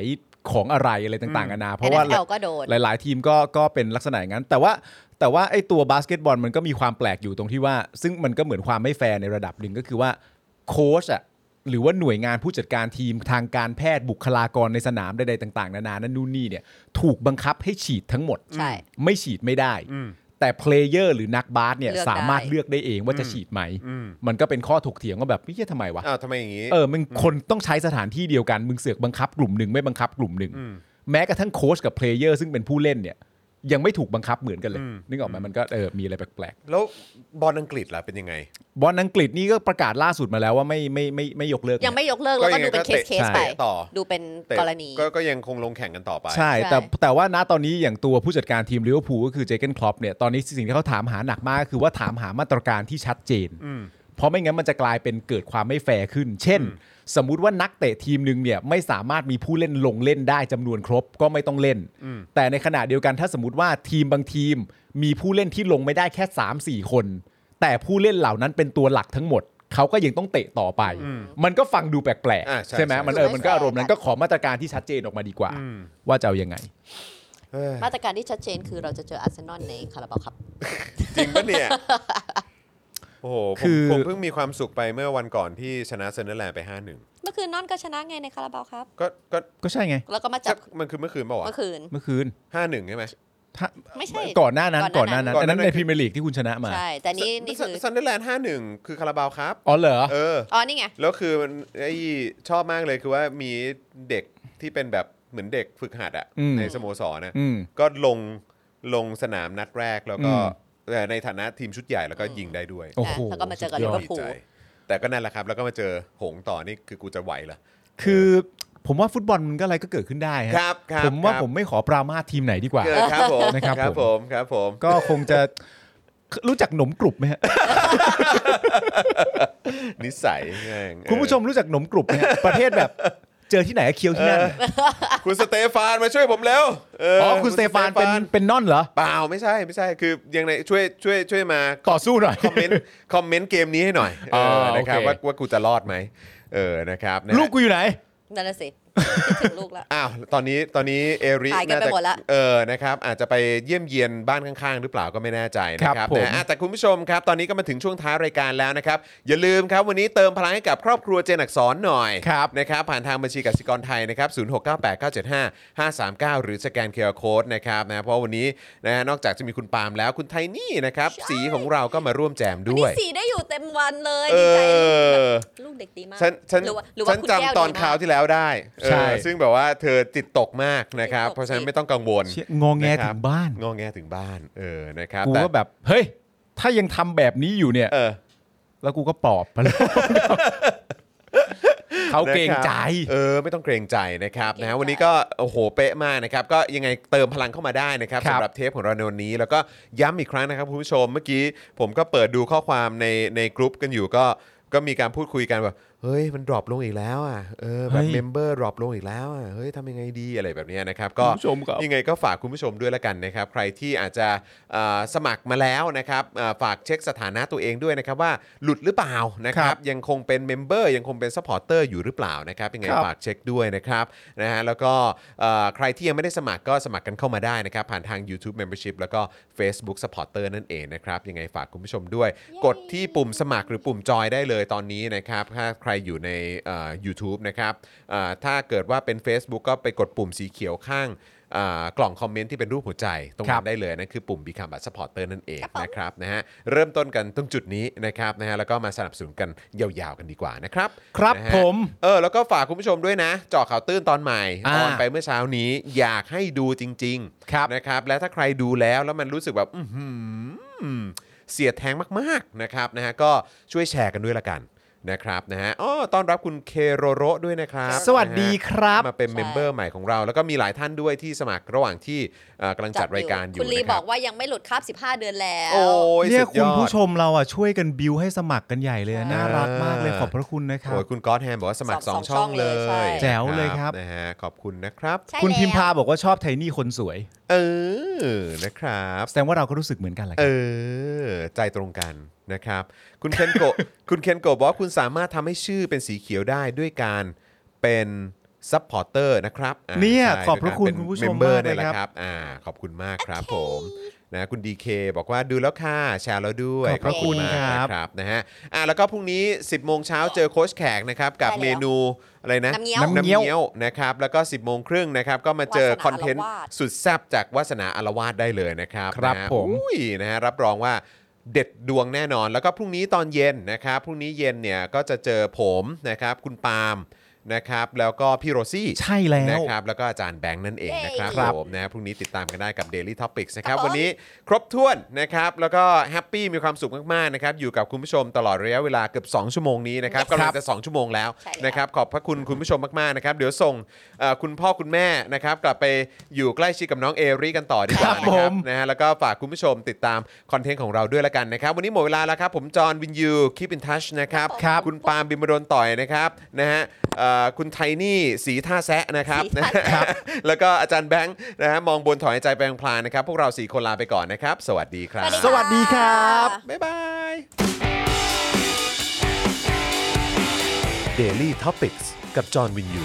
ของอะไรอะไรต่างๆกันานาเพราะว่า
NFL ก็โดน
หลาย ๆ ทีมก็ก็เป็นลักษณะอย่างนั้น แต่ว่าแต่ว่าไอ้ตัวบาสเกตบอลมันก็มีความแปลกอยู่ตรงที่ว่า ซึ่งมันก็เหมือนความไม่แฟร์ในระดับหนึ่งก็คือว่าโค้ชอะ หรือว่าหน่วยงานผู้จัดการทีมทางการแพทย์บุคลากรในสนามใดๆต่าง ๆ นานานั่นนู่นนี่เนี่ยถูกบังคับให้ฉีดทั้งหมด
ใช่
ไม่ฉีดไม่ได้ แต่เพลเยอร์หรือนักบาสเนี่ย
เลือกได้
สามารถเลือกได้เองว่าจะฉีดไหม มันก็เป็นข้อถกเถียงว่าแบบพี่จะทำไมวะ
อ้าวทำไมอย่างนี้
เออ มึงคนต้องใช้สถานที่เดียวกัน มึงเสือกบังคับกลุ่มหนึ่งไม่บังคับกลุ่มหนึ่ง แม้กระทั่งโค้ชกับเพลเยอร์ซึ่งเป็นผู้เล่นเนี่ย ยังไม่ถูกบังคับเหมือนกันเลย นึกออกไหมมันก็เออมีอะไรแปลก
แล้วบอลอังกฤษล่ะเป็นยังไง
ๆบอลอังกฤษนี่ก็ประกาศล่าสุดมาแล้วว่าไม่ไม่ไม่ไม่ไม่ยกเลิก
ยังไม่ยกเลิกแล้วก็ดูเป็นเคสเค
ก็ยัง
ส
ไงก็
ไป
เตะต่อ
ดูเป็น
แต่
กรณี
ก็ก็ยังคงลงแข่งกันต่อไป
ใช่
ใช่
แต่แต่ว่าณตอนนี้อย่างตัวผู้จัดการทีมลิเวอร์พูลก็คือเจอร์เกนคล็อปเนี่ยตอนนี้สิ่งที่เขาถามหาหนักมากก็คือว่าถามหามาตรการที่ชัดเจน เพราะไม่งั้นมันจะกลายเป็นเกิดความไม่แฟร์ขึ้น เช่น สมมุติว่านักเตะทีมหนึ่งเนี่ยไม่สามารถมีผู้เล่นลงเล่นได้จำนวนครบก็ไม่ต้องเล่น แต่ในขณะเดียวกันถ้าสมมติว่าทีมบางทีม มีผู้เล่นที่ลงไม่ได้แค่ 3 4 คน แต่ผู้เล่นเหล่านั้นเป็นตัวหลักทั้งหมด เขาก็ยังต้องเตะต่อไป มันก็ฟังดูแปลก
อ่าใช่
ๆใช่ไหม
ใช่
มันเออมันก็อารมณ์นั้นก็ขอมาตรการที่ชัดเจนออกมาดีกว่า ว่าจะเอายังไง
มาตรการที่ชัดเจนคือเราจะเจออาร์เซนอลในคาราบาวครับ
จริงปะเนี่ย โอ้โหผม
คือ
ผมเพิ่งมีความสุขไปเมื่อวันก่อนที่ชนะเซนเนอร์แลนด์ไป 5-1
เมื่อคืนนอนก็ชนะไงในคาราบาวครับ
ก็ก็
ก็ใช่ไง
แล้วก็มาจับ
มันคือเมื่อคืนเปล่าวะ
เมื่อคืน
เมื่อคืน
5-1 ใช่ไหม
ถ้า
ไม่ใช่
ก่อนหน้านั้น
ก่
ก่
อ
อน น
ห
ห
น้า
น้า
นั้
ก่อน
นั้น นอัน
หน้านั้
นั้น นในพรีเมียร์ลีกที่คุณชนะมา
ใช่ แต่นี่นี่คือ
เซนเนอร์แลนด์5-1 คือคาราบาวครับ
อ๋อเหรอ
เออ
อ๋อนี่ไง
แล้วคือมันไอ้ชอบมากเลยคือว่ามีเด็กที่เป็นแบบเหมือนเด็กฝึกหัดอะ
อืม
ในสโมสรนะ
อืม
ก็ลงลงสนามนัดแรกแล้วก็
อืม
เอ่อในฐานะทีมชุดใหญ่แล้วก็ยิงได้ด้วย
โอ้โห
แล้วก็มาเจอกับ
สุดยด
ลิเวอร์พูล
ดีใจแต่ก็นั่นแหละครับ แล้วก็มาเจอหงส์ต่อนี่คือกูจะไหวเหรอ
คือผมว่าฟุตบอลมันก็อะไรก็เกิดขึ้นได้ฮะ
ครับครับ
ผมว่า
ครับ
ผมไม่ขอปรามาสทีมไหนดีกว่า
เกิดครับผม
นะครับ
ครับ
ผ
ผม มครับผม
ก็คงจะ รู้จักหนมกรุบไหมฮะ
นิสัยแม่ง
คุณผู้ชมรู้จักหนมกรุบไหมฮะ ประเทศแบบเจอที่ไหนก็เคี้ยวที่นั่น
เออคุณสเตฟานมาช่วยผมแล้วเ
อ๋อคุณสเตฟานเป็นเป็นนอนเหรอ
เปล่าไม่ใช่ไม่ใช่คือยังไงช่วยช่วยช่วยมา
ต่อสู้หน่อย
คอม เมนต์คอมเมนต์เกมนี้ให้หน่อยเออ
โอเค
นะครับว่าว่ากูจะรอดไหมเออนะครับนะฮะ
ลูกกูอยู่ไหน
นั่นน่ะสิคิดถึงลูกละ
อ้าวตอนนี้ตอนนี้เอริ
หายกันไปหมดละ
เออนะครับอาจจะไปเยี่ยมเยียนบ้านข้างๆ หรือเปล่าก็ไม่แน่ใจนะค
ค
รั
รั
บบ
ผม
นะฮะ อ่ะแต่คุณผู้ชมครับ ตอนนี้ก็มาถึงช่วงท้ายรายการแล้วนะครับ อย่าลืมครับ วันนี้เติมพลังให้กับครอบครัวเจนอักสอนหน่อย
ครับ
นะครับ ผ่านทางบัญชีกสิกรไทยนะครับ 0698975539 หรือสแกนเคอร์โค้ดนะครับนะเพราะวันนี้นะฮะนอกจากจะมีคุณปาล์มแล้วคุณไทนี่นะครับ สีของเราก็มาร่วมแจมด้
นี่
วย
สีได้อยู่เต็มวันเลย
เอ
ดีใจแบบ
อ
ลูกเด็กดีมาก
ฉันฉัน
หรือว่าหรือว่า
ฉัน
คุณแก้ว
จำตอน
ดีมก
คราวที่แล้วได้เออ
ใช่
ซึ่งแบบว่าเธอจิตตกมากนะครับ
จิตตก
เพราะฉะนั้นไม่ต้องกังวล
เชี่ยงองแงถึงบ้าน
งอแงถึงบ้านเออนะครับ
กู
แต่
ก็แบบ เฮ้ย ถ้ายังทำแบบนี้อยู่เนี่ย
เออ
แล้วกูก็ปลอบ ไปแล้ว เขาเกรงใจ
นะครับเออไม่ต้องเกรงใจนะครับ
เกรงใจ
นะวันนี้ก็โอ้โหเป๊ะมากนะครับก็ยังไงเติมพลังเข้ามาได้นะครับ
ครับ
สำหรับเทปของเราในวันนี้ แล้วก็ย้ำอีกครั้งนะครับคุณผู้ชมเมื่อกี้ผมก็เปิดดูข้อความในในกรุ๊ปกันอยู่ก็ก็มีการพูดคุยกันแบบเฮ้ยมันดรอปลงอีกแล้วอ่ะเออแบ
เฮ้
บ
ย
เมมเบอร์ดรอปลงอีกแล้วอ่ะเฮ้ยทำยังไงดีอะไรแบบเนี้ยนะครับก็
คุณผู้ชมครับ
ยังไงก็ฝากคุณผู้ชมด้วยละกันนะครับ ใครที่อาจจะเอ่อสมัครมาแล้วนะครับเอ่อฝากเช็คสถานะตัวเองด้วยนะครับว่าหลุดหรือเปล่านะครับ ยังคงเป็นเมมเบอร์ยังคงเป็นซัพพอร์เตอร์อยู่หรือเปล่านะครับยังไง
ครับ
ฝากเช็คด้วยนะครับนะฮะแล้วก็เอ่อใครที่ยังไม่ได้สมัครก็สมัครกันเข้ามาได้นะครับ ผ่านทาง YouTube Membership แล้วก็ Facebook Supporter นั่นเองนะครับ ยังไงฝากคุณผู้ชมด้วย กดที่ปุ่มสมัครหรือปุ่มจอยได้เลยตอนนี้นะครับ ถ้าใครอยู่ในเอ่อ YouTube นะครับเอ่อถ้าเกิดว่าเป็น Facebook ก็ไปกดปุ่มสีเขียวข้าง อ่ากล่องคอมเมนต์ที่เป็นรูปหัวใจตรง
ครั
นั้
บ
นได้เลยนั่นคือปุ่ม Become a supporter นั่นเองนะครับนะฮะเริ่มต้นกันตรงจุดนี้นะครับนะฮะแล้วก็มาสนับสนุนกันยาวๆกันดีกว่านะครับ
ครับ
นะฮะ
ผม
เออแล้วก็ฝากคุณผู้ชมด้วยนะเจาะข่าวตื้นตอนใหม่
อ่า
ออนไปเมื่อเช้านี้อยากให้ดูจริง
ครับ
ๆนะครับและถ้าใครดูแล้วแล้วมันรู้สึกแบบอื้อหือเสียดแทงมากๆนะครับนะฮะก็ช่วยแชร์กันด้วยละกันนะครับนะฮะอ๋อต้อนรับคุณเคโรโรด้วยนะครับ
สวัสดี
นะฮะ
ครับ
มาเป็นเมมเบอร์ใหม่ของเรา แล้วก็มีหลายท่านด้วยที่สมัครระหว่างที่เอ่อกำลังจัดรายการอยู่
คุณลี
นะค
บ
รั
อบ กว่ายังไม่หลุดคาบ15 เดือนแล้ว
โอ้ย
เนี่ย
สุด
คุ
ย
ณ
อด
ผู้ชมเราอ่ะช่วยกันบิวให้สมัครกันใหญ่เลยอะ
ใช่
น่ารักมากเลยขอบพระคุณนะครับ
โอ้ยคุณก๊อตแฮมบอกว่าสมัคร
สอง
2 ช่องเลย
ช่องเลยใช่
แจ๋วเลยครับ
นะฮะขอบคุณนะครับ
ใช่
คุณพิมพา
แล้ว
บอกว่าชอบไทนี่คนสวย
เออนะครับ
แสดงว่าเราก็รู้สึกเหมือนกันแหละค
เอ
รับ
อ ใจตรงกันนะครับ คุณเคนโกะ คุณเคนโกะบอกว่าคุณสามารถทำให้ชื่อเป็นสีเขียวได้ด้วยการเป็นซัพพอร์เตอร์นะครับอ่า
เนี่ย
ใช่
ขอบพระคุณ
ด้วยกา
คุณผู้ช
เป็
ม
น member
มากเลย
นี่แหละ
ครับ
อ่าขอบคุณมากครับผม นะคุณดีเคบอกว่าดูแล้วค่ะแชร์แล้วด้วย
ขอบพระคุณ
มาก
ค
นะค
รับ
รับนะฮะอ่ะแล้วก็พรุ่งนี้ 10 โมงเช้าเจอโค้ชแขกนะครับ กับ
ใช่แล้ว
เมนูอะไรนะ
น้ำเงี้ยว
น้ำเงี้ยวนะครับ แล้วก็ 10 โมงครึ่งนะครับ ก็มาเจอ
วาสนา
คอนเทนต์
อารวาส
สุดแซ่บจากวาสนาอารวาสได้เลยนะครับ
ครับ
นะฮะ
ผม
อุ้ยนะฮะรับรองว่าเด็ดดวงแน่นอน แล้วก็พรุ่งนี้ตอนเย็นนะครับพรุ่งนี้เย็นเนี่ยก็จะเจอผมนะครับคุณปาล์มนะครับแล้วก็พี่โรซี่
ใช่แล้
นะ
ว
ครับแล้วก็อาจารย์แบงค์นั่นเองนะครับ
ครับ
ผมนะพรุ่งนี้ติดตามกันได้กับ Daily Topics นะครับ
ครับผม
วันนี้ครบถ้วนนะครับ แล้วก็แฮปปี้มีความสุขมาก ๆ นะครับ อยู่กับคุณผู้ชมตลอดระยะเวลาเกือบ 2 ชั่วโมงนี้นะครับกำลังจะ 2 ชั่วโมงแล้วนะครับ ขอบพระคุณคุณผู้ชมมาก ๆ นะครับ เดี๋ยวส่งเอ่อคุณพ่อคุณแม่นะครับ กลับไปอยู่ใกล้ชิดกับน้องเอริกันต่อดีกว่า
ครับ
นะครับ
ผม
นะฮะแล้วก็ฝากคุณผู้ชมติดตามคอนเทนต์ของเราด้วยละกันนะครับ วันนี้หมดเวลาแล้วครับผมจอห์นวินยูคีปินทัชนะครับ
ครับ
คุณปาล์มบิมโดนต่อยนะครับนะฮะเอ่อคุณไทนี่สีท่าแซะนะครับ ครับ
สีสัน
นะครับ แล้วก็อาจารย์แบงค์นะฮะมองบนถอยใจแปลงพลานนะครับ พวกเราสี่คนลาไปก่อนนะครับ สวัสดีครับ
สวัสดีครับ
บ๊ายบาย Daily Topics กับจอห์นวินยู